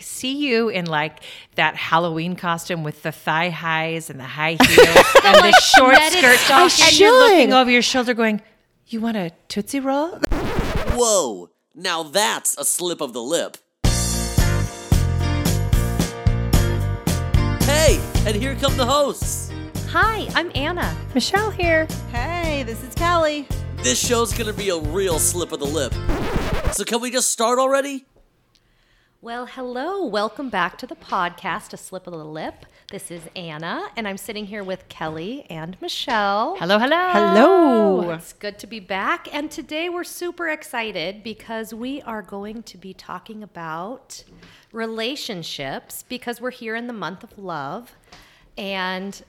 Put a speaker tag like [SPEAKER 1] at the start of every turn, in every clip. [SPEAKER 1] see you in like that Halloween costume with the thigh highs and the high heels and the short
[SPEAKER 2] netted
[SPEAKER 1] skirt.
[SPEAKER 2] stockings.
[SPEAKER 1] And you're
[SPEAKER 3] should.
[SPEAKER 1] looking over your shoulder going, You want a Tootsie Roll?
[SPEAKER 4] Whoa, now that's a slip of the lip. Hey, and here come the hosts.
[SPEAKER 2] Hi, I'm Anna.
[SPEAKER 1] Michelle here.
[SPEAKER 5] Hey, this is Callie.
[SPEAKER 4] This show's gonna be a real slip of the lip. So, can we just start already?
[SPEAKER 2] Well, hello. Welcome back to the podcast, A Slip of the Lip. This is Anna, and I'm sitting here with Kelly and Michelle.
[SPEAKER 1] Hello, hello.
[SPEAKER 3] Hello.
[SPEAKER 2] It's good to be back. And today we're super excited because we are going to be talking about relationships because we're here in the month of love. And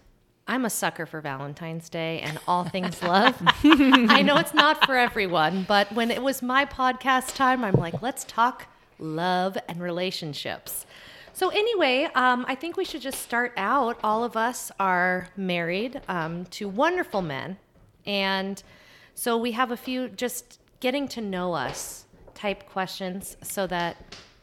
[SPEAKER 2] I'm a sucker for Valentine's Day and all things love. I know it's not for everyone, but when it was my podcast time, I'm like, let's talk love and relationships. So, anyway, um, I think we should just start out. All of us are married um, to wonderful men. And so we have a few just getting to know us type questions so that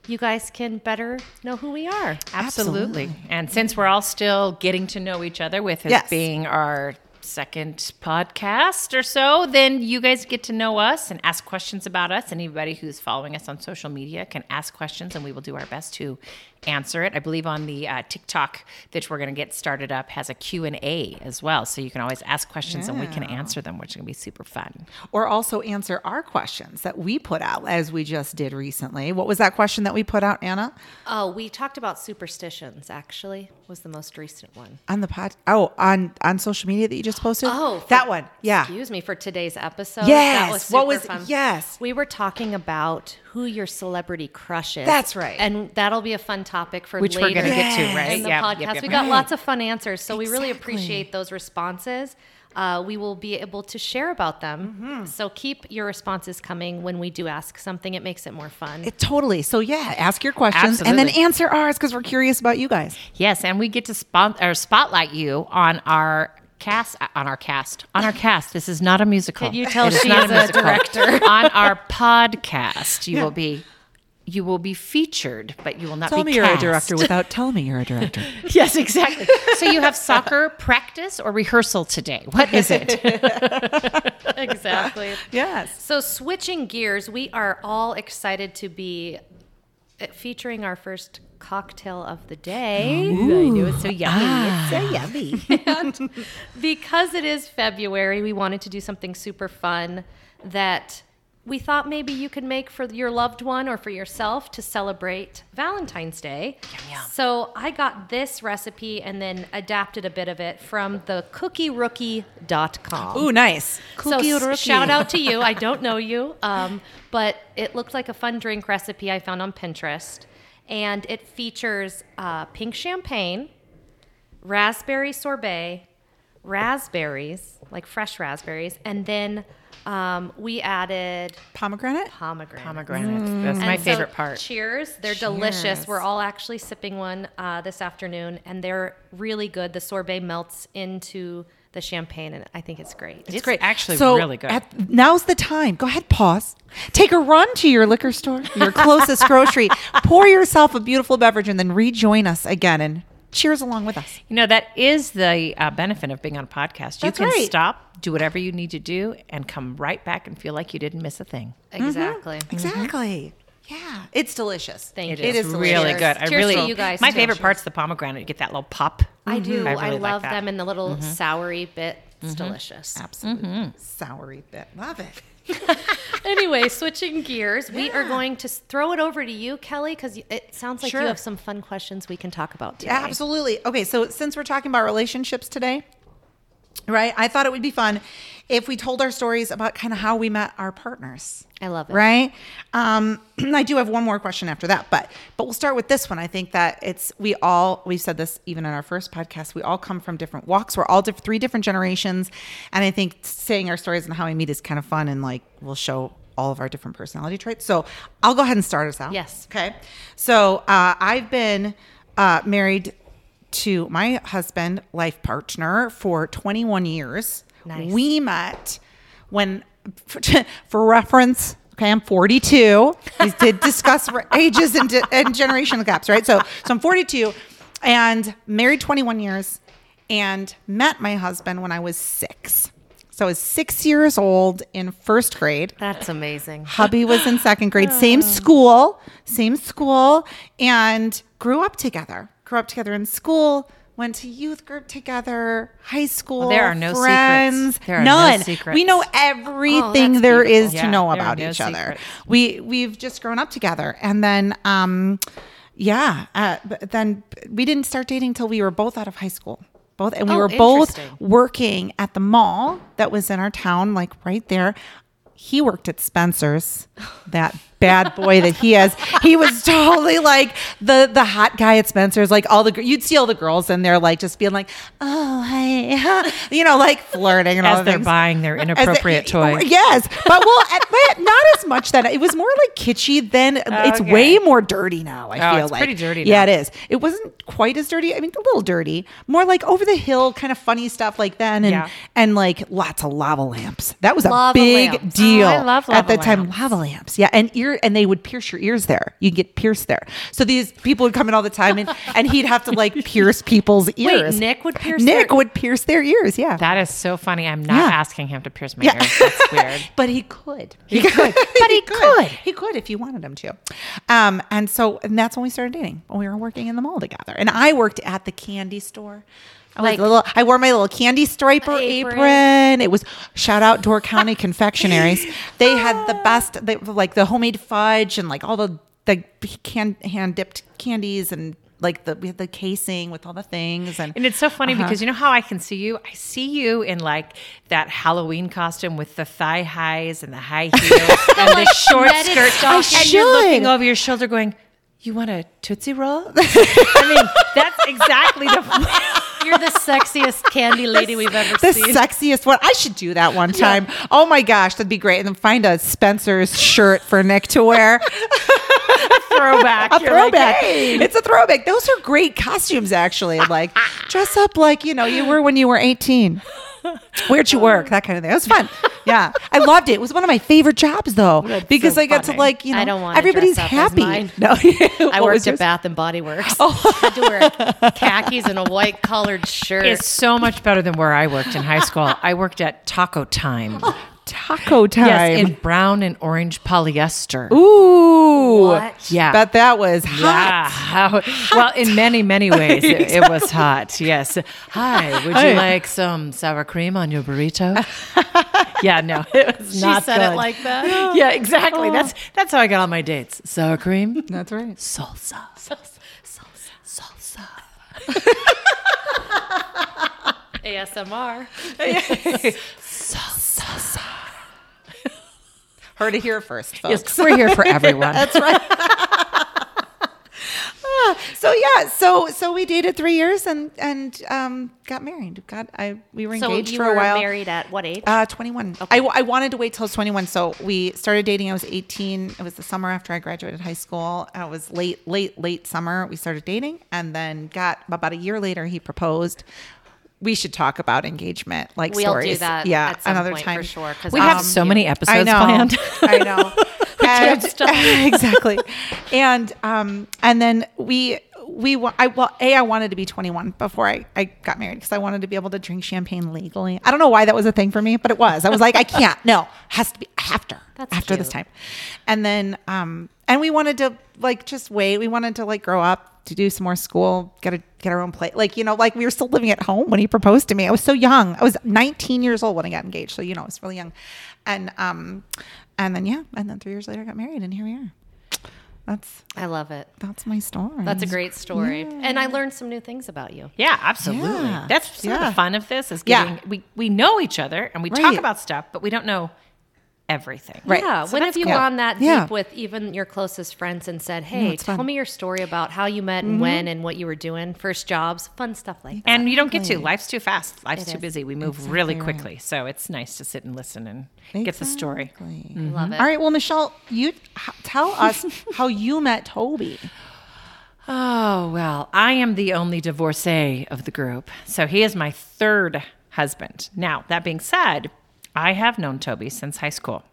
[SPEAKER 2] you guys can better know who we are.
[SPEAKER 1] Absolutely. And since we're all still getting to know each other with it
[SPEAKER 3] Yes.
[SPEAKER 1] being our second podcast or so, then you guys get to know us and ask questions about us. Anybody who's following us on social media can ask questions and we will do our best to answer it. I believe on the uh, TikTok that we're going to get started up has a Q&A as well. So you can always ask questions and we can answer them, which is going to be super fun.
[SPEAKER 3] Or also answer our questions that we put out as we just did recently. What was that question that we put out, Anna?
[SPEAKER 2] Oh, we talked about superstitions, actually, was the most recent one.
[SPEAKER 3] On the pod oh, on on social media that you just posted?
[SPEAKER 2] Oh, for-
[SPEAKER 3] that one. Yeah.
[SPEAKER 2] Excuse me for today's episode.
[SPEAKER 3] Yes,
[SPEAKER 2] That was
[SPEAKER 3] what
[SPEAKER 2] super
[SPEAKER 3] was-
[SPEAKER 2] fun.
[SPEAKER 3] yes.
[SPEAKER 2] We were talking about who your celebrity crush is.
[SPEAKER 3] That's right.
[SPEAKER 2] And that'll be a fun topic for
[SPEAKER 1] Which
[SPEAKER 2] later
[SPEAKER 1] we're going to get
[SPEAKER 3] Yes.
[SPEAKER 1] to, right?
[SPEAKER 2] in the
[SPEAKER 1] Yep,
[SPEAKER 2] podcast.
[SPEAKER 1] yep, yep.
[SPEAKER 2] we got lots of fun answers, so we really appreciate those responses. Uh, we will be able to share about them.
[SPEAKER 3] Mm-hmm.
[SPEAKER 2] So keep your responses coming when we do ask something. It makes it more fun.
[SPEAKER 3] It totally. So yeah, ask your questions and then
[SPEAKER 1] Absolutely.
[SPEAKER 3] answer ours because we're curious about you guys.
[SPEAKER 1] Yes, and we get to spon- or spotlight you on our cast on our cast on our cast this is not a musical
[SPEAKER 2] Can you tell
[SPEAKER 1] It is
[SPEAKER 2] she
[SPEAKER 1] not
[SPEAKER 2] is a
[SPEAKER 1] musical.
[SPEAKER 2] director?
[SPEAKER 1] on our podcast you will be you will be featured but you will not
[SPEAKER 3] Tell
[SPEAKER 1] be
[SPEAKER 3] me you're a
[SPEAKER 1] cast.
[SPEAKER 3] director without telling me you're a director.
[SPEAKER 1] yes exactly so you have soccer practice or rehearsal today what is it
[SPEAKER 2] exactly.
[SPEAKER 3] yes.
[SPEAKER 2] So switching gears, we are all excited to be uh, featuring our first cocktail of the day. I know it's so yummy. because it is February, we wanted to do something super fun that we thought maybe you could make for your loved one or for yourself to celebrate Valentine's Day. So I got this recipe and then adapted a bit of it from the cookierookie.com.
[SPEAKER 3] Ooh, nice.
[SPEAKER 2] so s- shout out to you. I don't know you, um, but it looked like a fun drink recipe I found on Pinterest, and it features uh, pink champagne, raspberry sorbet, raspberries like fresh raspberries, and then um, we added
[SPEAKER 3] Pomegranate?
[SPEAKER 2] pomegranate.
[SPEAKER 1] pomegranates that's my
[SPEAKER 2] And so,
[SPEAKER 1] favorite part
[SPEAKER 2] Cheers. They're delicious. We're all actually sipping one uh, this afternoon, and they're really good. The sorbet melts into the champagne, and I think it's great.
[SPEAKER 1] it's great actually
[SPEAKER 3] so
[SPEAKER 1] really good
[SPEAKER 3] At, now's the time. Go ahead, pause. Take a run to your liquor store, your closest grocery. Pour yourself a beautiful beverage and then rejoin us again and cheers along with us.
[SPEAKER 1] You know, that is the uh, benefit of being on a podcast. You
[SPEAKER 3] That's
[SPEAKER 1] can
[SPEAKER 3] right.
[SPEAKER 1] stop, do whatever you need to do, and come right back and feel like you didn't miss a thing.
[SPEAKER 2] Exactly.
[SPEAKER 1] Mm-hmm.
[SPEAKER 3] Exactly. Yeah. It's delicious.
[SPEAKER 1] It
[SPEAKER 2] Thank you.
[SPEAKER 1] is really
[SPEAKER 2] delicious.
[SPEAKER 1] good. I
[SPEAKER 2] Cheers
[SPEAKER 1] really,
[SPEAKER 2] to you guys.
[SPEAKER 1] my
[SPEAKER 2] too.
[SPEAKER 1] favorite part's the pomegranate. You get that little pop. Mm-hmm.
[SPEAKER 2] I
[SPEAKER 3] Mm-hmm.
[SPEAKER 2] do. I,
[SPEAKER 1] I really like
[SPEAKER 2] love
[SPEAKER 1] that.
[SPEAKER 2] them in the little soury bit. It's delicious.
[SPEAKER 3] Absolutely.
[SPEAKER 1] Mm-hmm.
[SPEAKER 3] Soury bit. Love it.
[SPEAKER 2] anyway, switching gears, we are going to s- throw it over to you, Kelly, because it sounds like
[SPEAKER 3] Sure.
[SPEAKER 2] you have some fun questions we can talk about today.
[SPEAKER 3] Absolutely. Okay, so since we're talking about relationships today, right? I thought it would be fun if we told our stories about kind of how we met our partners.
[SPEAKER 2] I love it.
[SPEAKER 3] Right? Um, I do have one more question after that, but but we'll start with this one. I think that it's we all we've said this even in our first podcast. We all come from different walks. We're all diff- three different generations, and I think saying our stories and how we meet is kind of fun and like we'll show all of our different personality traits. So I'll go ahead and start us out.
[SPEAKER 2] Yes.
[SPEAKER 3] Okay. So uh, I've been uh, married to my husband, life partner, for 21 years.
[SPEAKER 2] Nice.
[SPEAKER 3] We met when, for, for reference, Okay, I'm 42. We did discuss r- ages and, di- and generation gaps, right? So, so I'm 42 and married 21 years and met my husband when I was six. So I was six years old in first grade.
[SPEAKER 2] That's amazing.
[SPEAKER 3] Hubby was in second grade,
[SPEAKER 1] Oh.
[SPEAKER 3] same school, same school, and grew up together. Grew up together in school, went to youth group together, high school.
[SPEAKER 1] there are no secrets.
[SPEAKER 3] friends.
[SPEAKER 1] There are no
[SPEAKER 3] None.
[SPEAKER 1] secrets. Oh,
[SPEAKER 3] We know everything there
[SPEAKER 1] beautiful.
[SPEAKER 3] is to
[SPEAKER 1] Yeah,
[SPEAKER 3] know
[SPEAKER 1] there are
[SPEAKER 3] about
[SPEAKER 1] no
[SPEAKER 3] each other.
[SPEAKER 1] secrets.
[SPEAKER 3] We we've just grown up together, and then. um yeah, uh, but then we didn't start dating till we were both out of high school. Both, and we
[SPEAKER 2] Oh,
[SPEAKER 3] were both
[SPEAKER 2] interesting.
[SPEAKER 3] working at the mall that was in our town, like right there. He worked at Spencer's, that bad boy that he is. He was totally like the the hot guy at Spencer's. Like all the gir- you'd see all the girls in there, like just being like, "Oh, hey," you know, like flirting and all
[SPEAKER 1] as
[SPEAKER 3] the
[SPEAKER 1] they're
[SPEAKER 3] things.
[SPEAKER 1] buying their
[SPEAKER 3] As Oh, the-
[SPEAKER 1] inappropriate toy.
[SPEAKER 3] Yes, but well, at- but not as much that it was more like kitschy than it's
[SPEAKER 1] Okay.
[SPEAKER 3] way more dirty now. I
[SPEAKER 1] Oh,
[SPEAKER 3] feel
[SPEAKER 1] it's
[SPEAKER 3] like
[SPEAKER 1] pretty dirty
[SPEAKER 3] Yeah,
[SPEAKER 1] now.
[SPEAKER 3] it is. It wasn't quite as dirty. I mean, a little dirty. More like over the hill, kind of funny stuff like then, and
[SPEAKER 1] Yeah.
[SPEAKER 3] and like lots of lava lamps. That was a
[SPEAKER 2] Lava
[SPEAKER 3] big
[SPEAKER 2] lamps.
[SPEAKER 3] deal
[SPEAKER 1] Oh, I love lava
[SPEAKER 3] at the time.
[SPEAKER 1] lamps.
[SPEAKER 3] Lava lamps, yeah, and ear and they would pierce your ears there. You would get pierced there. So these people would come in all the time, and and he'd have to like pierce people's ears.
[SPEAKER 2] Nick would pierce
[SPEAKER 3] Nick
[SPEAKER 2] their-
[SPEAKER 3] would pierce their ears. Yeah,
[SPEAKER 1] That is so funny. I'm not
[SPEAKER 3] Yeah.
[SPEAKER 1] asking him to pierce my ears. That's weird.
[SPEAKER 3] but he could. He could. but he could. He could if you wanted him to. Um, and so, and that's when we started dating. When we were working in the mall together, and I worked at the candy store. I was
[SPEAKER 2] Like-
[SPEAKER 3] a little. I wore my little candy striper
[SPEAKER 2] Apron.
[SPEAKER 3] apron. It was shout out Door County Confectionaries. They had the best, they, like the homemade fudge and like all the the can, hand dipped candies and like the we had the casing with all the things and
[SPEAKER 1] And it's so funny because you know how I can see you? I see you in like that Halloween costume with the thigh highs and the high heels and the short
[SPEAKER 2] netted
[SPEAKER 1] skirt.
[SPEAKER 3] Oh,
[SPEAKER 2] stockings.
[SPEAKER 1] And you're looking
[SPEAKER 3] should.
[SPEAKER 1] over your shoulder going, You want a Tootsie Roll? I mean, that's exactly the.
[SPEAKER 2] You're the sexiest candy lady we've ever
[SPEAKER 3] the
[SPEAKER 2] seen.
[SPEAKER 3] sexiest one. I should do that one time. Oh my gosh, that'd be great. And then find a Spencer's shirt for Nick to wear.
[SPEAKER 1] Throwback.
[SPEAKER 3] a
[SPEAKER 1] You're like,
[SPEAKER 3] throwback.
[SPEAKER 1] "Hey."
[SPEAKER 3] It's a throwback. Those are great costumes, actually. Like dress up like you know you were when you were eighteen. Where'd you work? That kind of thing. It was fun. Yeah, I loved it. It was one of my favorite jobs, though, because
[SPEAKER 1] so
[SPEAKER 3] I got
[SPEAKER 1] funny.
[SPEAKER 3] to like you know
[SPEAKER 2] I don't wanna
[SPEAKER 3] everybody's
[SPEAKER 2] dress up as
[SPEAKER 3] happy.
[SPEAKER 2] mine.
[SPEAKER 3] No,
[SPEAKER 2] I worked at Bath and Body Works.
[SPEAKER 3] Oh.
[SPEAKER 2] had to wear khakis and a white collared shirt.
[SPEAKER 1] It's so much better than where I worked in high school. I worked at Taco Time.
[SPEAKER 3] taco time.
[SPEAKER 1] Yes, in brown and orange polyester.
[SPEAKER 3] Ooh,
[SPEAKER 2] What?
[SPEAKER 1] Yeah.
[SPEAKER 3] But that was hot.
[SPEAKER 1] Yeah. How- well, in many, many ways, it, it was hot. Yes. Hi, would you like some sour cream on your burrito? yeah, no, it was
[SPEAKER 2] she
[SPEAKER 1] not
[SPEAKER 2] said
[SPEAKER 1] good.
[SPEAKER 2] it like that.
[SPEAKER 1] yeah, exactly. That's that's how I got all my dates. Sour cream,
[SPEAKER 3] That's right.
[SPEAKER 1] salsa,
[SPEAKER 2] ASMR.
[SPEAKER 3] Heard it here first, folks.
[SPEAKER 1] Yes, we're here for everyone.
[SPEAKER 3] So yeah, so so we dated three years and and um got married. Got I we were
[SPEAKER 2] So
[SPEAKER 3] engaged
[SPEAKER 2] you
[SPEAKER 3] for
[SPEAKER 2] were
[SPEAKER 3] a while.
[SPEAKER 2] married at what age?
[SPEAKER 3] Uh, 21. I, I wanted to wait till I was 21. So we started dating. I was 18. It was the summer after I graduated high school. I was late, late, late summer. We started dating. And then got about a year later, he proposed. We should talk about engagement, like
[SPEAKER 2] We'll do
[SPEAKER 3] stories.
[SPEAKER 2] that
[SPEAKER 3] yeah,
[SPEAKER 2] at some
[SPEAKER 3] another
[SPEAKER 2] point for
[SPEAKER 3] time
[SPEAKER 2] sure, 'cause
[SPEAKER 1] we have
[SPEAKER 2] Um,
[SPEAKER 1] so many episodes
[SPEAKER 3] I know.
[SPEAKER 1] planned.
[SPEAKER 3] I know.
[SPEAKER 2] can't stop.
[SPEAKER 3] And, exactly. And um and then we we wa- I well a I wanted to be 21 before I I got married because I wanted to be able to drink champagne legally. I don't know why that was a thing for me, but it was. I was like I can't. No, has to be after
[SPEAKER 2] That's
[SPEAKER 3] after this
[SPEAKER 2] cute.
[SPEAKER 3] time. And then um and we wanted to like just wait. We wanted to like grow up to do some more school, get a get our own place. Like, you know, like we were still living at home when he proposed to me. I was so young. I was 19 years old when I got engaged. So, you know, I was really young. And um and then yeah, and then three years later I got married and here we are. That's
[SPEAKER 2] I love it.
[SPEAKER 3] that's my story.
[SPEAKER 2] That's a great story. And I learned some new things about you.
[SPEAKER 1] Yeah, absolutely.
[SPEAKER 3] Yeah.
[SPEAKER 1] That's some of
[SPEAKER 3] Yeah.
[SPEAKER 1] the fun of this is
[SPEAKER 3] Yeah.
[SPEAKER 1] getting we we know each other and we talk
[SPEAKER 3] Right.
[SPEAKER 1] about stuff, but we don't know everything.
[SPEAKER 3] Right.
[SPEAKER 2] Yeah.
[SPEAKER 3] So
[SPEAKER 2] when have
[SPEAKER 3] that's
[SPEAKER 2] you
[SPEAKER 3] cool.
[SPEAKER 2] gone that deep
[SPEAKER 3] Yeah.
[SPEAKER 2] with even your closest friends and said, hey,
[SPEAKER 3] it's
[SPEAKER 2] tell
[SPEAKER 3] fun.
[SPEAKER 2] me your story about how you met and
[SPEAKER 1] Mm-hmm.
[SPEAKER 2] when and what you were doing, first jobs, fun stuff like that.
[SPEAKER 1] And you don't get to. Life's too fast. Life's
[SPEAKER 2] It
[SPEAKER 1] too
[SPEAKER 2] is.
[SPEAKER 1] busy. We move really quickly. So it's nice to sit and listen and get the story.
[SPEAKER 3] Exactly.
[SPEAKER 1] Mm-hmm.
[SPEAKER 2] Love it.
[SPEAKER 3] All right, well, Michelle, you h- tell us how you met Toby.
[SPEAKER 1] Oh, well, I am the only divorcee of the group. So he is my third husband. Now, that being said, I have known Toby since high school.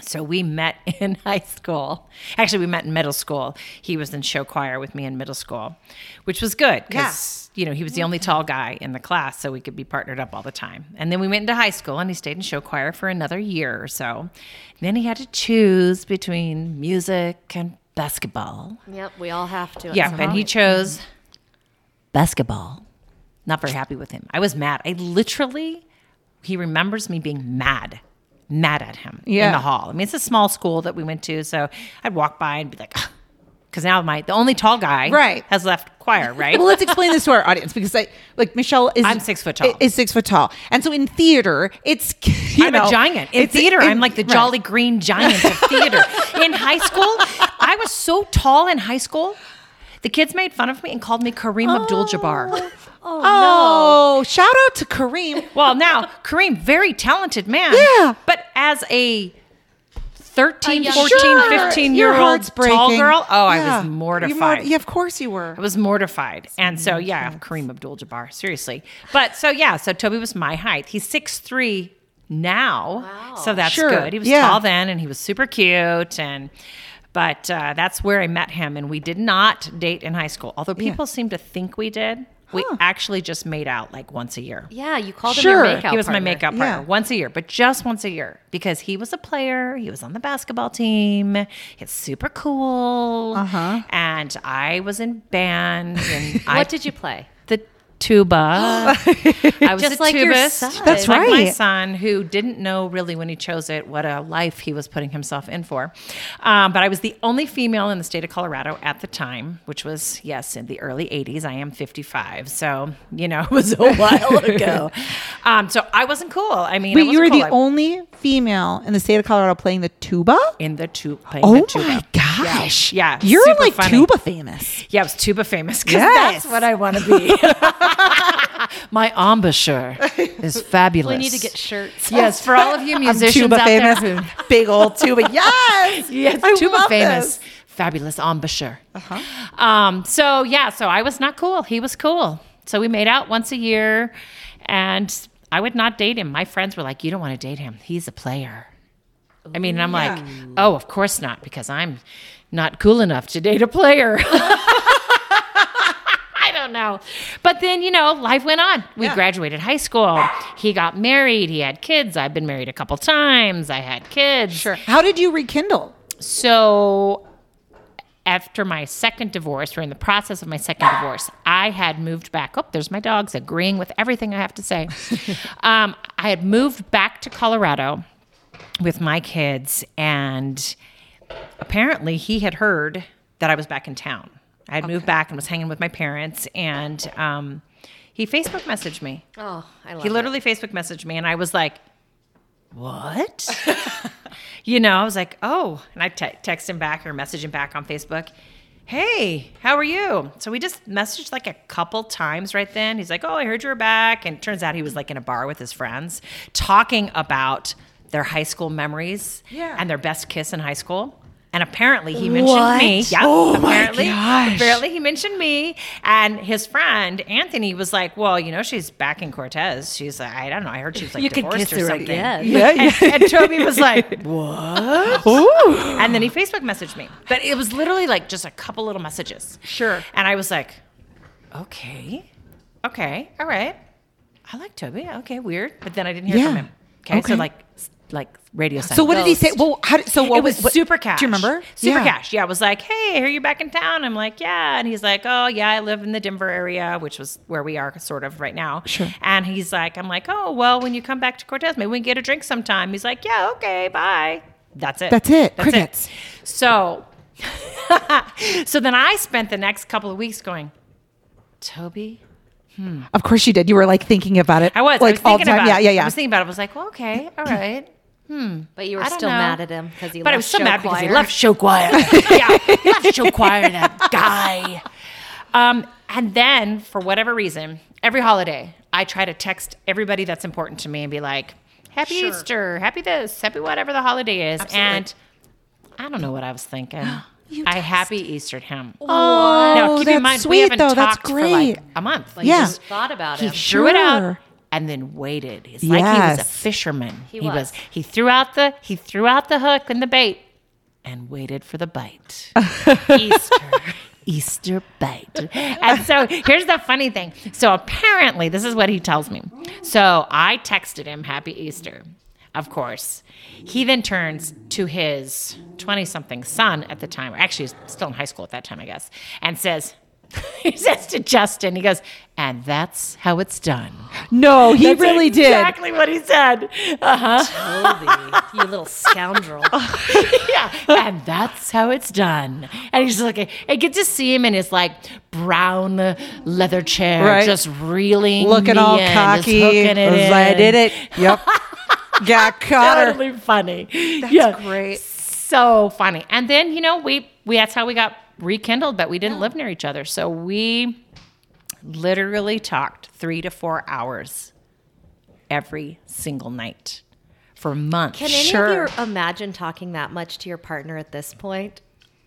[SPEAKER 1] So we met in high school. Actually, we met in middle school. He was in show choir with me in middle school, which was good because, you know, he was the only tall guy in the class, so we could be partnered up all the time. And then we went into high school and he stayed in show choir for another year or so. And then he had to choose between music and basketball.
[SPEAKER 2] Yep, we all have to. at
[SPEAKER 1] Yeah,
[SPEAKER 2] some
[SPEAKER 1] and he
[SPEAKER 2] point.
[SPEAKER 1] chose
[SPEAKER 3] Mm-hmm.
[SPEAKER 1] basketball. Not very happy with him. I was mad. I literally, he remembers me being mad, mad at him in
[SPEAKER 3] Yeah.
[SPEAKER 1] the hall. I mean, it's a small school that we went to, so I'd walk by and be like, because now my the only tall guy
[SPEAKER 3] Right.
[SPEAKER 1] has left choir, right?
[SPEAKER 3] well, let's explain this to our audience because I like Michelle is
[SPEAKER 1] I'm six foot tall.
[SPEAKER 3] Is six foot tall, and so in theater, it's you
[SPEAKER 1] I'm
[SPEAKER 3] know,
[SPEAKER 1] a giant. In
[SPEAKER 3] it's-
[SPEAKER 1] theater,
[SPEAKER 3] in-
[SPEAKER 1] I'm like the
[SPEAKER 3] right.
[SPEAKER 1] jolly green giant of theater. In high school, I was so tall in high school. The kids made fun of me and called me Kareem Abdul-Jabbar.
[SPEAKER 3] Oh, shout out to Kareem.
[SPEAKER 1] Well, now Kareem, very talented man.
[SPEAKER 3] Yeah.
[SPEAKER 1] But as a 13,
[SPEAKER 2] A young-
[SPEAKER 1] 14,
[SPEAKER 2] Sure.
[SPEAKER 1] 15
[SPEAKER 3] Your
[SPEAKER 1] year old
[SPEAKER 3] heart's
[SPEAKER 1] tall
[SPEAKER 3] breaking.
[SPEAKER 1] girl, oh, I
[SPEAKER 3] Yeah.
[SPEAKER 1] was
[SPEAKER 3] You
[SPEAKER 1] mortified.
[SPEAKER 3] mor- yeah, of course you were.
[SPEAKER 1] I was mortified. and so, yeah, Kareem Abdul Jabbar, seriously. But so, yeah, so Toby was my height. He's 6'3 now. So that's
[SPEAKER 3] Sure.
[SPEAKER 1] good. He was
[SPEAKER 3] Yeah.
[SPEAKER 1] tall then and he was super cute. And, but uh, that's where I met him. And we did not date in high school, although people seem to think we did. We actually just made out like once a year.
[SPEAKER 2] Yeah, you called him
[SPEAKER 3] Sure,
[SPEAKER 2] your makeout.
[SPEAKER 1] He was
[SPEAKER 2] partner.
[SPEAKER 1] my makeout partner
[SPEAKER 3] Yeah.
[SPEAKER 1] once a year, but just once a year because he was a player. He was on the basketball team. He's super cool. Uh-huh. And I was in band. And
[SPEAKER 2] What
[SPEAKER 1] I,
[SPEAKER 2] did you play?
[SPEAKER 1] the tuba? I was
[SPEAKER 2] Just
[SPEAKER 1] a
[SPEAKER 2] like your
[SPEAKER 1] tubist.
[SPEAKER 2] son.
[SPEAKER 3] That's
[SPEAKER 1] like my
[SPEAKER 3] right.
[SPEAKER 1] son, who didn't know really when he chose it what a life he was putting himself in for. Um, but I was the only female in the state of Colorado at the time, which was, yes, in the early 80s. I am 55. So, you know, it was a while ago. Um, so I wasn't cool. I mean, I
[SPEAKER 3] Wait, you were
[SPEAKER 1] wasn't
[SPEAKER 3] the
[SPEAKER 1] cool. I-
[SPEAKER 3] only female in the state of Colorado playing the tuba.
[SPEAKER 1] in the tube.
[SPEAKER 3] Oh
[SPEAKER 1] the tuba.
[SPEAKER 3] my gosh!
[SPEAKER 1] Yeah,
[SPEAKER 3] you're
[SPEAKER 1] super
[SPEAKER 3] like
[SPEAKER 1] funny.
[SPEAKER 3] tuba famous.
[SPEAKER 1] Yeah, it was tuba famous because
[SPEAKER 3] Yes.
[SPEAKER 1] that's what I want to be. My embouchure is fabulous.
[SPEAKER 2] We need to get shirts.
[SPEAKER 1] Yes, for all of you musicians
[SPEAKER 3] tuba
[SPEAKER 1] out
[SPEAKER 3] famous,
[SPEAKER 1] there who
[SPEAKER 3] big old tuba. Yes,
[SPEAKER 1] yes,
[SPEAKER 3] I
[SPEAKER 1] tuba
[SPEAKER 3] love
[SPEAKER 1] famous,
[SPEAKER 3] this.
[SPEAKER 1] fabulous embouchure. Uh-huh. Um, so yeah, so I was not cool. He was cool. So we made out once a year, and I would not date him. My friends were like, "You don't want to date him. He's a player." I mean, and I'm like, "Oh, of course not," because I'm not cool enough to date a player. I don't know. But then, you know, life went on. We graduated high school. He got married. He had kids. I've been married a couple times. I had kids. Sure.
[SPEAKER 3] How did you rekindle?
[SPEAKER 1] So after my second divorce, or in the process of my second divorce, I had moved back. Oh, there's my dogs agreeing with everything I have to say. um, I had moved back to Colorado with my kids, and apparently he had heard that I was back in town. I had moved back and was hanging with my parents, and um, he Facebook messaged me.
[SPEAKER 2] Oh, I love
[SPEAKER 1] He literally Facebook messaged me, and I was like, "What?" you know, I was like, "Oh," and I te- text him back or message him back on Facebook. Hey, how are you? So we just messaged like a couple times right then. He's like, "Oh, I heard you were back," and it turns out he was like in a bar with his friends talking about their high school memories
[SPEAKER 3] Yeah.
[SPEAKER 1] and their best kiss in high school. And apparently he mentioned me. Yeah.
[SPEAKER 2] Oh
[SPEAKER 1] apparently,
[SPEAKER 3] gosh.
[SPEAKER 1] apparently he mentioned me. And his friend Anthony was like, "Well, you know, she's back in Cortez. She's like, I don't know. I heard she was like
[SPEAKER 2] You could
[SPEAKER 1] divorced
[SPEAKER 2] kiss
[SPEAKER 1] or
[SPEAKER 2] her
[SPEAKER 1] something."
[SPEAKER 2] again.
[SPEAKER 3] Yeah,
[SPEAKER 1] And Toby was like, "What?"
[SPEAKER 3] Ooh.
[SPEAKER 1] And then he Facebook messaged me. But it was literally like just a couple little messages.
[SPEAKER 3] Sure.
[SPEAKER 1] And I was like, "Okay, okay, all right. I like Toby. Okay, weird." But then I didn't hear from
[SPEAKER 3] Yeah.
[SPEAKER 1] him. Okay, so
[SPEAKER 3] Okay.
[SPEAKER 1] like, s- like radio. Silence.
[SPEAKER 3] So what did he say? Well, how did, so what
[SPEAKER 1] it was
[SPEAKER 3] what-
[SPEAKER 1] super cash.
[SPEAKER 3] Do you remember?
[SPEAKER 1] Super
[SPEAKER 3] Yeah.
[SPEAKER 1] cash. Yeah, it was like, hey, I hear you back in town. I'm like, yeah. And he's like, oh yeah, I live in the Denver area, which was where we are sort of right now.
[SPEAKER 3] Sure.
[SPEAKER 1] And he's like, I'm like, oh well, when you come back to Cortez, maybe we can get a drink sometime. He's like, yeah, okay, bye. That's it.
[SPEAKER 3] That's it. Crickets.
[SPEAKER 1] So, so then I spent the next couple of weeks going, Toby,
[SPEAKER 3] Of course you did. You were like thinking about it.
[SPEAKER 1] I was I
[SPEAKER 3] like
[SPEAKER 1] was
[SPEAKER 3] all the
[SPEAKER 1] thinking About
[SPEAKER 3] time. yeah,
[SPEAKER 1] it.
[SPEAKER 3] yeah, yeah.
[SPEAKER 1] I was thinking about it. I was like, well, okay, all right.
[SPEAKER 2] But you were
[SPEAKER 1] I don't
[SPEAKER 2] still
[SPEAKER 1] know.
[SPEAKER 2] mad at him because he
[SPEAKER 1] But
[SPEAKER 2] left
[SPEAKER 1] I was so
[SPEAKER 2] show
[SPEAKER 1] mad
[SPEAKER 2] choir.
[SPEAKER 1] because he left show choir. yeah, he left show choir. That guy. Um, and then for whatever reason, every holiday, I try to text everybody that's important to me and be like, "Happy Easter, happy this, happy whatever the holiday is." And I don't know what I was thinking. I happy Eastered him. Oh, now keep in
[SPEAKER 3] that's
[SPEAKER 1] mind we
[SPEAKER 3] sweet,
[SPEAKER 1] haven't
[SPEAKER 3] though. That's
[SPEAKER 1] talked for like
[SPEAKER 3] great.
[SPEAKER 1] a month.
[SPEAKER 2] You
[SPEAKER 3] Yeah.
[SPEAKER 2] just thought about
[SPEAKER 1] He
[SPEAKER 2] him.
[SPEAKER 1] threw it out.
[SPEAKER 3] Sure.
[SPEAKER 1] and then waited. It's like he was a
[SPEAKER 3] Yes.
[SPEAKER 1] fisherman. He,
[SPEAKER 2] was.
[SPEAKER 1] He threw out the he threw out the hook and the bait and waited for the bite. Easter. Easter bite. And so here's the funny thing. So apparently, this is what he tells me. So I texted him, Happy Easter, of course. He then turns to his 20 something son at the time, or actually, he's still in high school at that time, I guess, and says, he says to Justin, he goes, and that's how it's done.
[SPEAKER 3] No, he
[SPEAKER 1] That's
[SPEAKER 3] really did.
[SPEAKER 1] Exactly what he said. Uh huh.
[SPEAKER 2] Toby, you little scoundrel.
[SPEAKER 1] yeah, and that's how it's done. And he's like, I get to see him in his like brown leather chair,
[SPEAKER 3] Right.
[SPEAKER 1] just reeling,
[SPEAKER 3] Looking
[SPEAKER 1] me
[SPEAKER 3] all
[SPEAKER 1] in, just
[SPEAKER 3] cocky.
[SPEAKER 1] hooking it
[SPEAKER 3] was like, I
[SPEAKER 1] in.
[SPEAKER 3] did it. Yep. Got caught her.
[SPEAKER 1] Totally funny. yeah,
[SPEAKER 3] Great.
[SPEAKER 1] so funny. And then you know we we that's how we got rekindled, but we didn't live near each other, so we literally talked three to four hours every single night for months.
[SPEAKER 2] Can any
[SPEAKER 3] Sure.
[SPEAKER 2] of you imagine talking that much to your partner at this point?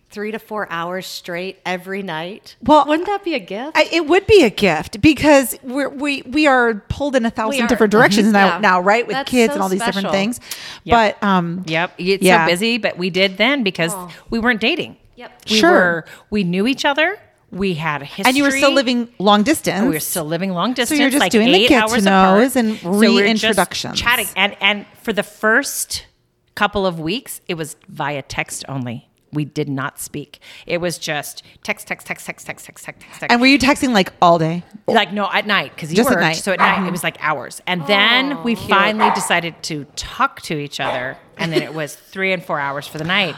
[SPEAKER 2] Three to four hours straight every night.
[SPEAKER 3] Well,
[SPEAKER 2] wouldn't that be a gift?
[SPEAKER 3] I, it would be a gift because we're, we we are pulled in a thousand
[SPEAKER 2] are.
[SPEAKER 3] different directions now,
[SPEAKER 2] Yeah.
[SPEAKER 3] now, right? With
[SPEAKER 2] That's
[SPEAKER 3] kids
[SPEAKER 2] so
[SPEAKER 3] and all these different
[SPEAKER 2] special.
[SPEAKER 3] things. But um,
[SPEAKER 1] Yep. It's
[SPEAKER 3] Yeah. Oh.
[SPEAKER 1] so busy, but we did then because we weren't dating.
[SPEAKER 2] Yep.
[SPEAKER 1] We
[SPEAKER 3] Sure.
[SPEAKER 1] Were, we knew each other. We had a history.
[SPEAKER 3] and you were still living long distance.
[SPEAKER 1] Oh, We were still living long distance.
[SPEAKER 3] just
[SPEAKER 1] like
[SPEAKER 3] doing the
[SPEAKER 1] eight
[SPEAKER 3] get to
[SPEAKER 1] hours
[SPEAKER 3] knows
[SPEAKER 1] apart.
[SPEAKER 3] and
[SPEAKER 1] we were just
[SPEAKER 3] reintroductions.
[SPEAKER 1] chatting, and and for the first couple of weeks, it was via text only. We did not speak. It was just text, text, text, text, text, text, text, text. text.
[SPEAKER 3] and were you texting like all day?
[SPEAKER 1] like no at night because you
[SPEAKER 3] Just at
[SPEAKER 1] worked.
[SPEAKER 3] night. Uh-huh.
[SPEAKER 1] So at night it was like hours, and then we finally decided to talk to each other, and then it was three and four hours for the night.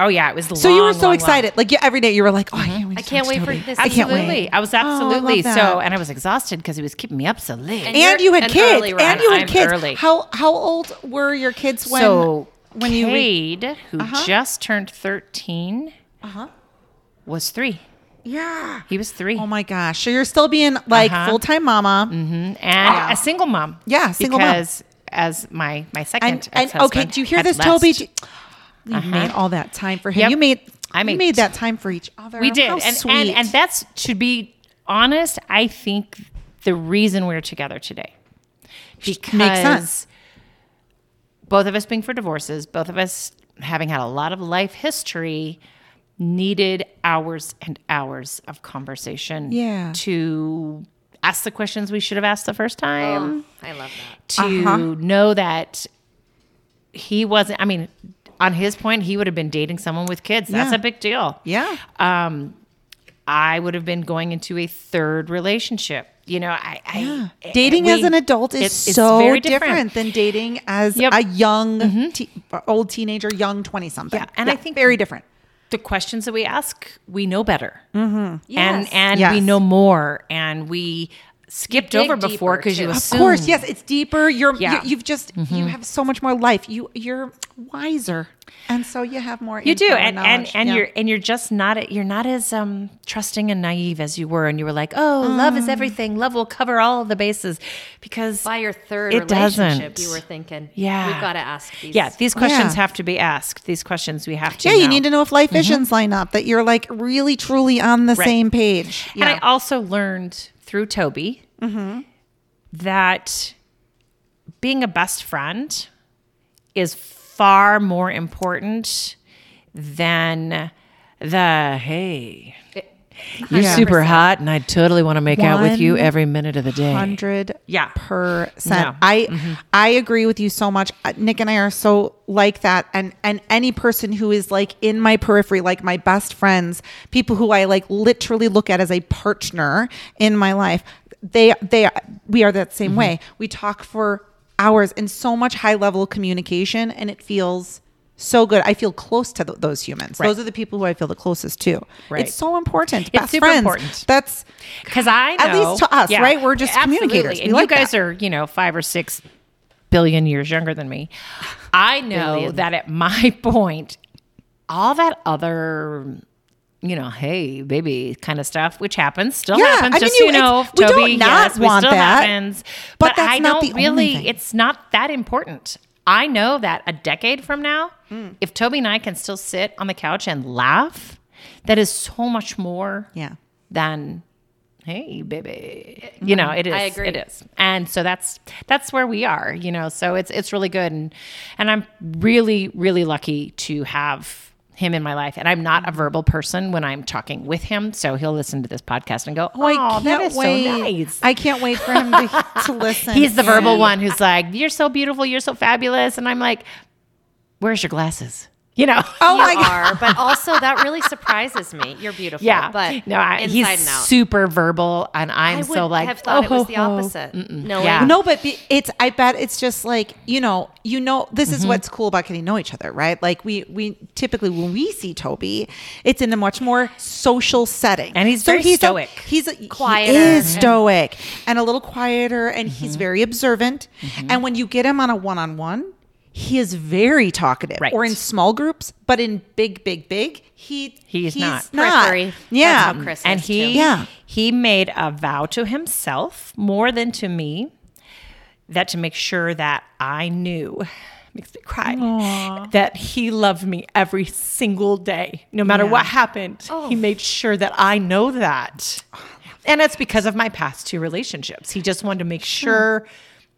[SPEAKER 1] Oh yeah, it was.
[SPEAKER 3] So you
[SPEAKER 1] long,
[SPEAKER 3] were so
[SPEAKER 1] long, Mm-hmm. long.
[SPEAKER 3] excited. Like you, every day you were like, oh, I can't wait.
[SPEAKER 2] I
[SPEAKER 3] to
[SPEAKER 2] can't
[SPEAKER 3] talk
[SPEAKER 2] wait
[SPEAKER 3] to
[SPEAKER 2] for
[SPEAKER 3] Toby.
[SPEAKER 2] this
[SPEAKER 3] I can't
[SPEAKER 2] season."
[SPEAKER 3] wait.
[SPEAKER 1] I was
[SPEAKER 3] Oh, I love
[SPEAKER 1] absolutely so,
[SPEAKER 3] that.
[SPEAKER 1] and I was exhausted because he was keeping me up so late.
[SPEAKER 2] And
[SPEAKER 3] and
[SPEAKER 2] You're
[SPEAKER 3] you had
[SPEAKER 2] an
[SPEAKER 3] kids.
[SPEAKER 2] early
[SPEAKER 3] And you had
[SPEAKER 1] riser.
[SPEAKER 3] kids.
[SPEAKER 1] I'm early.
[SPEAKER 3] How how old were your kids when
[SPEAKER 1] so when
[SPEAKER 3] when you Uh-huh. re-
[SPEAKER 1] Cade, who just turned thirteen, was three.
[SPEAKER 3] yeah.
[SPEAKER 1] He was three.
[SPEAKER 3] Uh-huh. Oh my gosh. So you're still being like
[SPEAKER 1] Uh-huh.
[SPEAKER 3] full time mama.
[SPEAKER 1] and a single mom.
[SPEAKER 3] Yeah, single mom.
[SPEAKER 1] because as my my second
[SPEAKER 3] And and okay,
[SPEAKER 1] ex-husband
[SPEAKER 3] do you hear
[SPEAKER 1] had
[SPEAKER 3] this, Toby?
[SPEAKER 1] left.
[SPEAKER 3] Do- You made all that time for him.
[SPEAKER 1] Yep.
[SPEAKER 3] You made
[SPEAKER 1] I
[SPEAKER 3] you
[SPEAKER 1] made-
[SPEAKER 3] made that time for each other.
[SPEAKER 1] We did,
[SPEAKER 3] How
[SPEAKER 1] and,
[SPEAKER 3] sweet.
[SPEAKER 1] and and that's to be honest. I think the reason we're together today because
[SPEAKER 3] sense.
[SPEAKER 1] both of us being for divorces, both of us having had a lot of life history, needed hours and hours of conversation.
[SPEAKER 3] Yeah.
[SPEAKER 1] to ask the questions we should have asked the first
[SPEAKER 3] Um,
[SPEAKER 1] time
[SPEAKER 2] I love that.
[SPEAKER 1] to
[SPEAKER 3] uh-huh.
[SPEAKER 1] know that he wasn't. I mean, on his point, he would have been dating someone with kids. That's
[SPEAKER 3] Yeah.
[SPEAKER 1] a big deal.
[SPEAKER 3] yeah.
[SPEAKER 1] I would have been going into a third relationship. You know, I, I
[SPEAKER 3] dating
[SPEAKER 1] we-
[SPEAKER 3] as an adult is
[SPEAKER 1] it's- it's
[SPEAKER 3] so
[SPEAKER 1] very
[SPEAKER 3] different. than dating as
[SPEAKER 1] Yep. Mm-hmm.
[SPEAKER 3] a young te- old teenager, young twenty something.
[SPEAKER 1] Yeah, and I think-
[SPEAKER 3] very different.
[SPEAKER 1] the questions that we ask, we know better,
[SPEAKER 2] Yes.
[SPEAKER 1] and and
[SPEAKER 3] Mm-hmm. Yes.
[SPEAKER 1] we know more, and we skipped
[SPEAKER 2] dig
[SPEAKER 1] over before
[SPEAKER 2] deeper,
[SPEAKER 1] because you
[SPEAKER 2] too. Of
[SPEAKER 3] Of
[SPEAKER 1] assumed.
[SPEAKER 3] course, yes, it's deeper. You're
[SPEAKER 1] Yeah. Mm-hmm.
[SPEAKER 3] you, you've just you have so much more life. You you're wiser, and so you have more.
[SPEAKER 1] You do,
[SPEAKER 3] info
[SPEAKER 1] and and
[SPEAKER 3] knowledge.
[SPEAKER 1] and
[SPEAKER 3] Yeah.
[SPEAKER 1] you're and you're just not you're not as um, trusting and naive as you were, and you were like, oh, love
[SPEAKER 3] Mm.
[SPEAKER 1] is everything. Love will cover all the bases, because
[SPEAKER 2] By your third
[SPEAKER 1] It
[SPEAKER 2] relationship,
[SPEAKER 1] doesn't.
[SPEAKER 2] you were thinking,
[SPEAKER 1] Yeah.
[SPEAKER 2] we've got to ask these.
[SPEAKER 1] yeah, these questions
[SPEAKER 3] Yeah.
[SPEAKER 1] have to be asked. These questions we have to.
[SPEAKER 3] yeah. You need to know if
[SPEAKER 1] Mm-hmm.
[SPEAKER 3] life visions line up. That you're like really truly on the same page. Yeah.
[SPEAKER 1] And I also learned through Toby that being a best friend is far more important than the hey. You're super hot, and I totally want to make out with you every minute of the day.
[SPEAKER 3] hundred
[SPEAKER 1] Yeah.
[SPEAKER 3] percent.
[SPEAKER 1] No. Mm-hmm.
[SPEAKER 3] I I agree with you so much. Uh, Nick and I are so like that, and and any person who is like in my periphery, like my best friends, people who I like literally look at as a partner in my life, they they we are that
[SPEAKER 1] Mm-hmm.
[SPEAKER 3] same way. We talk for hours and so much high level communication, and it feels. So good. I feel close to th- those humans. Those are the people who I feel the closest to.
[SPEAKER 1] Right.
[SPEAKER 3] It's so important.
[SPEAKER 1] It's
[SPEAKER 3] Best
[SPEAKER 1] super
[SPEAKER 3] friends.
[SPEAKER 1] important.
[SPEAKER 3] That's
[SPEAKER 1] Because I know,
[SPEAKER 3] At least to us, right? We're just communicators. We
[SPEAKER 1] And
[SPEAKER 3] like
[SPEAKER 1] you guys
[SPEAKER 3] that.
[SPEAKER 1] are, you know, five or six billion years younger than me. I know that at my point, all that other, you know, hey, baby kind of stuff, which happens, still
[SPEAKER 3] Yeah,
[SPEAKER 1] happens.
[SPEAKER 3] I mean,
[SPEAKER 1] just so
[SPEAKER 3] you-
[SPEAKER 1] you know,
[SPEAKER 3] it's- we
[SPEAKER 1] Toby,
[SPEAKER 3] don't not
[SPEAKER 1] yes, we
[SPEAKER 3] want
[SPEAKER 1] still
[SPEAKER 3] that,
[SPEAKER 1] happens.
[SPEAKER 3] but
[SPEAKER 1] But,
[SPEAKER 3] that's
[SPEAKER 1] I
[SPEAKER 3] not
[SPEAKER 1] don't
[SPEAKER 3] the only
[SPEAKER 1] really.
[SPEAKER 3] thing.
[SPEAKER 1] It's not that important. I know that a decade from now,
[SPEAKER 3] Mm.
[SPEAKER 1] if Toby and I can still sit on the couch and laugh, that is so much more
[SPEAKER 3] yeah.
[SPEAKER 1] than hey baby you know it is
[SPEAKER 2] Mm-hmm. I agree.
[SPEAKER 1] it is and so that's that's where we are you know so it's it's really good and and i'm really really lucky to have him in my life and i'm not a verbal person when i'm talking with him so he'll listen to this podcast and go oh
[SPEAKER 3] I can't
[SPEAKER 1] that is
[SPEAKER 3] wait.
[SPEAKER 1] so nice
[SPEAKER 3] I can't wait for him to, to listen.
[SPEAKER 1] he's the verbal
[SPEAKER 3] in.
[SPEAKER 1] one who's like you're so beautiful you're so fabulous and i'm like where's your glasses you know
[SPEAKER 3] Oh
[SPEAKER 2] you
[SPEAKER 3] my god.
[SPEAKER 2] are, but also that really surprises me. You're beautiful.
[SPEAKER 1] yeah
[SPEAKER 2] but
[SPEAKER 1] no I,
[SPEAKER 2] inside
[SPEAKER 1] he's
[SPEAKER 2] and out.
[SPEAKER 1] super verbal and i'm
[SPEAKER 2] I would
[SPEAKER 1] so like
[SPEAKER 2] have thought it
[SPEAKER 1] "Oh,
[SPEAKER 2] was the
[SPEAKER 1] ho, ho."
[SPEAKER 2] opposite. No,
[SPEAKER 1] Yeah.
[SPEAKER 3] No, but be, it's. I bet it's just like you know. You know, this
[SPEAKER 1] Mm-hmm.
[SPEAKER 3] is what's cool about getting to know each other, right? Like we we typically when we see Toby, it's in a much more social setting,
[SPEAKER 1] And he's very
[SPEAKER 3] a-
[SPEAKER 1] stoic.
[SPEAKER 3] he's a,
[SPEAKER 2] Quieter.
[SPEAKER 3] He is stoic and a little quieter, and he's
[SPEAKER 1] Mm-hmm.
[SPEAKER 3] very observant. And when you get him on a one on one. He is very talkative,
[SPEAKER 1] Right.
[SPEAKER 3] or in small groups, but in big, big, big, he
[SPEAKER 1] He's not.
[SPEAKER 2] Periphery.
[SPEAKER 3] Yeah,
[SPEAKER 2] That's how Chris
[SPEAKER 1] and
[SPEAKER 2] is,
[SPEAKER 1] he
[SPEAKER 2] too.
[SPEAKER 3] Yeah.
[SPEAKER 1] he made a vow to himself more than to me that to make sure that I knew makes me cry that he loved me every single day no matter what happened he made sure that I know that and it's because of my past two relationships he just wanted to make sure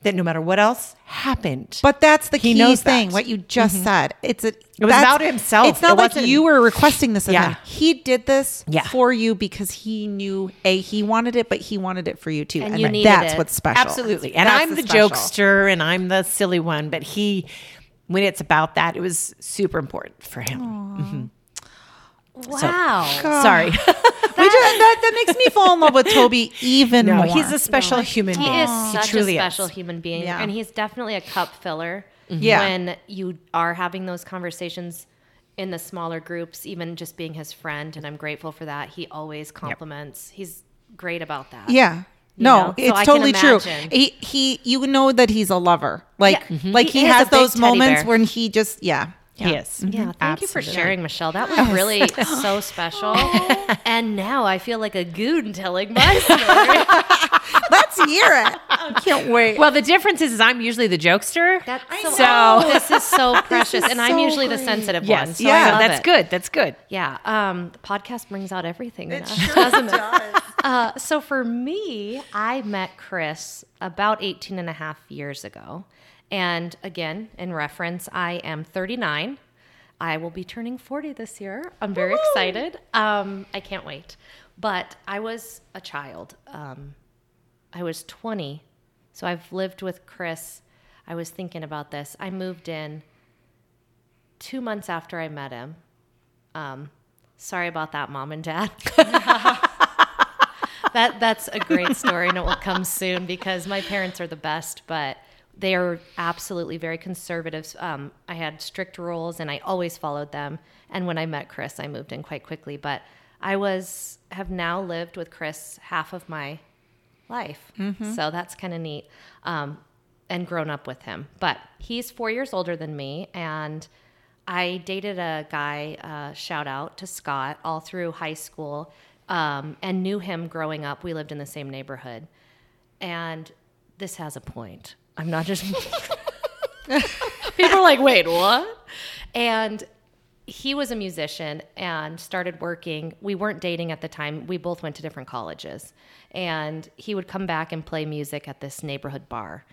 [SPEAKER 1] that no matter what else happened
[SPEAKER 3] But that's the
[SPEAKER 1] He
[SPEAKER 3] key
[SPEAKER 1] knows that.
[SPEAKER 3] thing.
[SPEAKER 1] Mm-hmm.
[SPEAKER 3] What you just said. It's a, it
[SPEAKER 1] was about himself.
[SPEAKER 3] It's not
[SPEAKER 1] It
[SPEAKER 3] like
[SPEAKER 1] wasn't-
[SPEAKER 3] you were requesting this. Of
[SPEAKER 1] Yeah.
[SPEAKER 3] him. he did this
[SPEAKER 1] Yeah.
[SPEAKER 3] for you because he knew a he wanted it, but he wanted it for you too,
[SPEAKER 2] And
[SPEAKER 3] and,
[SPEAKER 2] you needed
[SPEAKER 3] that's
[SPEAKER 2] it.
[SPEAKER 3] what's special.
[SPEAKER 1] Absolutely. And
[SPEAKER 3] That's
[SPEAKER 1] I'm the,
[SPEAKER 3] special.
[SPEAKER 1] jokester and I'm the silly one, but he when it's about that, it was super important for him.
[SPEAKER 2] Wow.
[SPEAKER 1] Sorry.
[SPEAKER 3] We just, that, that makes me fall in love with Toby even
[SPEAKER 1] no,
[SPEAKER 3] more.
[SPEAKER 1] he's a special human
[SPEAKER 2] He
[SPEAKER 1] being.
[SPEAKER 2] is such
[SPEAKER 1] truly
[SPEAKER 2] a special
[SPEAKER 1] is. Mm-hmm.
[SPEAKER 2] human being,
[SPEAKER 3] Yeah.
[SPEAKER 2] and he's definitely a cup filler.
[SPEAKER 3] Yeah.
[SPEAKER 2] when you are having those conversations in the smaller groups, even just being his friend, and I'm grateful for that. He always compliments. He's great about that.
[SPEAKER 3] yeah.
[SPEAKER 2] You
[SPEAKER 3] No,
[SPEAKER 2] know? So
[SPEAKER 3] it's
[SPEAKER 2] I can
[SPEAKER 3] totally true.
[SPEAKER 2] imagine.
[SPEAKER 3] He, he, you know that he's a lover. Like,
[SPEAKER 2] Yeah. Mhm.
[SPEAKER 3] like
[SPEAKER 2] He
[SPEAKER 3] he,
[SPEAKER 2] is a
[SPEAKER 3] has
[SPEAKER 2] big
[SPEAKER 3] those
[SPEAKER 2] teddy
[SPEAKER 3] moments
[SPEAKER 2] bear.
[SPEAKER 3] when he just, yeah,
[SPEAKER 1] He is. Mm-hmm.
[SPEAKER 2] Yeah, thank you for
[SPEAKER 1] Absolutely.
[SPEAKER 2] sharing, Michelle. That was really so special. and now I feel like a goon telling my story.
[SPEAKER 3] let's hear it. I can't wait.
[SPEAKER 1] Well, the difference is, is I'm usually the jokester.
[SPEAKER 2] That's so,
[SPEAKER 1] know.
[SPEAKER 2] oh, this is so precious. and I'm
[SPEAKER 3] so
[SPEAKER 2] usually the
[SPEAKER 3] great.
[SPEAKER 2] sensitive one.
[SPEAKER 1] yes.
[SPEAKER 2] So I
[SPEAKER 1] yeah,
[SPEAKER 2] love
[SPEAKER 1] that's
[SPEAKER 2] it.
[SPEAKER 1] good. That's good.
[SPEAKER 2] Yeah, um, the podcast brings out everything. in us, doesn't it? Uh, so for me, I met Chris about 18 and a half years ago. And again, in reference, I am 39. I will be turning 40 this year. I'm very excited. Um, I can't wait. But I was a child. Um, I was 20. So I've lived with Chris. I was thinking about this. I moved in two months after I met him. Um, sorry about that, mom and dad. that that's a great story, and it will come soon because my parents are the best, but they are absolutely very conservative. Um, I had strict rules, and I always followed them. And when I met Chris, I moved in quite quickly, but I was have now lived with Chris half of my life, so that's kind of neat. Um, and grown up with him, but he's four years older than me, and I dated a guy, uh, shout out to Scott, all through high school um, and knew him growing up. We lived in the same neighborhood. And this has a point. I'm not just. People are like, wait, what? And he was a musician and started working. We weren't dating at the time. We both went to different colleges. And he would come back and play music at this neighborhood bar.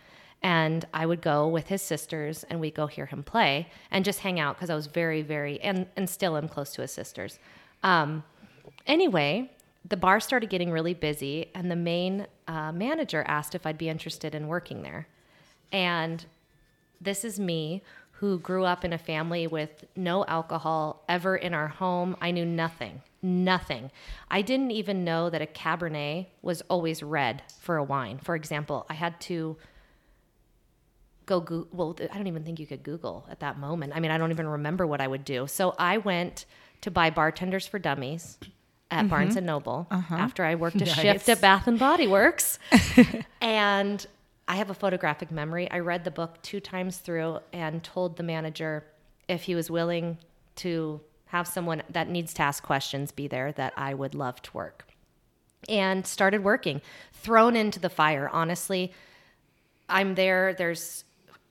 [SPEAKER 2] And I would go with his sisters and we'd go hear him play and just hang out because I was very, very, and, and still am close to his sisters. Um, anyway, the bar started getting really busy, and the main uh, manager asked if I'd be interested in working there. And this is me who grew up in a family with no alcohol ever in our home. I knew nothing, nothing. I didn't even know that a Cabernet was always red for a wine. For example, I had to go Google. Well, th- I don't even think you could Google at that moment. I mean, I don't even remember what I would do. So I went to buy Bartenders for Dummies at Barnes and Noble after I worked a shift at Bath and Body Works. and I have a photographic memory. I read the book two times through and told the manager if he was willing to have someone that needs to ask questions be there, that I would love to work. And started working, thrown into the fire. Honestly, I'm there. There's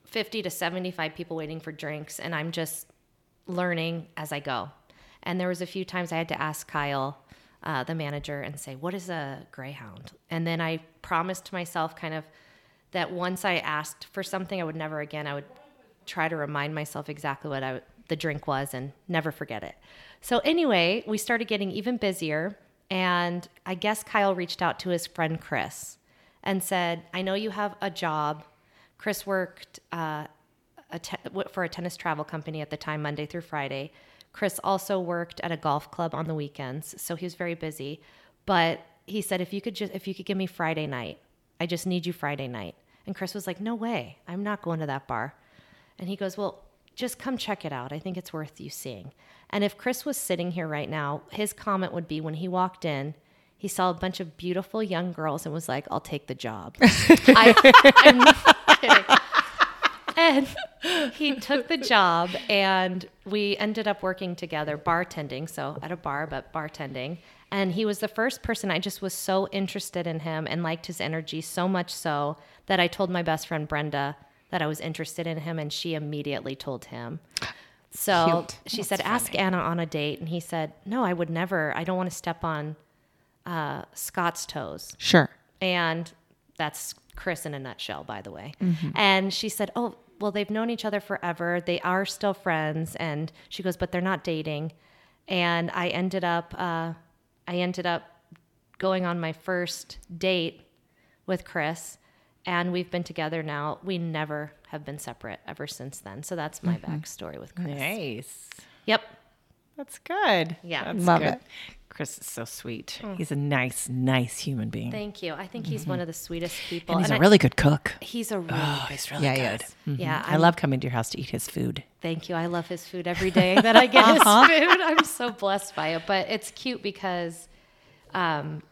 [SPEAKER 2] 50 to 75 people waiting for drinks, and I'm just learning as I go. And there was a few times I had to ask Kyle uh, the manager and say, What is a greyhound? And then I promised myself kind of that once I asked for something, I would never again, I would try to remind myself exactly what I, the drink was and never forget it. So, anyway, we started getting even busier. And I guess Kyle reached out to his friend Chris and said, I know you have a job. Chris worked uh, a te- w- for a tennis travel company at the time, Monday through Friday. Chris also worked at a golf club on the weekends, so he was very busy. But he said, if you could just, if you could give me Friday night, I just need you Friday night. And Chris was like, no way, I'm not going to that bar. And he goes, well, just come check it out. I think it's worth you seeing. And if Chris was sitting here right now, his comment would be when he walked in, he saw a bunch of beautiful young girls and was like, I'll take the job. I, I'm not kidding and he took the job and we ended up working together bartending so at a bar but bartending and he was the first person i just was so interested in him and liked his energy so much so that i told my best friend brenda that i was interested in him and she immediately told him so
[SPEAKER 3] Cute.
[SPEAKER 2] she said ask anna on a date and he said no i would never i don't want to step on uh, scott's toes
[SPEAKER 3] Sure.
[SPEAKER 2] and that's Chris in a nutshell, by the way.
[SPEAKER 1] Mm-hmm.
[SPEAKER 2] And she said, Oh, well, they've known each other forever. They are still friends. And she goes, But they're not dating. And I ended up, uh, I ended up going on my first date with Chris. And we've been together now. We never have been separate ever since then. So that's my backstory with Chris.
[SPEAKER 1] Mm-hmm. Nice.
[SPEAKER 2] Yep.
[SPEAKER 1] That's good.
[SPEAKER 2] Yeah.
[SPEAKER 1] That's
[SPEAKER 3] Love
[SPEAKER 1] good.
[SPEAKER 3] it.
[SPEAKER 1] Chris is so sweet. He's a nice, nice human being.
[SPEAKER 2] Mm. Thank you. I think he's one of the sweetest people.
[SPEAKER 1] Mm-hmm. and he's
[SPEAKER 2] And
[SPEAKER 1] a
[SPEAKER 2] I-
[SPEAKER 1] really good cook.
[SPEAKER 2] he's a really
[SPEAKER 1] Oh, he's really
[SPEAKER 3] Yeah, he
[SPEAKER 1] good.
[SPEAKER 3] is.
[SPEAKER 2] yeah.
[SPEAKER 1] I love coming to your house to eat his food.
[SPEAKER 2] Thank you. I love his food every day that I get his food. I'm so blessed by it. But it's cute because um,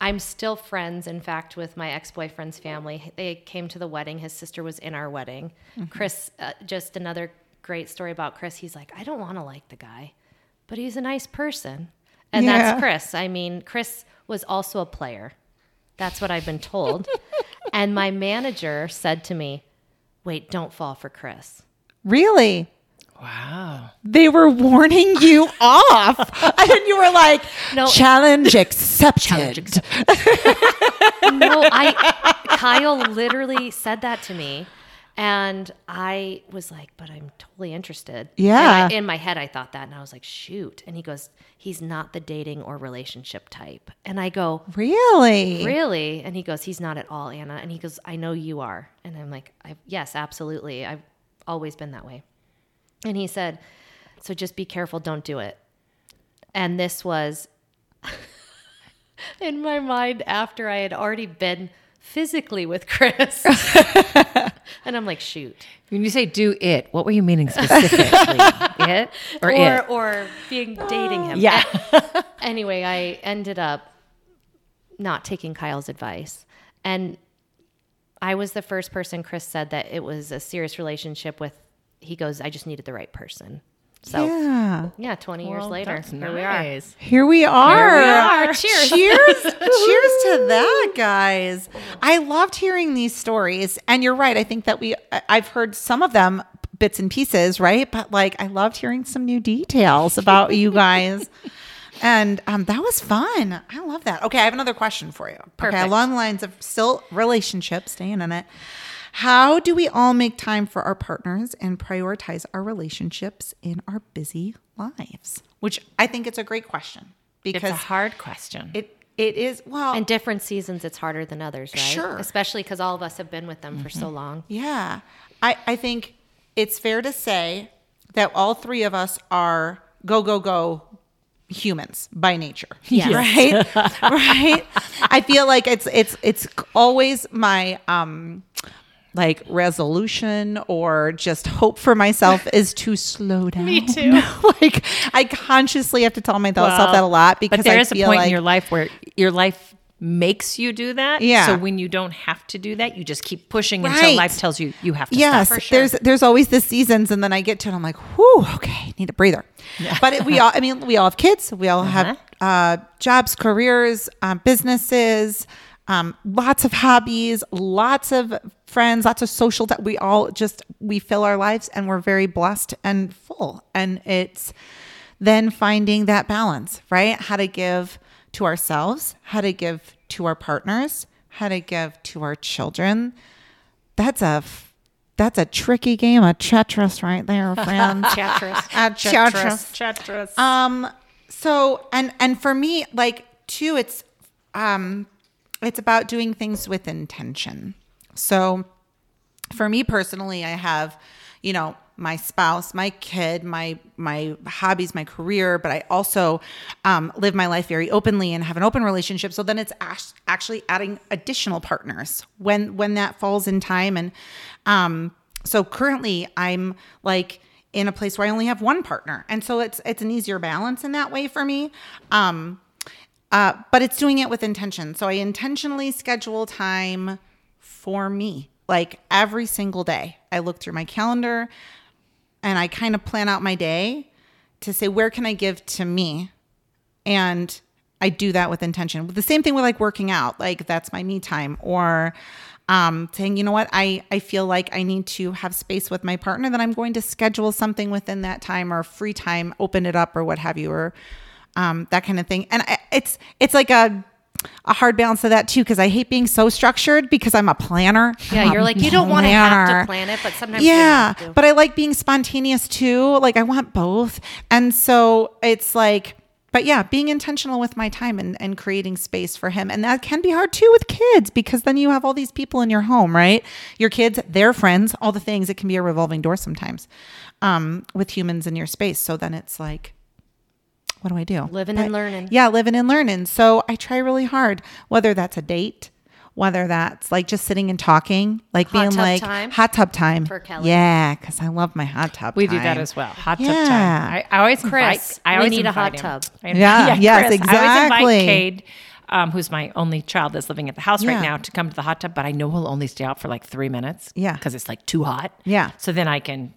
[SPEAKER 2] I'm still friends, in fact, with my ex boyfriend's family. They came to the wedding. His sister was in our wedding. Chris, uh, just another great story about Chris. He's like, I don't want to like the guy, but he's a nice person. And
[SPEAKER 3] Yeah.
[SPEAKER 2] that's Chris. I mean, Chris was also a player. That's what I've been told. and my manager said to me, Wait, don't fall for Chris.
[SPEAKER 3] Really?
[SPEAKER 1] Wow.
[SPEAKER 3] They were warning you off. And then you were like,
[SPEAKER 2] No.
[SPEAKER 3] challenge accepted.
[SPEAKER 2] no, I Kyle literally said that to me. And I was like, but I'm totally interested.
[SPEAKER 3] Yeah.
[SPEAKER 2] And I- in my head, I thought that. And I was like, shoot. And he goes, he's not the dating or relationship type. And I go,
[SPEAKER 3] Really?
[SPEAKER 2] really? And he goes, he's not at all, Anna. And he goes, I know you are. And I'm like, I, yes, absolutely. I've always been that way. And he said, so just be careful. Don't do it. And this was in my mind after I had already been physically with Chris. and I'm like, shoot.
[SPEAKER 1] When you say do it, what were you meaning specifically? it or,
[SPEAKER 2] Or,
[SPEAKER 1] it?
[SPEAKER 2] or being dating him.
[SPEAKER 1] yeah.
[SPEAKER 2] anyway, I ended up not taking Kyle's advice. And I was the first person Chris said that it was a serious relationship with. He goes, I just needed the right person. So, yeah,
[SPEAKER 3] Yeah.
[SPEAKER 2] 20 years later,
[SPEAKER 1] That's
[SPEAKER 2] here we are.
[SPEAKER 1] nice.
[SPEAKER 3] Here we are.
[SPEAKER 2] are. Cheers.
[SPEAKER 3] Cheers. Cheers to that, guys. I loved hearing these stories. And you're right. I think that we, I- I've heard some of them bits and pieces, right? But like, I loved hearing some new details about you guys. And um, that was fun. I love that. Okay, I have another question for you. Okay,
[SPEAKER 2] Perfect.
[SPEAKER 3] along the lines of still relationships, staying in it. How do we all make time for our partners and prioritize our relationships in our busy lives? Which I think it's a great question
[SPEAKER 1] It's
[SPEAKER 3] because
[SPEAKER 1] a hard question.
[SPEAKER 3] it it is well
[SPEAKER 2] In different seasons, it's harder than others, right?
[SPEAKER 3] Sure.
[SPEAKER 2] Especially because all of us have been with them for
[SPEAKER 3] Mm-hmm.
[SPEAKER 2] so long.
[SPEAKER 3] yeah. I I think it's fair to say that all three of us are go go go humans by nature.
[SPEAKER 2] Yes.
[SPEAKER 3] Right? right? I feel like it's it's it's always my um like resolution or just hope for myself is to slow down. Me too. like I consciously have to tell myself
[SPEAKER 1] Well,
[SPEAKER 3] that a lot because
[SPEAKER 1] but there
[SPEAKER 3] I
[SPEAKER 1] is a
[SPEAKER 3] feel
[SPEAKER 1] point
[SPEAKER 3] like-
[SPEAKER 1] in your life where your life makes you do that.
[SPEAKER 3] Yeah.
[SPEAKER 1] So when you don't have to do that, you just keep pushing
[SPEAKER 3] Right.
[SPEAKER 1] until life tells you you have to
[SPEAKER 3] yes,
[SPEAKER 1] stop.
[SPEAKER 3] there's there's always the seasons, and then I get to it, I'm like, whew, okay, need a breather. But it, we all, I mean, we all have kids, we all
[SPEAKER 1] Uh-huh.
[SPEAKER 3] have uh, jobs, careers, um, businesses, um, lots of hobbies, lots of friends, lots of social. That we all just we fill our lives, and we're very blessed and full, and it's then finding that balance, right? How to give to ourselves, how to give to our partners, how to give to our children. That's a f- that's a tricky game of Tetris right there, friends.
[SPEAKER 1] Chatteress.
[SPEAKER 3] A Tetris.
[SPEAKER 1] Chatteress.
[SPEAKER 3] Um. So and and for me, like too, it's um, it's about doing things with intention. So for me personally, I have, you know, my spouse, my kid, my my hobbies, my career, but I also um, live my life very openly and have an open relationship. So then it's act- actually adding additional partners when when that falls in time. And um, so currently, I'm like in a place where I only have one partner, and so it's it's an easier balance in that way for me. Um, uh, but it's doing it with intention. So I intentionally schedule time for me, like every single day. I look through my calendar and I kind of plan out my day to say, where can I give to me? And I do that with intention. The same thing with like working out, like that's my me time or um, saying, you know what, I, I feel like I need to have space with my partner that I'm going to schedule something within that time or free time, open it up or what have you, or um, that kind of thing. And I, it's it's like a a hard balance of that too because I hate being so structured because I'm a planner. I'm
[SPEAKER 2] Yeah,
[SPEAKER 3] a
[SPEAKER 2] you're like you don't want to have
[SPEAKER 3] planner.
[SPEAKER 2] to plan it, but sometimes
[SPEAKER 3] yeah,
[SPEAKER 2] you have to.
[SPEAKER 3] but I like being spontaneous too. Like I want both, and so it's like, but yeah, being intentional with my time and and creating space for him, and that can be hard too with kids because then you have all these people in your home, right? Your kids, their friends, all the things. It can be a revolving door sometimes um, with humans in your space. So then it's like. What do I do?
[SPEAKER 2] Living and learning.
[SPEAKER 3] Yeah, living and learning. So I try really hard, whether that's a date, whether that's like just sitting and talking, like
[SPEAKER 2] Hot
[SPEAKER 3] being
[SPEAKER 2] tub
[SPEAKER 3] like
[SPEAKER 2] time?
[SPEAKER 3] hot tub time
[SPEAKER 2] For Kelly.
[SPEAKER 3] Yeah, because I love my hot tub.
[SPEAKER 1] We
[SPEAKER 3] time.
[SPEAKER 1] do that as well. Hot tub time.
[SPEAKER 3] Yeah.
[SPEAKER 1] I, I always
[SPEAKER 2] Chris,
[SPEAKER 1] invite. I
[SPEAKER 2] we
[SPEAKER 1] always
[SPEAKER 2] need a
[SPEAKER 1] invite
[SPEAKER 2] hot
[SPEAKER 1] him.
[SPEAKER 2] tub.
[SPEAKER 1] I-
[SPEAKER 3] Yeah, yes,
[SPEAKER 1] I always
[SPEAKER 3] exactly.
[SPEAKER 1] invite Cade, um, who's my only child that's living at the house
[SPEAKER 3] Yeah.
[SPEAKER 1] right now, to come to the hot tub. But I know he'll only stay out for like three minutes.
[SPEAKER 3] Yeah.
[SPEAKER 1] because it's like too hot.
[SPEAKER 3] Yeah.
[SPEAKER 1] so then I can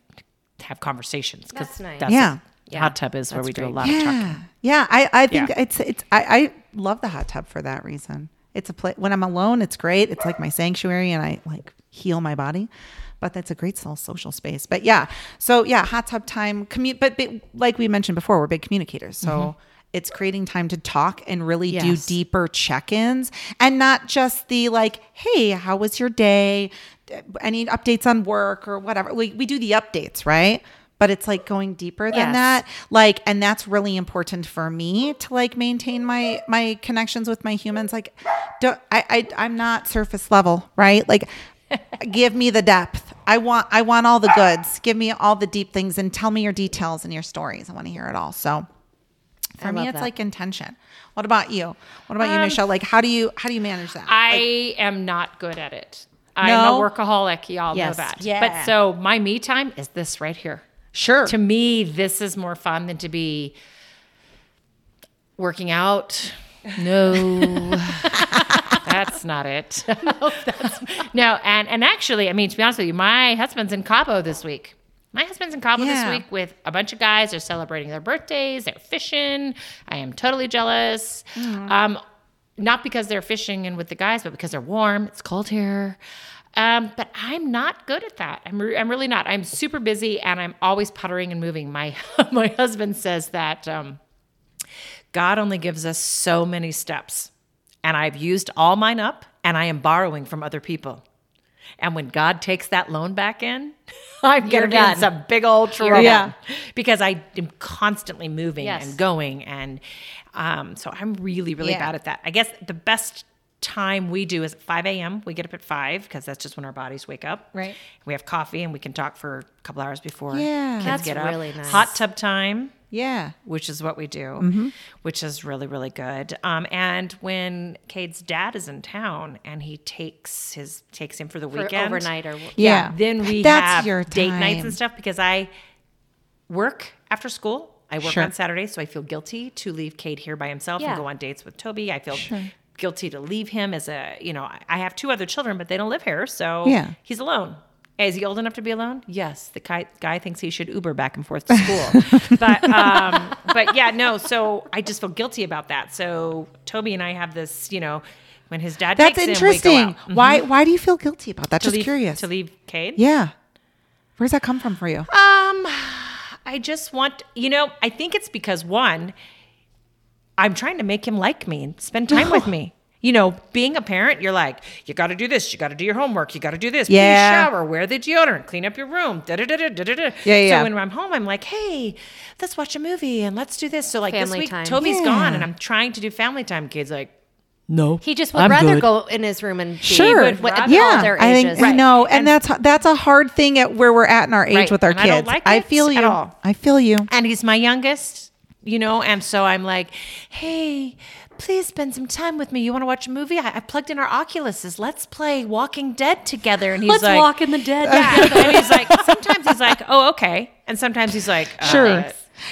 [SPEAKER 1] have conversations. 'cause
[SPEAKER 2] That's nice.
[SPEAKER 3] Yeah.
[SPEAKER 1] it.
[SPEAKER 2] Yeah.
[SPEAKER 1] hot tub is where
[SPEAKER 2] That's
[SPEAKER 1] we do a
[SPEAKER 2] great.
[SPEAKER 1] lot of talking.
[SPEAKER 3] Yeah, yeah. I, I think
[SPEAKER 1] Yeah.
[SPEAKER 3] it's it's I, I love the hot tub for that reason. It's a place when I'm alone. It's great. It's like my sanctuary, and I like heal my body. But that's a great little social space. But yeah, so yeah, hot tub time. Commu- but, but like we mentioned before, we're big communicators, so.
[SPEAKER 1] Mm-hmm.
[SPEAKER 3] It's creating time to talk and really do
[SPEAKER 2] Yes.
[SPEAKER 3] deeper check-ins and not just the like, "Hey, how was your day? Any updates on work or whatever?" We we do the updates, right? But it's like going deeper than
[SPEAKER 2] Yes.
[SPEAKER 3] that like and that's really important for me to like maintain my my connections with my humans like don't i, I i'm not surface level right like give me the depth i want i want all the goods give me all the deep things and tell me your details and your stories i want to hear it all so for
[SPEAKER 2] I
[SPEAKER 3] me
[SPEAKER 2] love
[SPEAKER 3] it's
[SPEAKER 2] that.
[SPEAKER 3] like intention what about you what about you michelle like how do you how do you manage that
[SPEAKER 1] Um, I am not good at it. I'm
[SPEAKER 3] No?
[SPEAKER 1] a workaholic. Y'all
[SPEAKER 2] Yes.
[SPEAKER 1] know that.
[SPEAKER 3] Yeah.
[SPEAKER 1] But so my me time is this right here.
[SPEAKER 3] sure
[SPEAKER 1] To me, this is more fun than to be working out. No, that's not it. no, that's no. And and actually, I mean, to be honest with you, my husband's in Cabo this week. My husband's in Cabo
[SPEAKER 3] Yeah.
[SPEAKER 1] this week with a bunch of guys. They're celebrating their birthdays. They're fishing. I am totally jealous. Um, not because they're fishing and with the guys, but because they're warm. It's cold here. Um, but I'm not good at that. I'm, re- I'm really not. I'm super busy and I'm always puttering and moving. My my husband says that um, God only gives us so many steps, and I've used all mine up, and I am borrowing from other people. And when God takes that loan back in, I'm
[SPEAKER 2] You're
[SPEAKER 1] going to be in
[SPEAKER 2] done.
[SPEAKER 1] some big old trouble.
[SPEAKER 3] done.
[SPEAKER 1] Because I am constantly moving
[SPEAKER 2] Yes.
[SPEAKER 1] and going. And um, so I'm really, really
[SPEAKER 3] Yeah.
[SPEAKER 1] bad at that. I guess the best time we do is at 5 a.m. We get up at 5 because that's just when our bodies wake up.
[SPEAKER 3] Right.
[SPEAKER 1] We have coffee and we can talk for a couple hours before
[SPEAKER 3] Yeah.
[SPEAKER 1] kids
[SPEAKER 2] That's
[SPEAKER 1] get up.
[SPEAKER 2] really nice.
[SPEAKER 1] Hot tub time
[SPEAKER 3] yeah
[SPEAKER 1] which is what we do,
[SPEAKER 3] Mm-hmm.
[SPEAKER 1] which is really, really good. Um, and when Cade's dad is in town and he takes his takes him for the
[SPEAKER 2] For
[SPEAKER 1] weekend
[SPEAKER 2] overnight or
[SPEAKER 3] yeah,
[SPEAKER 1] then we
[SPEAKER 3] that's
[SPEAKER 1] have
[SPEAKER 3] your
[SPEAKER 1] date nights
[SPEAKER 3] time.
[SPEAKER 1] and stuff because I work after school. I work
[SPEAKER 3] Sure.
[SPEAKER 1] on Saturdays, so I feel guilty to leave Cade here by himself
[SPEAKER 2] Yeah.
[SPEAKER 1] and go on dates with Toby. I feel guilty to leave him as a you know. I have two other children, but they don't live here, so
[SPEAKER 3] Yeah.
[SPEAKER 1] he's alone. Is he old enough to be alone? Yes. The guy, guy thinks he should Uber back and forth to school, but um, but yeah, no. So I just feel guilty about that. So Toby and I have this, you know, when his dad
[SPEAKER 3] that's
[SPEAKER 1] takes him,
[SPEAKER 3] interesting
[SPEAKER 1] we go out. Mhm.
[SPEAKER 3] why why do you feel guilty about that
[SPEAKER 1] To
[SPEAKER 3] just
[SPEAKER 1] leave-
[SPEAKER 3] curious
[SPEAKER 1] to leave Cade.
[SPEAKER 3] yeah where's that come from for you
[SPEAKER 1] Um, I- I just want, you know, I think it's because one, I'm trying to make him like me and spend time with me. You know, being a parent, you're like, you got to do this, you got to do your homework, you got to do this.
[SPEAKER 3] Yeah.
[SPEAKER 1] Please shower, wear the deodorant, clean up your room. Da da da da da da.
[SPEAKER 3] Yeah, yeah.
[SPEAKER 1] So when I'm home, I'm like, hey, let's watch a movie and let's do this. So like
[SPEAKER 2] Family
[SPEAKER 1] this week,
[SPEAKER 2] time.
[SPEAKER 1] Toby's gone, and I'm trying to do family time. Kids like,
[SPEAKER 2] He just would rather go in his room and be
[SPEAKER 3] Sure.
[SPEAKER 2] with, with
[SPEAKER 3] yeah,
[SPEAKER 2] all their
[SPEAKER 3] I think
[SPEAKER 2] ages.
[SPEAKER 3] I know, and, that's that's a hard thing at where we're at in our age
[SPEAKER 1] Right,
[SPEAKER 3] with our
[SPEAKER 1] and I
[SPEAKER 3] kids.
[SPEAKER 1] don't like it
[SPEAKER 3] feel
[SPEAKER 1] at
[SPEAKER 3] you.
[SPEAKER 1] all.
[SPEAKER 3] I feel you.
[SPEAKER 1] and he's my youngest, you know, and so I'm like, hey, please spend some time with me. You want to watch a movie? I, I plugged in our Oculuses. Let's play Walking Dead together. And he's
[SPEAKER 2] Let's
[SPEAKER 1] like,
[SPEAKER 2] walk in the dead.
[SPEAKER 3] "Uh,
[SPEAKER 1] yeah. and he's like, sometimes he's like, oh, okay, and sometimes he's like, uh,
[SPEAKER 3] Sure.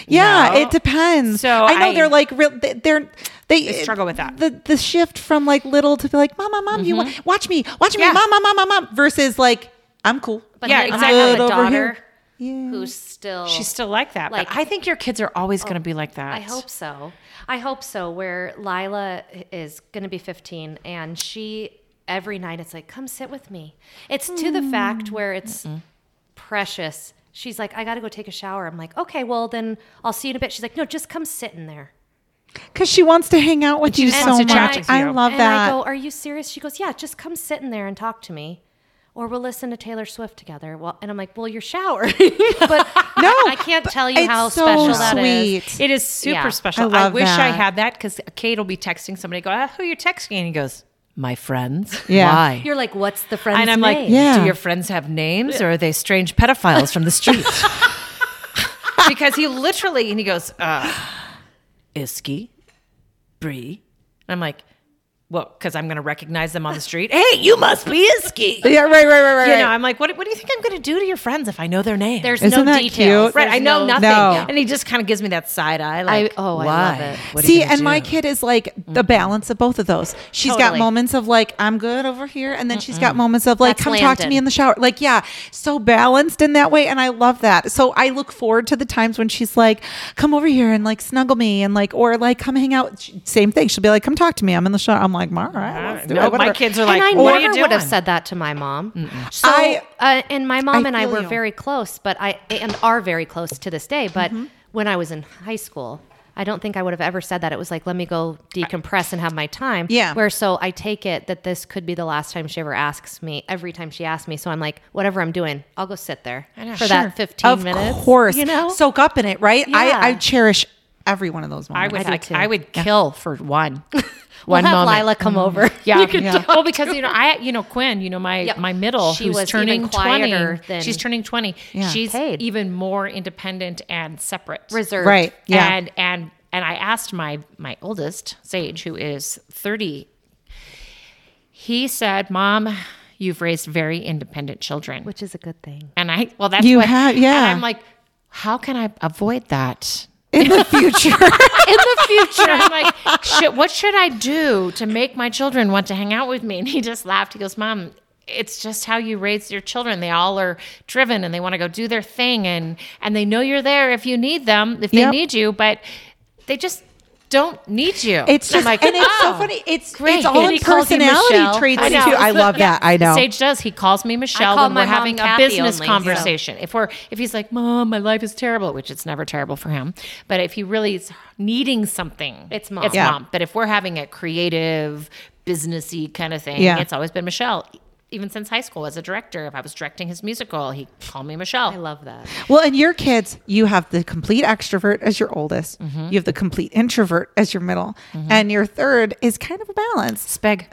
[SPEAKER 3] yeah,
[SPEAKER 1] no.
[SPEAKER 3] it depends.
[SPEAKER 1] So
[SPEAKER 3] I know
[SPEAKER 1] I-
[SPEAKER 3] they're like real. they- They're they,
[SPEAKER 1] They struggle with that. Mm-hmm.
[SPEAKER 3] The the shift from like little to be like, mom, mom, mom, you wa- watch me, watch me,
[SPEAKER 1] Yeah.
[SPEAKER 3] mom, mom, mom, mom, mom, versus like, I'm cool.
[SPEAKER 2] But
[SPEAKER 1] Yeah,
[SPEAKER 2] then
[SPEAKER 1] exactly.
[SPEAKER 2] I have a
[SPEAKER 3] Good over here.
[SPEAKER 2] daughter who's still.
[SPEAKER 1] She's still like that.
[SPEAKER 2] Like- Oh,
[SPEAKER 1] but I think your kids are always going to be like that.
[SPEAKER 2] I hope so. I hope so. Where Lila is going to be 15, and she every night it's like, come sit with me. It's to
[SPEAKER 3] Hmm.
[SPEAKER 2] the fact where it's precious. She's like, I got to go take a shower. I'm like, okay, well then I'll see you in a bit. She's like, no, just come sit in there.
[SPEAKER 3] because she wants to hang out with you
[SPEAKER 1] just
[SPEAKER 3] so
[SPEAKER 1] wants to chat
[SPEAKER 3] much.
[SPEAKER 1] with
[SPEAKER 3] I
[SPEAKER 1] you.
[SPEAKER 3] love
[SPEAKER 2] and
[SPEAKER 3] that.
[SPEAKER 2] I go, are you serious? She goes, yeah, just come sit in there and talk to me. Or we'll listen to Taylor Swift together. Well, and I'm like, well, you're showering. but
[SPEAKER 3] no,
[SPEAKER 2] I can't
[SPEAKER 3] but
[SPEAKER 2] tell you
[SPEAKER 3] it's
[SPEAKER 2] how
[SPEAKER 3] so
[SPEAKER 2] special that is.
[SPEAKER 3] sweet.
[SPEAKER 1] It is super
[SPEAKER 2] Yeah.
[SPEAKER 1] special.
[SPEAKER 3] I
[SPEAKER 1] I,
[SPEAKER 3] love
[SPEAKER 1] wish I
[SPEAKER 3] that.
[SPEAKER 1] had that because Kate will be texting somebody. Go, ah, who you texting? And he goes, my friends.
[SPEAKER 3] Yeah.
[SPEAKER 1] Why?
[SPEAKER 2] You're like, what's the friend's
[SPEAKER 1] and I'm like,
[SPEAKER 2] name?
[SPEAKER 3] Yeah.
[SPEAKER 1] do your friends have names or are they strange pedophiles from the street? because he literally, and he goes, uh, Iski, Bree. And I'm like, well, because I'm going to recognize them on the street. Hey, you must be Iski.
[SPEAKER 3] Yeah, right, right, right, right.
[SPEAKER 1] You
[SPEAKER 3] right.
[SPEAKER 1] know, I'm like, what, what do you think I'm going to do to your friends if I know their name?
[SPEAKER 2] There's
[SPEAKER 3] Isn't
[SPEAKER 2] no
[SPEAKER 3] that
[SPEAKER 2] details.
[SPEAKER 3] cute?
[SPEAKER 1] right.
[SPEAKER 2] There's
[SPEAKER 1] I know
[SPEAKER 2] no-
[SPEAKER 1] nothing.
[SPEAKER 3] No.
[SPEAKER 1] And he just kind of gives me that side eye.
[SPEAKER 2] I
[SPEAKER 1] Like,
[SPEAKER 2] oh, I
[SPEAKER 1] why?
[SPEAKER 2] love it.
[SPEAKER 1] What are you
[SPEAKER 3] See,
[SPEAKER 1] gonna
[SPEAKER 3] and my
[SPEAKER 1] do? Mm-hmm.
[SPEAKER 3] kid is like the balance of both of those. She's got
[SPEAKER 2] Totally.
[SPEAKER 3] moments of like, I'm good over here. And then she's got moments of like,
[SPEAKER 2] That's
[SPEAKER 3] come talk to me
[SPEAKER 2] Landon.
[SPEAKER 3] in the shower. Like, yeah, so balanced in that way. And I love that. So I look forward to the times when she's like, come over here and like snuggle me and like, or like, come hang out. She- Same thing. She'll be like, come talk to me. I'm in the shower. I'm like, all right, let's do
[SPEAKER 1] No,
[SPEAKER 3] it.
[SPEAKER 1] my
[SPEAKER 3] Whatever.
[SPEAKER 1] kids are like,
[SPEAKER 2] and I
[SPEAKER 1] what are
[SPEAKER 2] never
[SPEAKER 1] you doing?
[SPEAKER 2] would have said that to my mom. So,
[SPEAKER 3] I-
[SPEAKER 2] uh, and my mom and I
[SPEAKER 3] feel
[SPEAKER 2] were
[SPEAKER 3] you.
[SPEAKER 2] very close, but I and are very close to this day. But when I was in high school, I don't think I would have ever said that. It was like, let me go decompress and have my time.
[SPEAKER 3] Yeah.
[SPEAKER 2] Where so I take it that this could be the last time she ever asks me. Every time she asks me, so I'm like, whatever I'm doing, I'll go sit there for that 15
[SPEAKER 3] of
[SPEAKER 2] minutes.
[SPEAKER 3] course.
[SPEAKER 2] you know.
[SPEAKER 3] soak up in it, right?
[SPEAKER 2] Yeah.
[SPEAKER 3] I, I cherish every one of those
[SPEAKER 1] I would,
[SPEAKER 3] moments.
[SPEAKER 2] do
[SPEAKER 1] I,
[SPEAKER 2] too.
[SPEAKER 1] I would kill for one.
[SPEAKER 2] we'll
[SPEAKER 1] one
[SPEAKER 2] have
[SPEAKER 1] moment.
[SPEAKER 2] Lila come over.
[SPEAKER 1] Yeah.
[SPEAKER 2] You can
[SPEAKER 1] yeah. Well, because you know, I you know Quinn, you know my
[SPEAKER 2] Yep.
[SPEAKER 1] my middle,
[SPEAKER 2] She
[SPEAKER 1] who's
[SPEAKER 2] was even
[SPEAKER 1] turning
[SPEAKER 2] quieter
[SPEAKER 1] twenty.
[SPEAKER 2] than-
[SPEAKER 1] she's turning twenty.
[SPEAKER 3] Yeah.
[SPEAKER 1] She's
[SPEAKER 2] Paid.
[SPEAKER 1] even more independent and separate.
[SPEAKER 2] reserve.
[SPEAKER 3] Right. Yeah.
[SPEAKER 1] And and and I asked my my oldest Sage, who is thirty. He said, "Mom, you've raised very independent children."
[SPEAKER 2] Which is a good thing.
[SPEAKER 1] and I well, that's
[SPEAKER 3] You
[SPEAKER 1] what-
[SPEAKER 3] have-
[SPEAKER 1] and
[SPEAKER 3] yeah.
[SPEAKER 1] I'm like, how can I avoid that?
[SPEAKER 3] in the future.
[SPEAKER 1] in the future. I'm like, shit, what should I do to make my children want to hang out with me? And he just laughed. He goes, Mom, it's just how you raise your children. They all are driven and they want to go do their thing and and they know you're there if you need them, if
[SPEAKER 3] Yep.
[SPEAKER 1] they need you, but they just don't need you.
[SPEAKER 3] It's
[SPEAKER 1] I'm
[SPEAKER 3] just and "Oh, it's so funny. It's it's all
[SPEAKER 2] And
[SPEAKER 3] in
[SPEAKER 2] he calls you
[SPEAKER 3] personality
[SPEAKER 2] Michelle.
[SPEAKER 3] traits
[SPEAKER 1] I
[SPEAKER 3] too.
[SPEAKER 1] know.
[SPEAKER 3] I love that. I know.
[SPEAKER 1] Sage does. He calls me Michelle
[SPEAKER 2] call
[SPEAKER 1] when we're
[SPEAKER 2] my mom
[SPEAKER 1] having
[SPEAKER 2] Kathy
[SPEAKER 1] a business
[SPEAKER 2] only, so.
[SPEAKER 1] conversation. If we're if he's like, "Mom, my life is terrible," which it's never terrible for him, but if he really is needing something,
[SPEAKER 2] It's mom.
[SPEAKER 1] It's
[SPEAKER 3] Yeah.
[SPEAKER 1] mom. But if we're having a creative, businessy kind of thing,
[SPEAKER 3] Yeah.
[SPEAKER 1] it's always been Michelle. Even since high school, as a director, if I was directing his musical, he called me Michelle.
[SPEAKER 2] I love that.
[SPEAKER 3] Well, and your kids, you have the complete extrovert as your oldest. You have the complete introvert as your middle, and your third is kind of a balance.
[SPEAKER 1] Speg.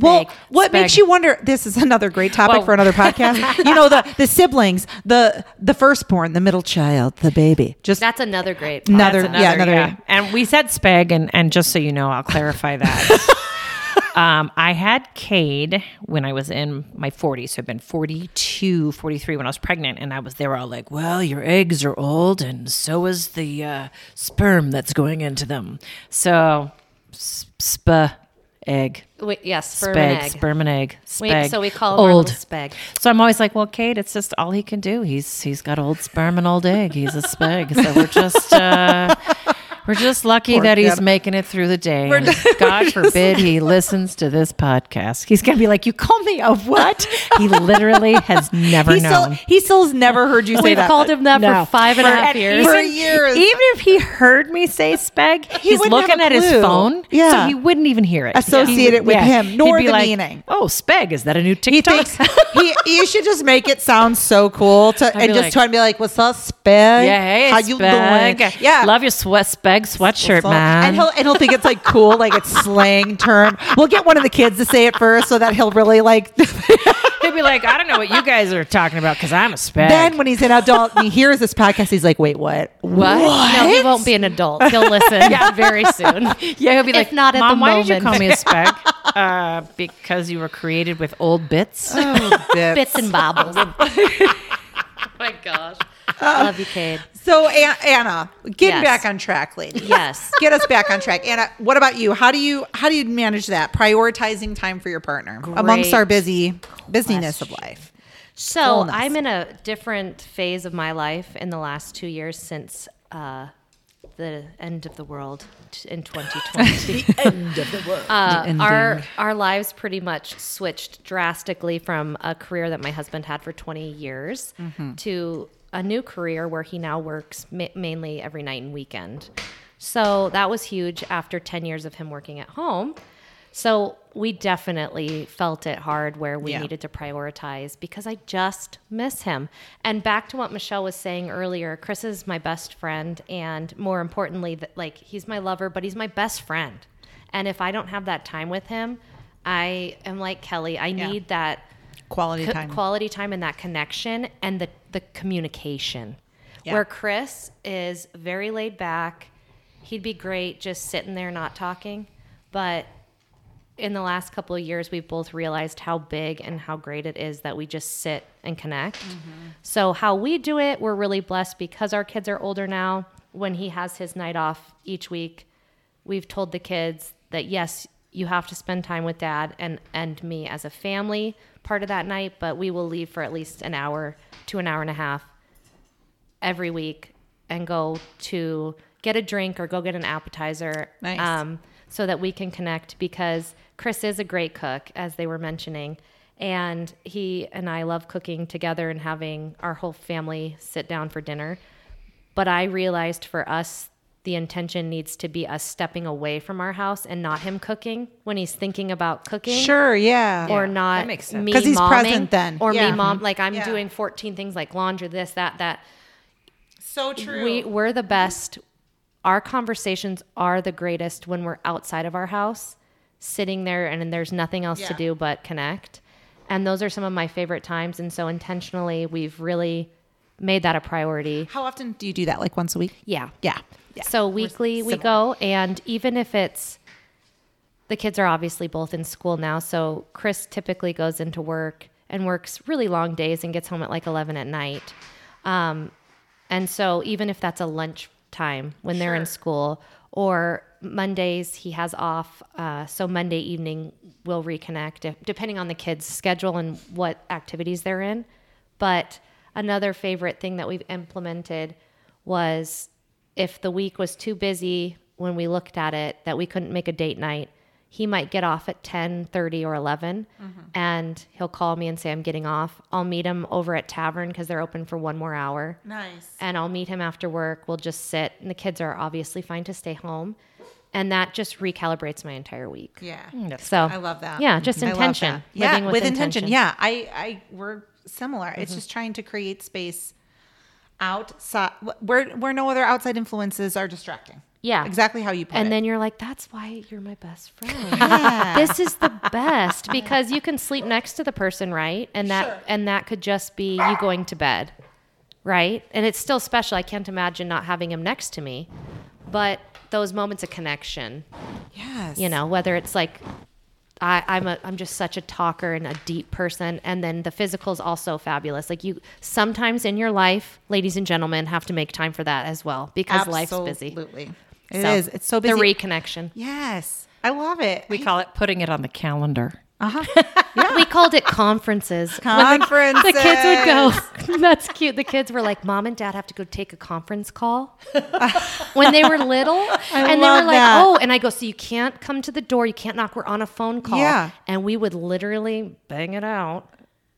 [SPEAKER 3] Well, what
[SPEAKER 1] Speg.
[SPEAKER 3] makes you wonder? This is another great topic
[SPEAKER 1] Whoa.
[SPEAKER 3] for another podcast. you know the the siblings, the the firstborn, the middle child, the baby. Just
[SPEAKER 2] That's another great.
[SPEAKER 3] another,
[SPEAKER 1] That's
[SPEAKER 3] yeah, another.
[SPEAKER 1] And we said spag, and and just so you know, I'll clarify that. um, I had Cade when I was in my 40s, so I've been 42, 43 when I was pregnant, and I was they were all like, "Well, your eggs are old, and so is the uh, sperm that's going into them." So, s- spa egg,
[SPEAKER 2] Wait, yes, sperm and
[SPEAKER 1] spag,
[SPEAKER 2] egg.
[SPEAKER 1] sperm and egg,
[SPEAKER 2] We-
[SPEAKER 1] spag,
[SPEAKER 2] so we call him old spag.
[SPEAKER 1] so I'm always like, well, Kate, it's just all he can do. He's he's got old sperm and old egg. He's a spag. So we're just uh, We're just lucky
[SPEAKER 3] Poor
[SPEAKER 1] that he's
[SPEAKER 3] kid.
[SPEAKER 1] making it through the day. and God forbid he listens to this podcast. He's going to be like, You call me a what? He literally has never
[SPEAKER 3] He still,
[SPEAKER 1] known.
[SPEAKER 3] he still has never heard you say
[SPEAKER 2] We've
[SPEAKER 3] that.
[SPEAKER 2] called him that
[SPEAKER 1] No.
[SPEAKER 2] for five and a
[SPEAKER 1] For-
[SPEAKER 2] half years.
[SPEAKER 3] for years.
[SPEAKER 1] Even if he heard me say spag, he's
[SPEAKER 3] wouldn't have
[SPEAKER 1] looking
[SPEAKER 3] a
[SPEAKER 1] at his
[SPEAKER 3] clue.
[SPEAKER 1] phone. So
[SPEAKER 3] Yeah.
[SPEAKER 1] he wouldn't even hear it.
[SPEAKER 3] Associate
[SPEAKER 1] He would-
[SPEAKER 3] it with him,
[SPEAKER 1] He'd
[SPEAKER 3] nor
[SPEAKER 1] be
[SPEAKER 3] the meaning.
[SPEAKER 1] Oh, spag, is that a new
[SPEAKER 3] he
[SPEAKER 1] TikTok?
[SPEAKER 3] thinks he, you should just make it sound so cool to,
[SPEAKER 1] be
[SPEAKER 3] and just
[SPEAKER 1] like,
[SPEAKER 3] try to be like, "What's up, Spag?
[SPEAKER 1] yeah, hey,
[SPEAKER 3] how you
[SPEAKER 1] spag.
[SPEAKER 3] doing? Yeah,
[SPEAKER 1] Love your sweat spag sweatshirt,
[SPEAKER 3] So-
[SPEAKER 1] man.
[SPEAKER 3] And he'll and he'll think it's like cool, like it's slang term. We'll get one of the kids to say it first, so that he'll really like.
[SPEAKER 1] He'd be like, I don't know what you guys are talking about because I'm a spag.
[SPEAKER 3] then when he's an adult and he hears this podcast, he's like, "Wait, what?
[SPEAKER 2] What? No, he won't be an adult. He'll listen very soon.
[SPEAKER 1] yeah, he'll be
[SPEAKER 2] If
[SPEAKER 1] like,
[SPEAKER 2] not at
[SPEAKER 1] Mom,
[SPEAKER 2] the
[SPEAKER 1] why did you
[SPEAKER 2] moment."
[SPEAKER 1] call me a spag? uh, because you were created with old bits.
[SPEAKER 2] Bits and bobbles. oh my gosh. Love you, Cade.
[SPEAKER 3] So An- Anna, getting
[SPEAKER 2] Yes.
[SPEAKER 3] back on track, lady.
[SPEAKER 2] Yes.
[SPEAKER 3] Get us back on track, Anna. What about you? How do you how do you manage that prioritizing time for your partner amongst our busy busyness of life?
[SPEAKER 2] So
[SPEAKER 3] Fullness.
[SPEAKER 2] I'm in a different phase of my life in the last two years since uh, the end of the world t- in 2020. the end of the world. Uh, our our lives pretty much switched drastically from a career that my husband had for 20 years to a new career where he now works ma- mainly every night and weekend. So that was huge after 10 years of him working at home. So we definitely felt it hard where we
[SPEAKER 3] Yeah.
[SPEAKER 2] needed to prioritize because I just miss him. And back to what Michelle was saying earlier, Chris is my best friend and more importantly that like he's my lover, but he's my best friend. And if I don't have that time with him, I am like Kelly, I need that
[SPEAKER 3] Quality
[SPEAKER 2] co-
[SPEAKER 3] time.
[SPEAKER 2] quality time and that connection and the the communication.
[SPEAKER 3] Yeah.
[SPEAKER 2] Where Chris is very laid back. He'd be great just sitting there not talking, but in the last couple of years we've both realized how big and how great it is that we just sit and connect.
[SPEAKER 3] Mm-hmm.
[SPEAKER 2] So how we do it, we're really blessed because our kids are older now. When he has his night off each week, we've told the kids that yes, you have to spend time with dad and and me as a family part of that night, but we will leave for at least an hour to an hour and a half every week and go to get a drink or go get an appetizer
[SPEAKER 3] Nice.
[SPEAKER 2] um, so that we can connect because Chris is a great cook, as they were mentioning. And he and I love cooking together and having our whole family sit down for dinner. But I realized for us, the intention needs to be us stepping away from our house and not him cooking when he's thinking about cooking
[SPEAKER 3] Sure, yeah.
[SPEAKER 2] or not
[SPEAKER 1] that makes sense.
[SPEAKER 2] me
[SPEAKER 3] 'Cause he's
[SPEAKER 2] momming
[SPEAKER 3] present then.
[SPEAKER 2] or
[SPEAKER 3] Yeah. Mm-hmm.
[SPEAKER 2] me mom like i'm
[SPEAKER 3] Yeah.
[SPEAKER 2] doing 14 things like laundry this that that
[SPEAKER 3] so true.
[SPEAKER 2] we we're the best our conversations are the greatest when we're outside of our house sitting there and, there's nothing else to
[SPEAKER 3] Yeah.
[SPEAKER 2] do but connect and those are some of my favorite times and so intentionally we've really made that a priority
[SPEAKER 3] How often do you do that? Like once a week?
[SPEAKER 2] yeah
[SPEAKER 3] Yeah.
[SPEAKER 2] so weekly we go, and even if it's the kids are obviously both in school now, so Chris typically goes into work and works really long days and gets home at like eleven at night. Um, and so even if that's a lunch time when they're in school, or Mondays he has off, uh, so Monday evening we'll reconnect if, depending on the kids' schedule and what activities they're in. But another favorite thing that we've implemented was if the week was too busy when we looked at it that we couldn't make a date night he might get off at 10 30 or 11
[SPEAKER 3] Mm-hmm.
[SPEAKER 2] and he'll call me and say i'm getting off i'll meet him over at tavern because they're open for one more hour
[SPEAKER 3] Nice.
[SPEAKER 2] and I'll meet him after work. We'll just sit, and the kids are obviously fine to stay home, and that just recalibrates my entire week.
[SPEAKER 3] Yeah.
[SPEAKER 2] So
[SPEAKER 3] I love that.
[SPEAKER 2] Mm,
[SPEAKER 3] Mm-hmm.
[SPEAKER 2] Yeah, just
[SPEAKER 3] I love
[SPEAKER 2] intention.
[SPEAKER 3] that. Yeah,
[SPEAKER 2] living Mm-hmm.
[SPEAKER 3] with, intention. Yeah, I, I, we're similar. It's just trying to create space outside where where no other outside influences are distracting.
[SPEAKER 2] Yeah.
[SPEAKER 3] exactly how you put
[SPEAKER 2] And
[SPEAKER 3] it.
[SPEAKER 2] then you're like, that's why you're my best friend. This is the best because you can sleep next to the person, right? And that and that could just be you going to bed. Right? And it's still special. I can't imagine not having him next to me. But those moments of connection
[SPEAKER 3] yes,
[SPEAKER 2] you know whether it's like I, I'm a, I'm just such a talker and a deep person, and then the physical is also fabulous. Like you, sometimes in your life, ladies and gentlemen, have to make time for that as well because life's busy.
[SPEAKER 3] Absolutely, It is.
[SPEAKER 2] So,
[SPEAKER 3] It's so busy.
[SPEAKER 2] The reconnection.
[SPEAKER 3] yes, I love it.
[SPEAKER 1] we call it putting it on the calendar.
[SPEAKER 2] We called it conferences.
[SPEAKER 3] Conferences.
[SPEAKER 2] The kids would go. That's cute. The kids were like, "Mom and Dad have to go take a conference call." when they were little, and they
[SPEAKER 3] love
[SPEAKER 2] were like,
[SPEAKER 3] that.
[SPEAKER 2] "Oh," and I go, "So you can't come to the door. You can't knock. We're on a phone call."
[SPEAKER 3] Yeah.
[SPEAKER 2] And we would literally bang it out,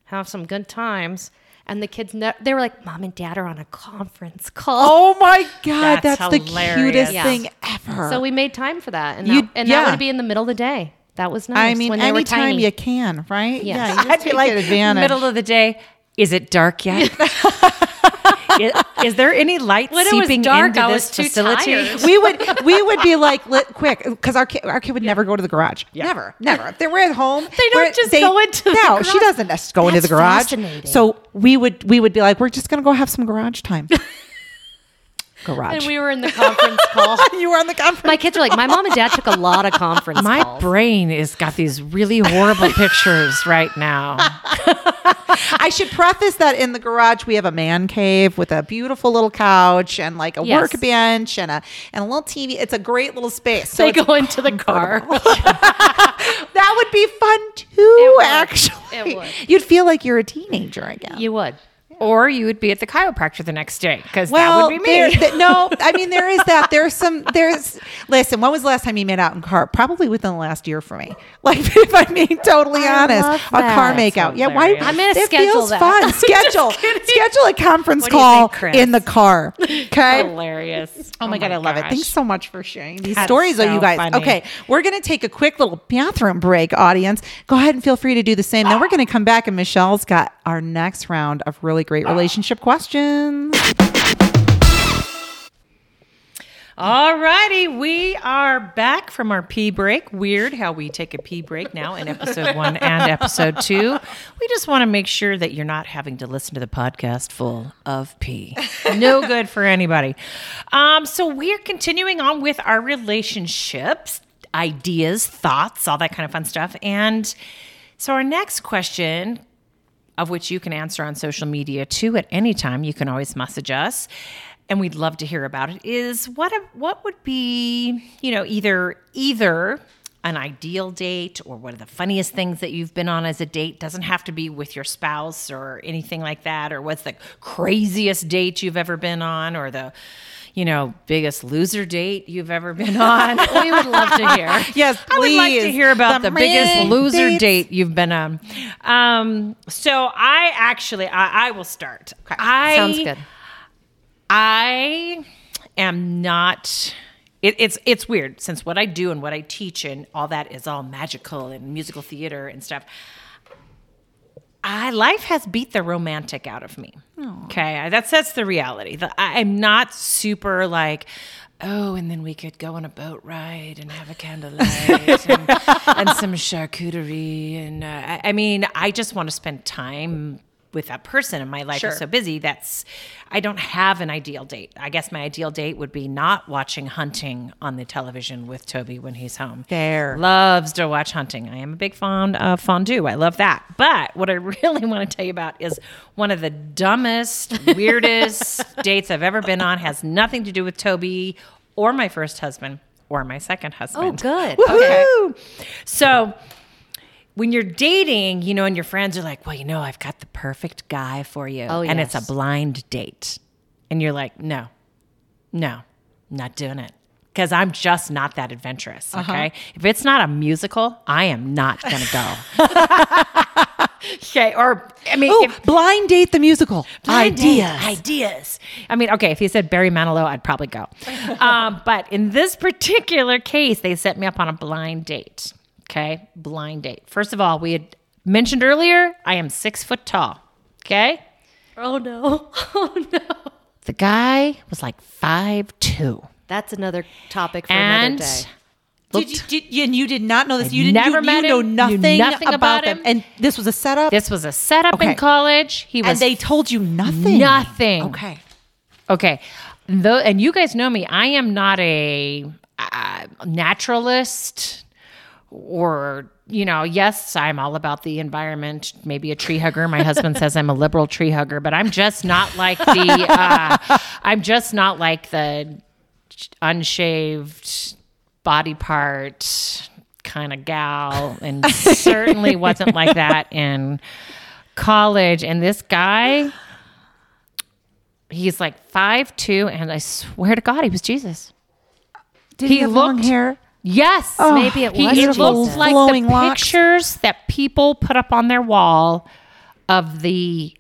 [SPEAKER 2] have some good times, and the kids, ne- they were like, "Mom and Dad are on a conference call."
[SPEAKER 3] Oh my God, that's,
[SPEAKER 1] That's
[SPEAKER 3] the
[SPEAKER 1] hilarious.
[SPEAKER 3] cutest
[SPEAKER 2] Yeah.
[SPEAKER 3] thing ever.
[SPEAKER 2] So we made time for that, and
[SPEAKER 3] You-
[SPEAKER 2] that, and
[SPEAKER 3] yeah.
[SPEAKER 2] that would be in the middle of the day. That was nice.
[SPEAKER 3] I mean,
[SPEAKER 2] when they were
[SPEAKER 3] anytime
[SPEAKER 2] tiny.
[SPEAKER 3] you can,
[SPEAKER 2] Yes.
[SPEAKER 3] right? Yeah, you just take advantage.
[SPEAKER 1] middle of the day. Is it dark yet? is, is there any light
[SPEAKER 2] When it was
[SPEAKER 1] seeping
[SPEAKER 2] dark,
[SPEAKER 1] into
[SPEAKER 2] I
[SPEAKER 1] this
[SPEAKER 2] was too
[SPEAKER 1] facility?
[SPEAKER 2] tired.
[SPEAKER 3] we would we would be like lit quick because our kid our kid would never go to the garage. Never, never. If they were at home, they
[SPEAKER 2] don't just go into the
[SPEAKER 3] no. She
[SPEAKER 2] garage.
[SPEAKER 3] doesn't just go into the
[SPEAKER 2] That's
[SPEAKER 3] garage.
[SPEAKER 2] fascinating.
[SPEAKER 3] So we would we would be like, we're just gonna go have some garage time. garage.
[SPEAKER 2] and we were in the conference call.
[SPEAKER 3] you were on the conference.
[SPEAKER 2] My kids are like, my mom and dad took a lot of conference
[SPEAKER 1] My
[SPEAKER 2] calls.
[SPEAKER 1] brain is got these really horrible pictures right now.
[SPEAKER 3] I should preface that in the garage we have a man cave with a beautiful little couch and like a
[SPEAKER 2] Yes.
[SPEAKER 3] workbench and a and a little TV. It's a great little space. So
[SPEAKER 2] they
[SPEAKER 3] it's-
[SPEAKER 2] go into the car.
[SPEAKER 3] that would be fun too.
[SPEAKER 2] would.
[SPEAKER 3] Actually,
[SPEAKER 2] It would.
[SPEAKER 3] you'd feel like you're a teenager again.
[SPEAKER 2] you would.
[SPEAKER 1] Or you would be at the chiropractor the next day because
[SPEAKER 3] well,
[SPEAKER 1] that would be
[SPEAKER 3] there-
[SPEAKER 1] me.
[SPEAKER 3] th- no, I mean there is that. There's some. There's listen. When was the last time you made out in car? Probably within the last year for me. Like if I'm being totally
[SPEAKER 2] I
[SPEAKER 3] honest,
[SPEAKER 2] love
[SPEAKER 3] a car
[SPEAKER 2] that.
[SPEAKER 3] makeout. Yeah, why?
[SPEAKER 1] hilarious.
[SPEAKER 2] I'm gonna
[SPEAKER 3] it
[SPEAKER 2] schedule
[SPEAKER 3] feels
[SPEAKER 2] that.
[SPEAKER 3] fun. Schedule schedule a conference
[SPEAKER 2] What do you
[SPEAKER 3] call
[SPEAKER 2] think, Chris?
[SPEAKER 3] in the car. Okay.
[SPEAKER 1] Hilarious.
[SPEAKER 3] Oh my god, I love it.
[SPEAKER 1] gosh.
[SPEAKER 3] Thanks so much for sharing these
[SPEAKER 1] That's
[SPEAKER 3] stories, though,
[SPEAKER 1] so
[SPEAKER 3] you guys.
[SPEAKER 1] funny.
[SPEAKER 3] Okay, we're gonna take a quick little bathroom break, audience. Go ahead and feel free to do the same. Then we're gonna come back, and Michelle's got our next round of really great relationship questions.
[SPEAKER 1] All righty, we are back from our pee break. Weird how we take a pee break now in episode one and episode two. We just want to make sure that you're not having to listen to the podcast full of pee. No good for anybody. Um, so we're continuing on with our relationships, ideas, thoughts, all that kind of fun stuff. And so our next question of which you can answer on social media too at any time. You can always message us, and we'd love to hear about it. Is what a, what would be you know either either an ideal date or what are the funniest things that you've been on as a date doesn't have to be with your spouse or anything like that or what's the craziest date you've ever been on or the you know biggest loser date you've ever been on
[SPEAKER 2] We would love to hear.
[SPEAKER 3] Yes,
[SPEAKER 1] I would like to
[SPEAKER 3] please.
[SPEAKER 1] hear about the, biggest
[SPEAKER 3] ring
[SPEAKER 1] loser
[SPEAKER 3] dates.
[SPEAKER 1] date you've been on. Um, so I actually, I, I will start. I
[SPEAKER 2] Sounds good.
[SPEAKER 1] I am not. It, it's it's weird since what I do and what I teach and all that is all magical and musical theater and stuff. I life has beat the romantic out of me. Okay, I- that's that's the reality. The, I, I'm not super like. Oh, and then we could go on a boat ride and have a candlelight and, and some charcuterie. And uh, I, I mean, I just want to spend time with that person, and my life is so busy. That's I don't have an ideal date. I guess my ideal date would be not watching hunting on the television with Toby when he's home.
[SPEAKER 3] Fair.
[SPEAKER 1] Loves to watch hunting. I am a big fond of fondue. I love that. But what I really want to tell you about is one of the dumbest, weirdest dates I've ever been on. Has nothing to do with Toby or my first husband or my second
[SPEAKER 2] Oh,
[SPEAKER 1] husband.
[SPEAKER 2] good.
[SPEAKER 3] Woohoo!
[SPEAKER 1] So when you're dating, you know, and your friends are like, well, you know, I've got the perfect guy for you.
[SPEAKER 2] Oh,
[SPEAKER 1] And it's a
[SPEAKER 2] yes.
[SPEAKER 1] blind date. And you're like, no, no, not doing it. Because I'm just not that adventurous. Okay. If it's not a musical, I am not going to go. okay. Or, I mean,
[SPEAKER 3] Ooh,
[SPEAKER 1] if-
[SPEAKER 3] blind date the musical idea.
[SPEAKER 1] Ideas. I mean, okay, if he said Barry Manilow, I'd probably go. um, but in this particular case, they set me up on a blind date. Okay, blind date. First of all, we had mentioned earlier, I am six foot tall. Okay,
[SPEAKER 2] Oh no. Oh no.
[SPEAKER 1] the guy was like five two,
[SPEAKER 2] That's another topic for
[SPEAKER 1] and
[SPEAKER 2] another day.
[SPEAKER 3] Did you, did you, and you did not know this. You didn't.
[SPEAKER 1] never
[SPEAKER 3] you,
[SPEAKER 1] met
[SPEAKER 3] you know
[SPEAKER 1] him, knew
[SPEAKER 3] nothing,
[SPEAKER 1] nothing
[SPEAKER 3] about,
[SPEAKER 1] about
[SPEAKER 3] them.
[SPEAKER 1] him.
[SPEAKER 3] And this was a setup.
[SPEAKER 1] this was a setup
[SPEAKER 3] Okay.
[SPEAKER 1] in college. He was
[SPEAKER 3] and they told you nothing.
[SPEAKER 1] nothing.
[SPEAKER 3] Okay.
[SPEAKER 1] Okay. Though, and you guys know me, I am not a uh, naturalist or, you know, yes, I'm all about the environment, maybe a tree hugger. My husband says I'm a liberal tree hugger, but I'm just not like the, uh, I'm just not like the unshaved body part kind of gal and certainly wasn't like that in college. And this guy, he's like five two, and I swear to God, he was Jesus.
[SPEAKER 3] Did
[SPEAKER 1] he
[SPEAKER 3] he have long
[SPEAKER 1] looked-
[SPEAKER 3] hair?
[SPEAKER 1] Yes,
[SPEAKER 2] maybe it
[SPEAKER 1] he
[SPEAKER 2] was
[SPEAKER 1] it
[SPEAKER 2] beautiful,
[SPEAKER 1] looked like
[SPEAKER 3] flowing
[SPEAKER 1] the
[SPEAKER 3] locks.
[SPEAKER 1] pictures that people put up on their wall of the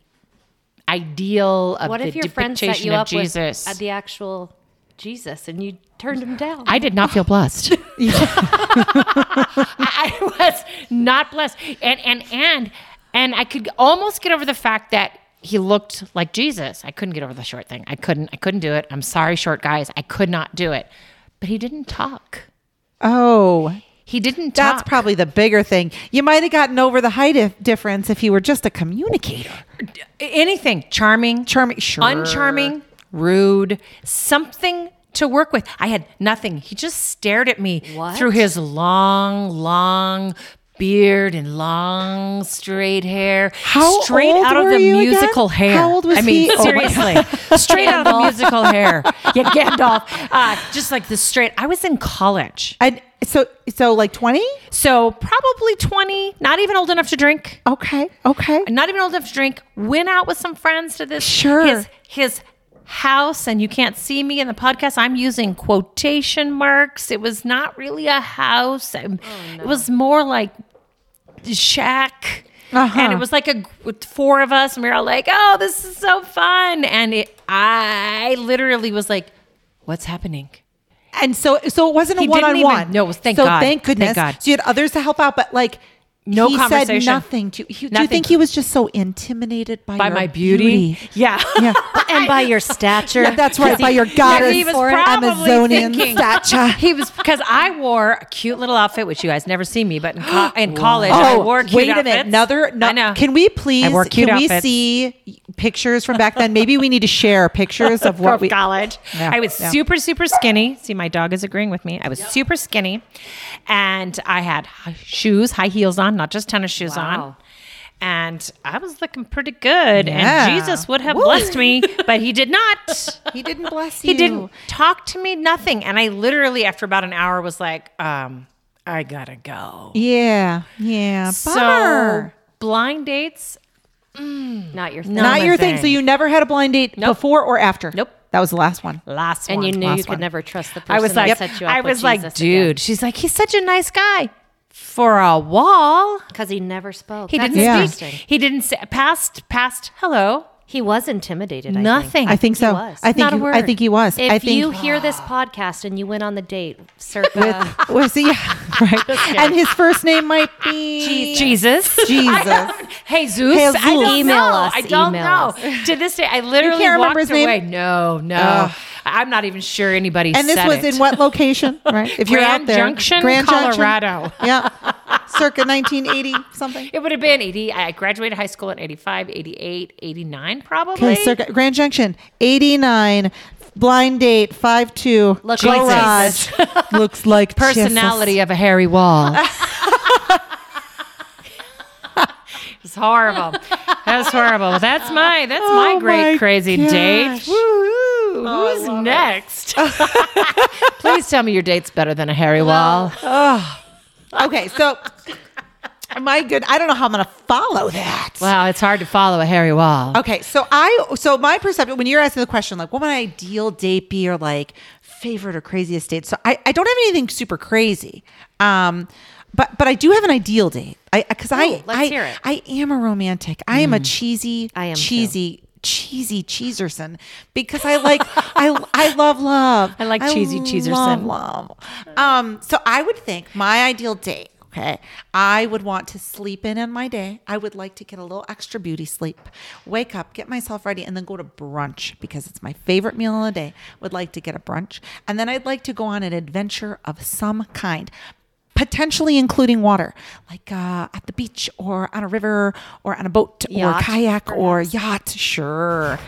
[SPEAKER 1] ideal of
[SPEAKER 2] What
[SPEAKER 1] the
[SPEAKER 2] if your friend
[SPEAKER 1] depiction
[SPEAKER 2] set you
[SPEAKER 1] of
[SPEAKER 2] up
[SPEAKER 1] Jesus.
[SPEAKER 2] with uh, the actual Jesus and you turned him down?
[SPEAKER 1] I did not feel blessed. I was not blessed, and and and and I could almost get over the fact that he looked like Jesus. I couldn't get over the short thing. I couldn't. I couldn't do it. I'm sorry, short guys. I could not do it. But he didn't talk.
[SPEAKER 3] Oh,
[SPEAKER 1] He didn't.
[SPEAKER 3] that's
[SPEAKER 1] talk.
[SPEAKER 3] probably the bigger thing. You might have gotten over the height if- difference if you were just a communicator.
[SPEAKER 1] anything charming,
[SPEAKER 3] Charming- sure.
[SPEAKER 1] uncharming, rude, something to work with. I had nothing. He just stared at me
[SPEAKER 2] What?
[SPEAKER 1] through his long, long beard and long straight hair
[SPEAKER 3] How
[SPEAKER 1] straight
[SPEAKER 3] old
[SPEAKER 1] out of
[SPEAKER 3] were
[SPEAKER 1] the
[SPEAKER 3] you again?
[SPEAKER 1] musical hair
[SPEAKER 3] How old was
[SPEAKER 1] i mean
[SPEAKER 3] he? Oh, wait.
[SPEAKER 1] seriously straight out of the musical hair yeah gandalf uh, just like the straight i was in college
[SPEAKER 3] And so, so like 20?
[SPEAKER 1] so probably 20 not even old enough to drink
[SPEAKER 3] Okay. Okay.
[SPEAKER 1] not even old enough to drink, went out with some friends to this
[SPEAKER 3] Sure.
[SPEAKER 1] his his house and you can't see me in the podcast. I'm using quotation marks. It was not really a house.
[SPEAKER 3] Oh,
[SPEAKER 1] Um, It was more like shack.
[SPEAKER 3] Uh-huh.
[SPEAKER 1] And it was like a g- with four of us and we were all like, "Oh, this is so fun." And it, I literally was like, "What's happening?"
[SPEAKER 3] And so, so it wasn't a
[SPEAKER 1] He didn't
[SPEAKER 3] one on
[SPEAKER 1] even-
[SPEAKER 3] one.
[SPEAKER 1] no, it was- thank
[SPEAKER 3] so
[SPEAKER 1] God. Thank
[SPEAKER 3] Thank goodness.
[SPEAKER 1] God.
[SPEAKER 3] So you had others to help out, but like,
[SPEAKER 1] No
[SPEAKER 3] he said
[SPEAKER 1] conversation.
[SPEAKER 3] nothing to you. Do you
[SPEAKER 1] Nothing.
[SPEAKER 3] think he was just so intimidated by,
[SPEAKER 1] By
[SPEAKER 3] your
[SPEAKER 1] my beauty. Yeah.
[SPEAKER 3] Yeah.
[SPEAKER 2] and by your stature.
[SPEAKER 3] Yeah, that's right. By your goddess,
[SPEAKER 1] he was
[SPEAKER 3] or
[SPEAKER 1] probably
[SPEAKER 3] Amazonian
[SPEAKER 1] thinking-
[SPEAKER 3] stature.
[SPEAKER 1] He was because I wore a cute little outfit, which you guys never see me, but in, co- in college I wore cute
[SPEAKER 3] Oh, wait a
[SPEAKER 1] outfits.
[SPEAKER 3] minute! Another. No,
[SPEAKER 1] I know.
[SPEAKER 3] Can we please?
[SPEAKER 1] I wore cute
[SPEAKER 3] can we
[SPEAKER 1] outfits.
[SPEAKER 3] see pictures from back then? Maybe we need to share pictures of
[SPEAKER 1] from
[SPEAKER 3] what we.
[SPEAKER 1] college?
[SPEAKER 3] Yeah,
[SPEAKER 1] I was
[SPEAKER 3] yeah.
[SPEAKER 1] super super skinny. See, my dog is agreeing with me. I was super skinny, and I had high shoes, high heels on, not just tennis shoes on.
[SPEAKER 2] Wow.
[SPEAKER 1] And I was looking pretty good,
[SPEAKER 3] Yeah.
[SPEAKER 1] and Jesus would have blessed me, but he did not.
[SPEAKER 3] He didn't bless you.
[SPEAKER 1] He didn't talk to me, nothing. And I literally, after about an hour, was like, um, I gotta go.
[SPEAKER 3] Yeah. Yeah.
[SPEAKER 1] So
[SPEAKER 3] bummer.
[SPEAKER 1] blind dates,
[SPEAKER 2] Not your thing.
[SPEAKER 1] No.
[SPEAKER 3] Not
[SPEAKER 1] my
[SPEAKER 3] your thing.
[SPEAKER 1] thing.
[SPEAKER 3] So you never had a blind date before or after.
[SPEAKER 1] Nope.
[SPEAKER 3] That was the last one.
[SPEAKER 1] last
[SPEAKER 2] and
[SPEAKER 1] one.
[SPEAKER 2] you knew you
[SPEAKER 3] last
[SPEAKER 2] could
[SPEAKER 3] one.
[SPEAKER 2] never trust the person
[SPEAKER 1] I was like,
[SPEAKER 2] that set you up
[SPEAKER 1] I was like, dude.
[SPEAKER 2] dude,
[SPEAKER 1] She's like, he's such a nice guy. For a while,
[SPEAKER 2] because he never spoke.
[SPEAKER 1] he
[SPEAKER 2] That's
[SPEAKER 1] didn't
[SPEAKER 3] Yeah.
[SPEAKER 1] speak.
[SPEAKER 2] interesting.
[SPEAKER 1] He didn't say past past hello.
[SPEAKER 2] He was intimidated. I Think.
[SPEAKER 1] Nothing.
[SPEAKER 3] I think so.
[SPEAKER 2] was.
[SPEAKER 3] I think.
[SPEAKER 2] Not a
[SPEAKER 3] he- I think he was.
[SPEAKER 2] If
[SPEAKER 3] I think
[SPEAKER 2] you hear this podcast and you went on the date, uh, circa
[SPEAKER 3] was he? Yeah, right. And his first name might be
[SPEAKER 1] Jesus.
[SPEAKER 3] Jesus.
[SPEAKER 1] Hey Zeus,
[SPEAKER 3] Hey,
[SPEAKER 1] I
[SPEAKER 3] Zeus.
[SPEAKER 1] don't
[SPEAKER 2] Email
[SPEAKER 1] know.
[SPEAKER 2] us,
[SPEAKER 1] I don't
[SPEAKER 2] email
[SPEAKER 1] know. To this day, I literally
[SPEAKER 3] can't
[SPEAKER 1] walked
[SPEAKER 3] remember his name?
[SPEAKER 1] away. No, no,
[SPEAKER 3] Ugh.
[SPEAKER 1] I'm not even sure anybody.
[SPEAKER 3] And this
[SPEAKER 1] said
[SPEAKER 3] was
[SPEAKER 1] it.
[SPEAKER 3] in what location? Right. If you're out
[SPEAKER 1] Grand
[SPEAKER 3] there,
[SPEAKER 1] Junction, Colorado.
[SPEAKER 3] Yeah, circa 1980 something.
[SPEAKER 1] It would have been 80. I graduated high school in 85, 88, 89, probably.
[SPEAKER 3] Okay, circa Grand Junction, 89. Blind date, five two.
[SPEAKER 2] Looks like
[SPEAKER 3] garage. Looks like
[SPEAKER 1] Personality
[SPEAKER 3] Jesus.
[SPEAKER 1] of a hairy wall. it's horrible. That's horrible. But that's my that's my
[SPEAKER 3] Oh
[SPEAKER 1] great
[SPEAKER 3] my
[SPEAKER 1] crazy
[SPEAKER 3] gosh.
[SPEAKER 1] date. Oh, Woo! Who's next? Please tell me your date's better than a hairy wall.
[SPEAKER 3] Okay, so my good. I don't know how I'm going to follow that.
[SPEAKER 1] Wow, it's hard to follow a hairy wall.
[SPEAKER 3] Okay, so I so my perception when you're asking the question like what would my ideal date be or like favorite or craziest date. So I, I don't have anything super crazy. Um but but I do have an ideal date. I cuz I
[SPEAKER 2] Ooh, let's
[SPEAKER 3] I,
[SPEAKER 2] hear it.
[SPEAKER 3] I am a romantic. I am a cheesy
[SPEAKER 2] I am too.
[SPEAKER 3] cheesy cheesy cheeserson because I like I I love love.
[SPEAKER 1] I like cheesy cheeserson.
[SPEAKER 3] love love. Um so I would think my ideal date Okay. I would want to sleep in on my day. I would like to get a little extra beauty sleep. Wake up, get myself ready, and then go to brunch because it's my favorite meal of the day. Would like to get a brunch. And then I'd like to go on an adventure of some kind, potentially including water, like uh, at the beach or on a river or on a boat or
[SPEAKER 2] Yacht,
[SPEAKER 3] kayak or yacht. Sure.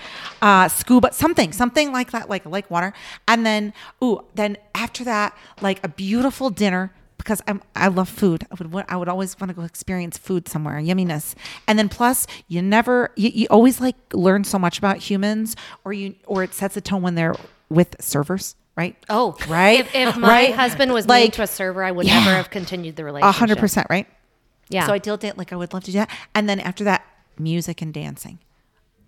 [SPEAKER 3] Uh, scuba, something, something like that, like like water. And then, ooh, then after that, like a beautiful dinner because I'm I love food. I would wa- I would always want to go experience food somewhere, yumminess. And then plus, you never you, you always like learn so much about humans, or you or it sets a tone when they're with servers. right?
[SPEAKER 2] Oh,
[SPEAKER 3] Right?
[SPEAKER 2] If, if my
[SPEAKER 3] Right?
[SPEAKER 2] husband was
[SPEAKER 3] Like-
[SPEAKER 2] mean to a server, I would
[SPEAKER 3] Yeah.
[SPEAKER 2] never have continued the
[SPEAKER 3] A
[SPEAKER 2] relationship.
[SPEAKER 3] hundred percent, right?
[SPEAKER 2] Yeah.
[SPEAKER 3] So I dealt it like I would love to do that, and then after that, music and dancing,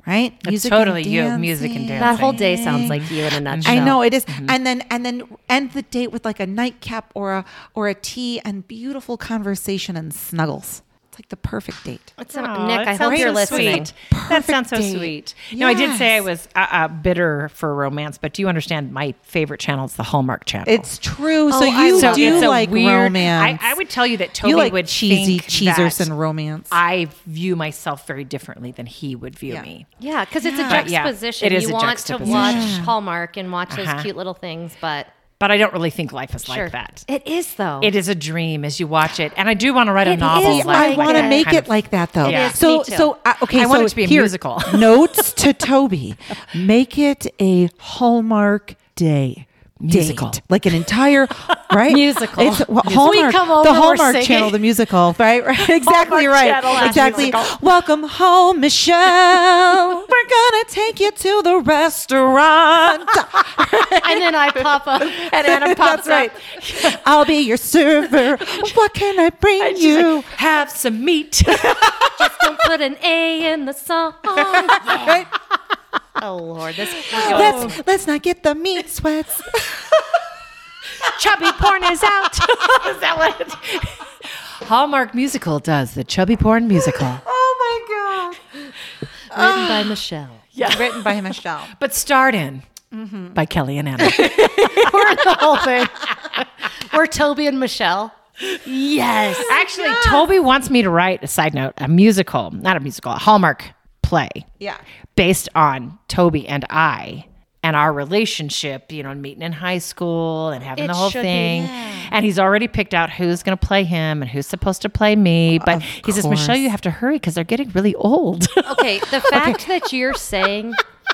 [SPEAKER 3] right? music
[SPEAKER 1] totally you, music and
[SPEAKER 2] that whole
[SPEAKER 1] dancing.
[SPEAKER 2] day sounds like you in a nutshell.
[SPEAKER 3] I know it is.
[SPEAKER 1] Mm-hmm.
[SPEAKER 3] and then and then end the date with like a nightcap or a or a tea and beautiful conversation and snuggles. It's like the perfect date.
[SPEAKER 2] It's a-
[SPEAKER 1] Aw,
[SPEAKER 2] Nick,
[SPEAKER 1] that
[SPEAKER 2] I hope
[SPEAKER 1] sounds
[SPEAKER 2] you're
[SPEAKER 1] so
[SPEAKER 2] listening.
[SPEAKER 1] Sweet. That sounds so
[SPEAKER 3] date.
[SPEAKER 1] sweet. No, I did say I
[SPEAKER 3] Yes.
[SPEAKER 1] was uh, uh, bitter for romance, but do you understand my favorite channel is the Hallmark channel?
[SPEAKER 3] It's true.
[SPEAKER 2] Oh,
[SPEAKER 3] so
[SPEAKER 2] I
[SPEAKER 3] you
[SPEAKER 2] love
[SPEAKER 3] do
[SPEAKER 2] it.
[SPEAKER 1] it's a
[SPEAKER 3] like
[SPEAKER 1] weird-
[SPEAKER 3] romance.
[SPEAKER 1] I, I would tell you that Toby
[SPEAKER 3] you like
[SPEAKER 1] would
[SPEAKER 3] cheesy
[SPEAKER 1] think
[SPEAKER 3] cheesers
[SPEAKER 1] that
[SPEAKER 3] and romance.
[SPEAKER 1] I view myself very differently than he would view
[SPEAKER 3] Yeah.
[SPEAKER 1] me.
[SPEAKER 2] Yeah, because it's a
[SPEAKER 1] But yeah,
[SPEAKER 2] juxtaposition.
[SPEAKER 1] it is
[SPEAKER 2] you
[SPEAKER 1] a
[SPEAKER 2] want
[SPEAKER 1] juxtaposition.
[SPEAKER 2] to watch Hallmark and watch
[SPEAKER 1] Uh-huh.
[SPEAKER 2] those cute little things, but
[SPEAKER 1] But I don't really think life is
[SPEAKER 2] sure.
[SPEAKER 1] like that.
[SPEAKER 2] It is though.
[SPEAKER 1] It is a dream as you watch it, and I do want to write a
[SPEAKER 2] It
[SPEAKER 1] novel.
[SPEAKER 2] is
[SPEAKER 3] See,
[SPEAKER 1] like
[SPEAKER 3] I
[SPEAKER 2] like
[SPEAKER 3] want
[SPEAKER 2] that.
[SPEAKER 3] to make
[SPEAKER 1] kind
[SPEAKER 3] it
[SPEAKER 1] of-
[SPEAKER 3] like that though.
[SPEAKER 1] Yeah. is,
[SPEAKER 3] So
[SPEAKER 2] me too.
[SPEAKER 3] so uh, okay.
[SPEAKER 1] I want
[SPEAKER 3] so
[SPEAKER 1] it to be a
[SPEAKER 3] here,
[SPEAKER 1] musical.
[SPEAKER 3] notes to Toby: make it a Hallmark day.
[SPEAKER 1] Musical.
[SPEAKER 3] date. like an entire right
[SPEAKER 2] Musical.
[SPEAKER 3] It's, well,
[SPEAKER 2] We
[SPEAKER 3] Hallmark,
[SPEAKER 2] come over,
[SPEAKER 3] the
[SPEAKER 2] we're
[SPEAKER 3] Hallmark
[SPEAKER 2] singing.
[SPEAKER 3] Channel, the musical, right? Right, exactly
[SPEAKER 1] Hallmark
[SPEAKER 3] right,
[SPEAKER 1] Channel, the
[SPEAKER 3] exactly.
[SPEAKER 1] musical.
[SPEAKER 3] Welcome home, Michelle. We're gonna take you to the restaurant.
[SPEAKER 2] and then I pop up and Anna pops
[SPEAKER 3] That's right. I'll be your server. What can I bring you?
[SPEAKER 1] Have some meat.
[SPEAKER 2] up. Don't put an A in the song.
[SPEAKER 3] Right?
[SPEAKER 2] Oh Lord, this
[SPEAKER 3] Let's let's not get the meat sweats.
[SPEAKER 1] chubby porn is out. is that what? It, Hallmark musical does the chubby porn musical,
[SPEAKER 3] Oh my
[SPEAKER 2] written by Michelle.
[SPEAKER 3] god! Written by Michelle.
[SPEAKER 1] but starred in by Kelly and Anna.
[SPEAKER 2] We're the whole thing. We're Toby and Michelle. Yes.
[SPEAKER 1] Actually, Toby wants me to write a side note, a musical, not a musical, a Hallmark play
[SPEAKER 3] Yeah.
[SPEAKER 1] based on Toby and I and our relationship, you know, and meeting in high school and having
[SPEAKER 2] It
[SPEAKER 1] the whole
[SPEAKER 2] should be,
[SPEAKER 1] thing. And he's already picked out who's going to play him and who's supposed to play me. But he says, Michelle, you have to hurry because they're getting really old.
[SPEAKER 2] Okay, the fact that you're saying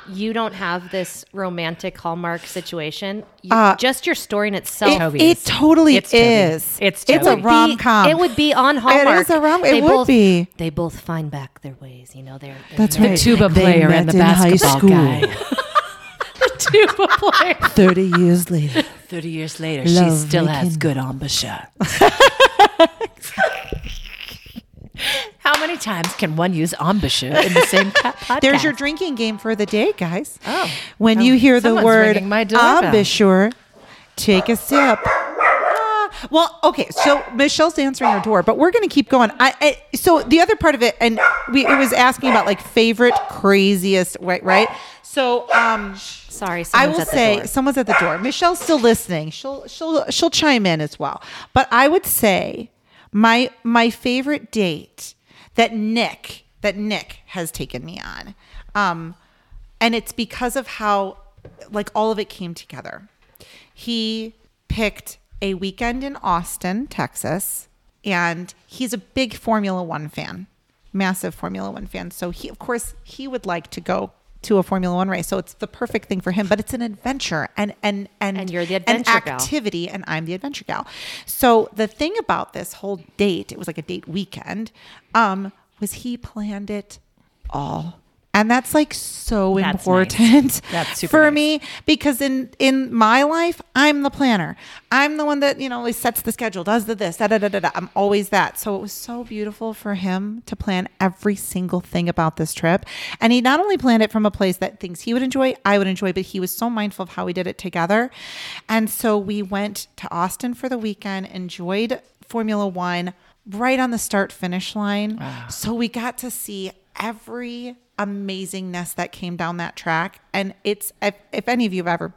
[SPEAKER 2] you don't have this romantic Hallmark situation, you,
[SPEAKER 3] Uh,
[SPEAKER 2] just your story in itself.
[SPEAKER 3] It,
[SPEAKER 1] Toby's.
[SPEAKER 3] it totally
[SPEAKER 1] It's Toby.
[SPEAKER 3] is.
[SPEAKER 1] It's
[SPEAKER 3] it's a
[SPEAKER 1] Toby.
[SPEAKER 2] would be-
[SPEAKER 3] rom com.
[SPEAKER 2] It would be on Hallmark.
[SPEAKER 3] is a rom- it
[SPEAKER 2] They
[SPEAKER 3] would
[SPEAKER 2] both-
[SPEAKER 3] be.
[SPEAKER 2] They both find back their ways. You know, they're, they're
[SPEAKER 3] That's
[SPEAKER 1] the
[SPEAKER 3] right.
[SPEAKER 1] tuba
[SPEAKER 3] They
[SPEAKER 1] player and
[SPEAKER 3] met
[SPEAKER 1] the
[SPEAKER 3] in high
[SPEAKER 1] basketball
[SPEAKER 3] school.
[SPEAKER 1] guy. tuba player.
[SPEAKER 3] Thirty years later.
[SPEAKER 1] 30 years later,
[SPEAKER 3] Love
[SPEAKER 1] she still has
[SPEAKER 3] making-
[SPEAKER 1] good embouchure. How many times can one use embouchure in the same po- podcast?
[SPEAKER 3] There's your drinking game for the day, guys. Oh. When you hear the
[SPEAKER 1] someone's
[SPEAKER 3] word
[SPEAKER 1] ringing my doorbell.
[SPEAKER 3] embouchure, take a sip. Ah, Well, okay, so Michelle's answering her door, but we're going to keep going. I, I so the other part of it, and we it was asking about like favorite craziest, right? Right. So, um,
[SPEAKER 2] sorry.
[SPEAKER 3] I
[SPEAKER 2] someone's
[SPEAKER 3] will
[SPEAKER 2] at the
[SPEAKER 3] say
[SPEAKER 2] door.
[SPEAKER 3] someone's at the door. Michelle's still listening. She'll she'll she'll chime in as well. But I would say my my favorite date that Nick that Nick has taken me on, um, and it's because of how like all of it came together. He picked a weekend in Austin, Texas, and he's a big Formula One fan, massive Formula One fan. So he, of course, he would like to go to a Formula One race. So it's the perfect thing for him. But it's an adventure, and and and
[SPEAKER 2] And you're the
[SPEAKER 3] an
[SPEAKER 2] adventure gal.
[SPEAKER 3] activity, and I'm the adventure gal. So the thing about this whole date, it was like a date weekend, um, was he planned it all. And that's like so
[SPEAKER 1] That's nice.
[SPEAKER 3] important
[SPEAKER 1] That's super
[SPEAKER 3] for
[SPEAKER 1] nice.
[SPEAKER 3] me me because in in my life I'm the planner. I'm the one that you know always sets the schedule, does the this, da da da da. da. I'm always that. So it was so beautiful for him to plan every single thing about this trip, and he not only planned it from a place that things he would enjoy, I would enjoy, but he was so mindful of how we did it together, and so we went to Austin for the weekend, enjoyed Formula One right on the start finish line. So we got to see every amazingness that came down that track. And it's, if, if any of you have ever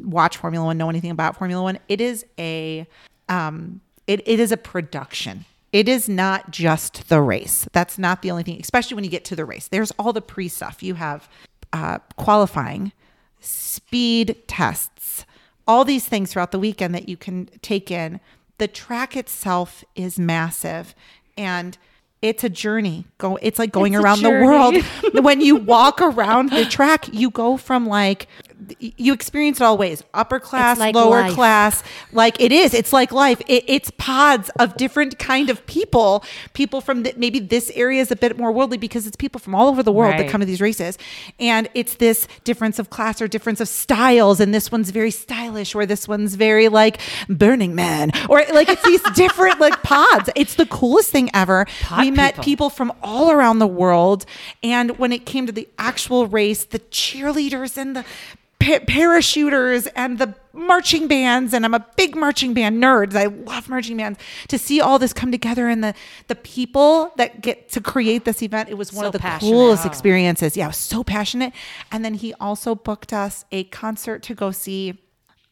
[SPEAKER 3] watched Formula One, know anything about Formula One, it is a, um, it, it is a production. It is not just the race. That's not the only thing, especially when you get to the race. There's all the pre stuff. You have uh, qualifying, speed tests, all these things throughout the weekend that you can take in. The track itself is massive and it's a journey. Go it's like going around the world. when you walk around the track, you go from like you experience it all ways upper class
[SPEAKER 2] like
[SPEAKER 3] lower
[SPEAKER 2] life.
[SPEAKER 3] class like it is it's like life it, it's pods of different kind of people people from the, maybe this area is a bit more worldly because it's people from all over the world that
[SPEAKER 1] Right.
[SPEAKER 3] come to these races and it's this difference of class or difference of styles and this one's very stylish or this one's very like burning man or like it's these different like pods it's the coolest thing ever we met
[SPEAKER 1] people.
[SPEAKER 3] people people from all around the world. And when it came to the actual race, the cheerleaders and the pa- parachuters and the marching bands and I'm a big marching band nerd. I love marching bands. To see all this come together and the the people that get to create this event, it was one
[SPEAKER 2] So
[SPEAKER 3] of the
[SPEAKER 2] passionate.
[SPEAKER 3] coolest experiences. Yeah, I was so passionate. And then he also booked us a concert to go see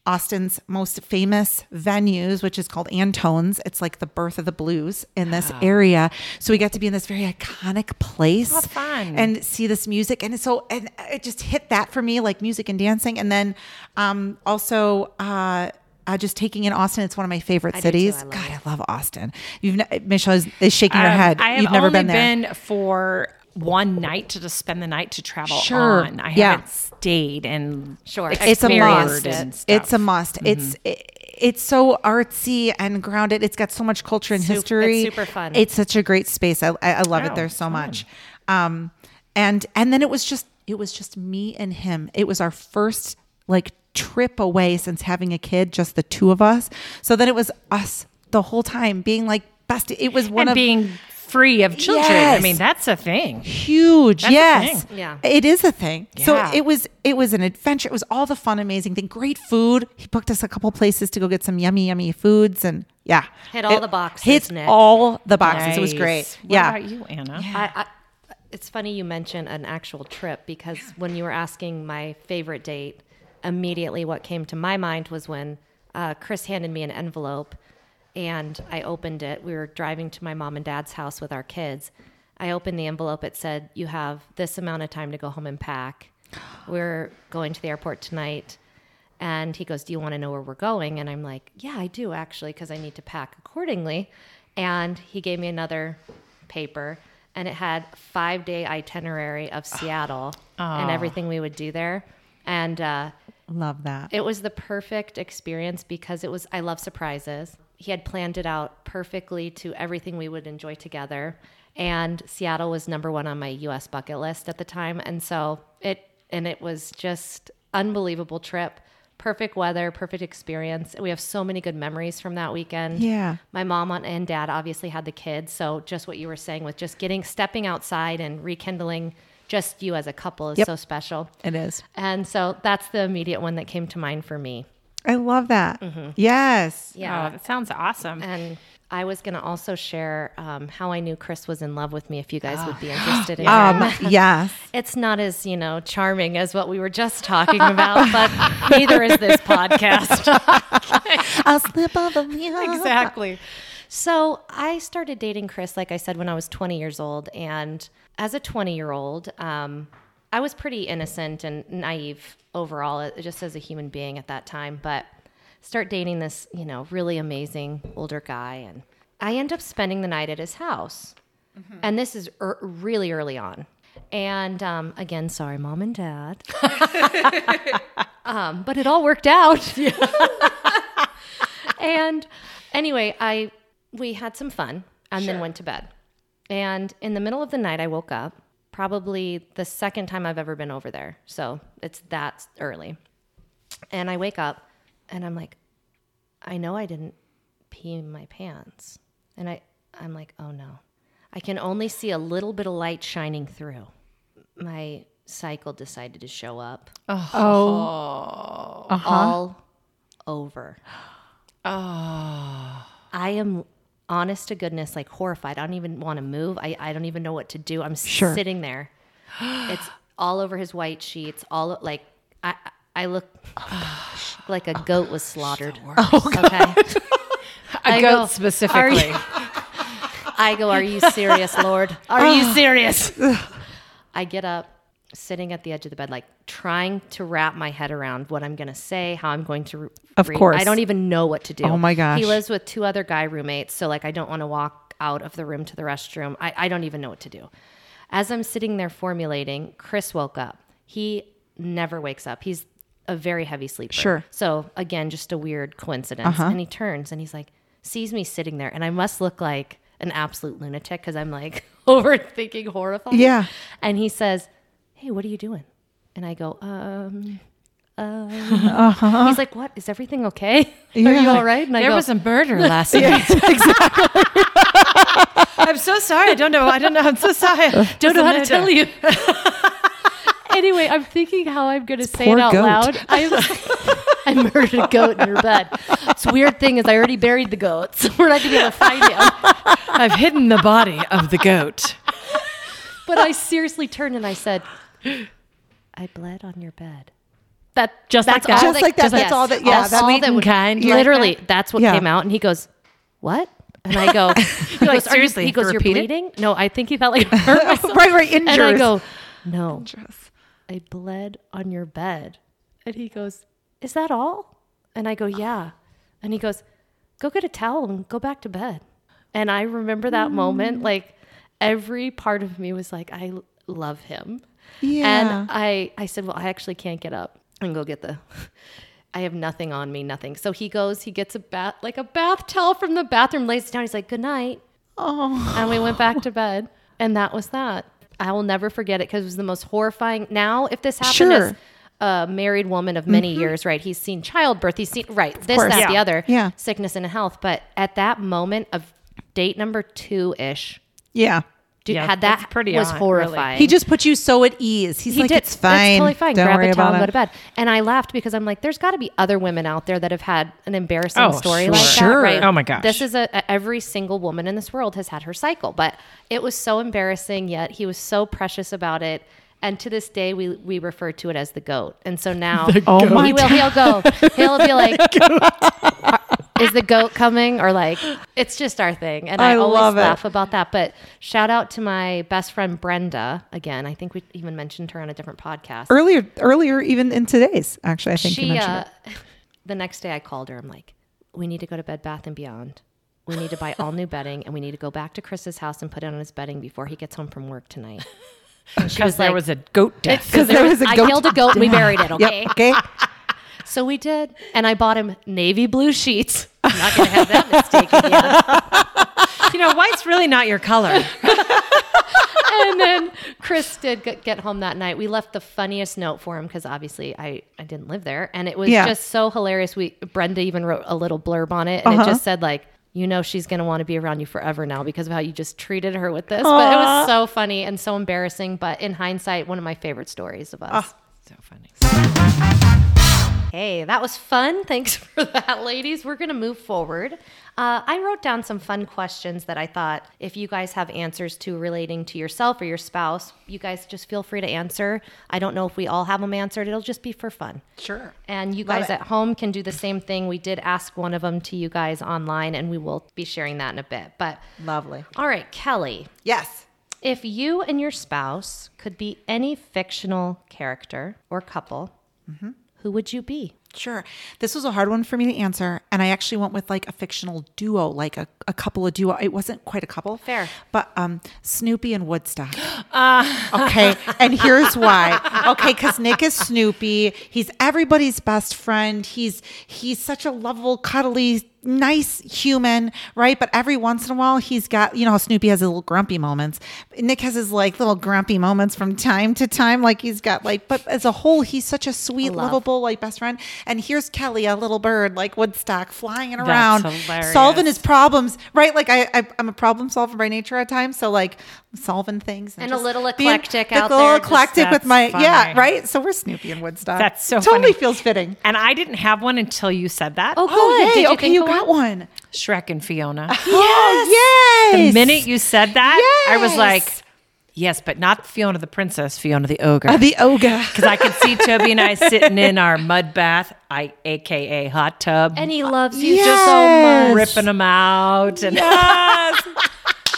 [SPEAKER 3] Austin's most famous venues, which is called Antones. It's like the birth of the blues in this area. So we got to be in this very iconic place.
[SPEAKER 1] fun.
[SPEAKER 3] And see this music. And so and it just hit that for me, like music and dancing. And then um, also uh, uh, just taking in Austin. It's one of my favorite
[SPEAKER 2] do too.
[SPEAKER 3] cities.
[SPEAKER 2] I love
[SPEAKER 3] God, I love Austin. You've ne- Michelle is, is shaking her
[SPEAKER 1] Um,
[SPEAKER 3] head.
[SPEAKER 1] I have
[SPEAKER 3] You've never
[SPEAKER 1] only
[SPEAKER 3] been there.
[SPEAKER 1] for one night to just spend the night to travel
[SPEAKER 3] Sure.
[SPEAKER 1] on. I
[SPEAKER 3] Yeah.
[SPEAKER 1] haven't stayed and
[SPEAKER 2] Sure.
[SPEAKER 3] it's a must.
[SPEAKER 1] experienced and stuff. Mm-hmm.
[SPEAKER 3] It's a must. It's it, it's so artsy and grounded. It's got so much culture and
[SPEAKER 2] Sup- it's
[SPEAKER 3] history.
[SPEAKER 2] super fun.
[SPEAKER 3] It's such a great space. I I, I love it
[SPEAKER 1] Oh,
[SPEAKER 3] there so much. Um, and and then it was just it was just me and him. It was our first like trip away since having a kid, just the two of us. So then it was us the whole time being like best. It was one
[SPEAKER 1] and
[SPEAKER 3] of
[SPEAKER 1] being free of children. I
[SPEAKER 3] Yes.
[SPEAKER 1] mean, that's a thing.
[SPEAKER 3] huge.
[SPEAKER 1] a
[SPEAKER 3] yes,
[SPEAKER 1] thing.
[SPEAKER 2] Yeah.
[SPEAKER 3] it is a thing.
[SPEAKER 1] Yeah.
[SPEAKER 3] So it was it was an adventure. It was all the fun, amazing thing. Great food. He booked us a couple places to go get some yummy, yummy foods, and yeah,
[SPEAKER 2] Hit all
[SPEAKER 3] It
[SPEAKER 2] the boxes,
[SPEAKER 3] Hit
[SPEAKER 2] Nick.
[SPEAKER 3] all the boxes. It was
[SPEAKER 1] Nice.
[SPEAKER 3] great.
[SPEAKER 1] What
[SPEAKER 3] yeah,
[SPEAKER 1] about you, Anna?
[SPEAKER 2] I, I, it's funny you mention an actual trip because when you were asking my favorite date, immediately what came to my mind was when uh, Chris handed me an envelope and I opened it. We were driving to my mom and dad's house with our kids. I opened the envelope. It said, You have this amount of time to go home and pack. We're going to the airport tonight. And he goes, Do you want to know where we're going? And I'm like, Yeah, I do actually, because I need to pack accordingly. And he gave me another paper, and it had five day itinerary of Seattle and everything we would do there. And uh,
[SPEAKER 3] love that.
[SPEAKER 2] it was the perfect experience because it was, I love surprises. He had planned it out perfectly to everything we would enjoy together. And Seattle was number one on my US bucket list at the time. And so it, and it was just unbelievable trip. Perfect weather, perfect experience. We have so many good memories from that weekend.
[SPEAKER 3] Yeah.
[SPEAKER 2] My mom and dad obviously had the kids. So just what you were saying with just getting, stepping outside and rekindling just you as a couple is
[SPEAKER 3] Yep.
[SPEAKER 2] so special.
[SPEAKER 3] It is.
[SPEAKER 2] And so that's the immediate one that came to mind for me. Um,
[SPEAKER 3] I love that.
[SPEAKER 2] Mm-hmm.
[SPEAKER 3] Yes.
[SPEAKER 1] Oh, that sounds awesome.
[SPEAKER 2] And I was going to also share um, how I knew Chris was in love with me if you guys would be interested in that.
[SPEAKER 3] Um. yes.
[SPEAKER 2] It's not as, you know, charming as what we were just talking about, but neither is this podcast.
[SPEAKER 3] I'll slip of a meal.
[SPEAKER 2] exactly. So I started dating Chris, like I said, when I was 20 years old. And as a 20 year old, um, I was pretty innocent and naive overall, uh, just as a human being at that time. But start dating this, you know, really amazing older guy. And I end up spending the night at his house. And this is er- really early on. And um, again, sorry, mom and dad. um, but it all worked out and anyway, I we had some fun and then went to bed. And in the middle of the night, I woke up. Probably the second time I've ever been over there, so it's that early. And I wake up, and I'm like, I know I didn't pee my pants, and I I'm like, oh no, I can only see a little bit of light shining through. My cycle decided to show up. Oh, all over. I am honest to goodness like horrified. I don't even want to move. I, I don't even know what to do. I'm
[SPEAKER 3] Sure.
[SPEAKER 2] sitting there. It's all over his white sheets. All like I I look like a goat was slaughtered. Okay.
[SPEAKER 1] a goat
[SPEAKER 2] I go, "Are you-
[SPEAKER 1] specifically.
[SPEAKER 2] I go, are you serious, Lord?
[SPEAKER 1] Are you serious?
[SPEAKER 2] I get up, sitting at the edge of the bed, like trying to wrap my head around what I'm going to say, how I'm going to. Re-
[SPEAKER 3] Of
[SPEAKER 2] re-
[SPEAKER 3] course.
[SPEAKER 2] I don't even know what to do.
[SPEAKER 3] Oh my gosh.
[SPEAKER 2] He lives with two other guy roommates, so like I don't want to walk out of the room to the restroom. I, I don't even know what to do. As I'm sitting there formulating, Chris woke up. He never wakes up. He's a very heavy sleeper.
[SPEAKER 3] Sure. Uh-huh.
[SPEAKER 2] So again, just a weird coincidence. And he turns and he's like, sees me sitting there, and I must look like an absolute lunatic because I'm like overthinking, horrified.
[SPEAKER 3] Yeah.
[SPEAKER 2] And he says, "Hey, what are you doing?" And I go, "Um." um." He's like, "What is everything okay? Are you
[SPEAKER 3] Yeah.
[SPEAKER 2] all right?" And I
[SPEAKER 1] Uh-huh. There
[SPEAKER 2] go,
[SPEAKER 1] was a murder last night. I'm so sorry. I don't know. I don't know. I'm so sorry. I
[SPEAKER 2] don't know how to tell you. anyway, I'm thinking how I'm going to say it
[SPEAKER 3] poor
[SPEAKER 2] out
[SPEAKER 3] goat.
[SPEAKER 2] loud. I, I murdered a goat in her bed. It's weird thing is I already buried the goat, so we're not going to be able to find it.
[SPEAKER 1] I've hidden the body of the goat.
[SPEAKER 2] But I seriously turned and I said, "I bled on your bed." That just
[SPEAKER 1] like that?
[SPEAKER 3] Just like that. That's all that- yeah, that-
[SPEAKER 2] all
[SPEAKER 1] Sweet
[SPEAKER 2] that
[SPEAKER 1] and
[SPEAKER 2] would,
[SPEAKER 1] kind. Yeah.
[SPEAKER 2] Literally, that's what
[SPEAKER 3] Yeah.
[SPEAKER 2] came out. And he goes, "What?" And I go, he goes, "Are you-"
[SPEAKER 1] seriously,
[SPEAKER 2] He goes, "You're
[SPEAKER 1] repeat it?"
[SPEAKER 2] bleeding?" No, I think he felt like I hurt myself.
[SPEAKER 3] Right, right,
[SPEAKER 2] And I
[SPEAKER 3] injures.
[SPEAKER 2] go, "No, I bled on your bed. And he goes, Is that all? And I go, Yeah. And he goes, Go get a towel and go back to bed. And I remember that
[SPEAKER 3] Mm.
[SPEAKER 2] moment. Like every part of me was like, I l- love him.
[SPEAKER 3] Yeah.
[SPEAKER 2] And I, I said, Well, I actually can't get up and go get the. I have nothing on me, nothing. So he goes, he gets a bath, like a bath towel from the bathroom, lays it down. He's like, Good night
[SPEAKER 3] Oh,
[SPEAKER 2] and we went back to bed and that was that i will never forget it because it was the most horrifying now if this happened as
[SPEAKER 3] Sure.
[SPEAKER 2] a
[SPEAKER 3] Mm-hmm.
[SPEAKER 2] married woman of many years right he's seen childbirth he's seen right this
[SPEAKER 3] course.
[SPEAKER 2] that the
[SPEAKER 3] Yeah.
[SPEAKER 2] other
[SPEAKER 3] Yeah.
[SPEAKER 2] sickness and health but at that moment of date number two ish
[SPEAKER 3] yeah.
[SPEAKER 2] dude
[SPEAKER 1] Yeah,
[SPEAKER 2] had
[SPEAKER 1] that's
[SPEAKER 2] that
[SPEAKER 1] pretty
[SPEAKER 2] was
[SPEAKER 1] on, really.
[SPEAKER 2] horrifying
[SPEAKER 3] He just put you so at ease. He's
[SPEAKER 2] he
[SPEAKER 3] like,
[SPEAKER 2] did.
[SPEAKER 3] it's fine.
[SPEAKER 2] It's totally fine.
[SPEAKER 3] Don't
[SPEAKER 2] Grab
[SPEAKER 3] worry
[SPEAKER 2] a towel and go
[SPEAKER 3] about
[SPEAKER 2] to
[SPEAKER 3] it.
[SPEAKER 2] bed. And I laughed because I'm like, there's got to be other women out there that have had an embarrassing
[SPEAKER 1] Oh,
[SPEAKER 2] story
[SPEAKER 1] sure.
[SPEAKER 2] like
[SPEAKER 1] Sure.
[SPEAKER 2] that. Right?
[SPEAKER 1] Oh, my gosh.
[SPEAKER 2] This is a, a- every single woman in this world has had her cycle, but it was so embarrassing. Yet he was so precious about it. And to this day, we we refer to it as the goat. And so now,
[SPEAKER 1] Oh goat. my
[SPEAKER 2] he will he'll go he'll be like, is the goat coming or like it's just our thing and i,
[SPEAKER 3] I
[SPEAKER 2] always
[SPEAKER 3] love it.
[SPEAKER 2] laugh about that but shout out to my best friend brenda again i think we even mentioned her on a different podcast
[SPEAKER 3] Earlier, earlier, even in today's, actually, I think you
[SPEAKER 2] she
[SPEAKER 3] mentioned
[SPEAKER 2] uh,
[SPEAKER 3] it.
[SPEAKER 2] the next day i called her i'm like we need to go to bed bath and beyond we need to buy all new bedding and we need to go back to chris's house and put it on his bedding before he gets home from work tonight
[SPEAKER 1] Because there
[SPEAKER 2] like-
[SPEAKER 1] was a goat death.
[SPEAKER 2] because
[SPEAKER 3] there was a goat.
[SPEAKER 2] i killed a goat and we buried it okay
[SPEAKER 3] Yep. Okay.
[SPEAKER 2] So we did, and I bought him navy blue sheets. I'm not gonna have that mistake again.
[SPEAKER 1] you know, white's really not your color.
[SPEAKER 2] and then Chris did get, get home that night. We left the funniest note for him because obviously I, I didn't live there, and it was
[SPEAKER 3] Yeah.
[SPEAKER 2] just so hilarious. We Brenda even wrote a little blurb on it, and it just said like, "You know, she's gonna want to be around you forever now because of how you just treated her with this." But it was so funny and so embarrassing. But in hindsight, one of my favorite stories of us.
[SPEAKER 1] so funny.
[SPEAKER 2] Hey, that was fun. Thanks for that, ladies. We're going to move forward. Uh, I wrote down some fun questions that I thought if you guys have answers to relating to yourself or your spouse, you guys just feel free to answer. I don't know if we all have them answered, it'll just be for fun.
[SPEAKER 3] Sure.
[SPEAKER 2] And you guys at home can do the same thing. We did ask one of them to you guys online, and we will be sharing that in a bit. But
[SPEAKER 3] Lovely.
[SPEAKER 2] all right, Kelly,
[SPEAKER 3] Yes.
[SPEAKER 2] if you and your spouse could be any fictional character or couple, who would you be?
[SPEAKER 3] Sure. This was a hard one for me to answer. And I actually went with like a fictional duo, like a, a couple of duo. It wasn't quite a couple.
[SPEAKER 2] Fair.
[SPEAKER 3] But um, Snoopy and Woodstock. okay. And here's why. Okay. Because Nick is Snoopy. He's everybody's best friend. He's he's such a lovable, cuddly, nice human, right? But every once in a while, he's got, you know, how Snoopy has his little grumpy moments. Nick has his like little grumpy moments from time to time. Like he's got like, but as a whole, he's such a sweet,
[SPEAKER 2] love.
[SPEAKER 3] lovable, like best friend. And here's Kelly, a little bird, like Woodstock, flying it around,
[SPEAKER 1] That's hilarious.
[SPEAKER 3] solving his problems, right? Like I, I, I'm a problem solver by nature at times. So like solving things
[SPEAKER 2] And a little eclectic
[SPEAKER 3] being,
[SPEAKER 2] out
[SPEAKER 3] a little
[SPEAKER 2] there, just-
[SPEAKER 3] eclectic with
[SPEAKER 1] That's
[SPEAKER 3] my yeah
[SPEAKER 1] funny.
[SPEAKER 3] right so we're snoopy and woodstock
[SPEAKER 1] That's so
[SPEAKER 3] totally
[SPEAKER 1] funny.
[SPEAKER 3] feels fitting
[SPEAKER 1] And I didn't have one until you said that.
[SPEAKER 2] Oh,
[SPEAKER 3] oh
[SPEAKER 2] good.
[SPEAKER 3] yay
[SPEAKER 2] Did you
[SPEAKER 3] okay
[SPEAKER 2] think
[SPEAKER 3] you
[SPEAKER 2] of
[SPEAKER 3] got one,
[SPEAKER 1] Shrek and Fiona.
[SPEAKER 3] oh yay
[SPEAKER 1] The minute you said that, I was
[SPEAKER 3] Yes.
[SPEAKER 1] like, yes, but not Fiona the princess, Fiona the ogre.
[SPEAKER 3] the ogre
[SPEAKER 1] because I could see Toby and I sitting in our mud bath, I aka hot tub,
[SPEAKER 2] And he loves you
[SPEAKER 3] Uh, Yes.
[SPEAKER 2] so much.
[SPEAKER 1] ripping them out, and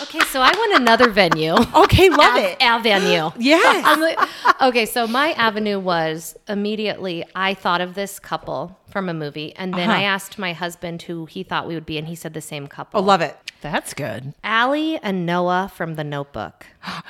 [SPEAKER 2] Okay, so I want another venue.
[SPEAKER 3] okay Oh, love
[SPEAKER 2] Av-
[SPEAKER 3] it
[SPEAKER 2] Av venue.
[SPEAKER 3] yes
[SPEAKER 2] I'm like- okay, so my avenue was immediately I thought of this couple from a movie. And then I asked my husband who he thought we would be, and he said the same couple.
[SPEAKER 3] Uh-huh. Oh, love it.
[SPEAKER 1] That's good.
[SPEAKER 2] Allie and Noah from The Notebook.
[SPEAKER 3] Oh,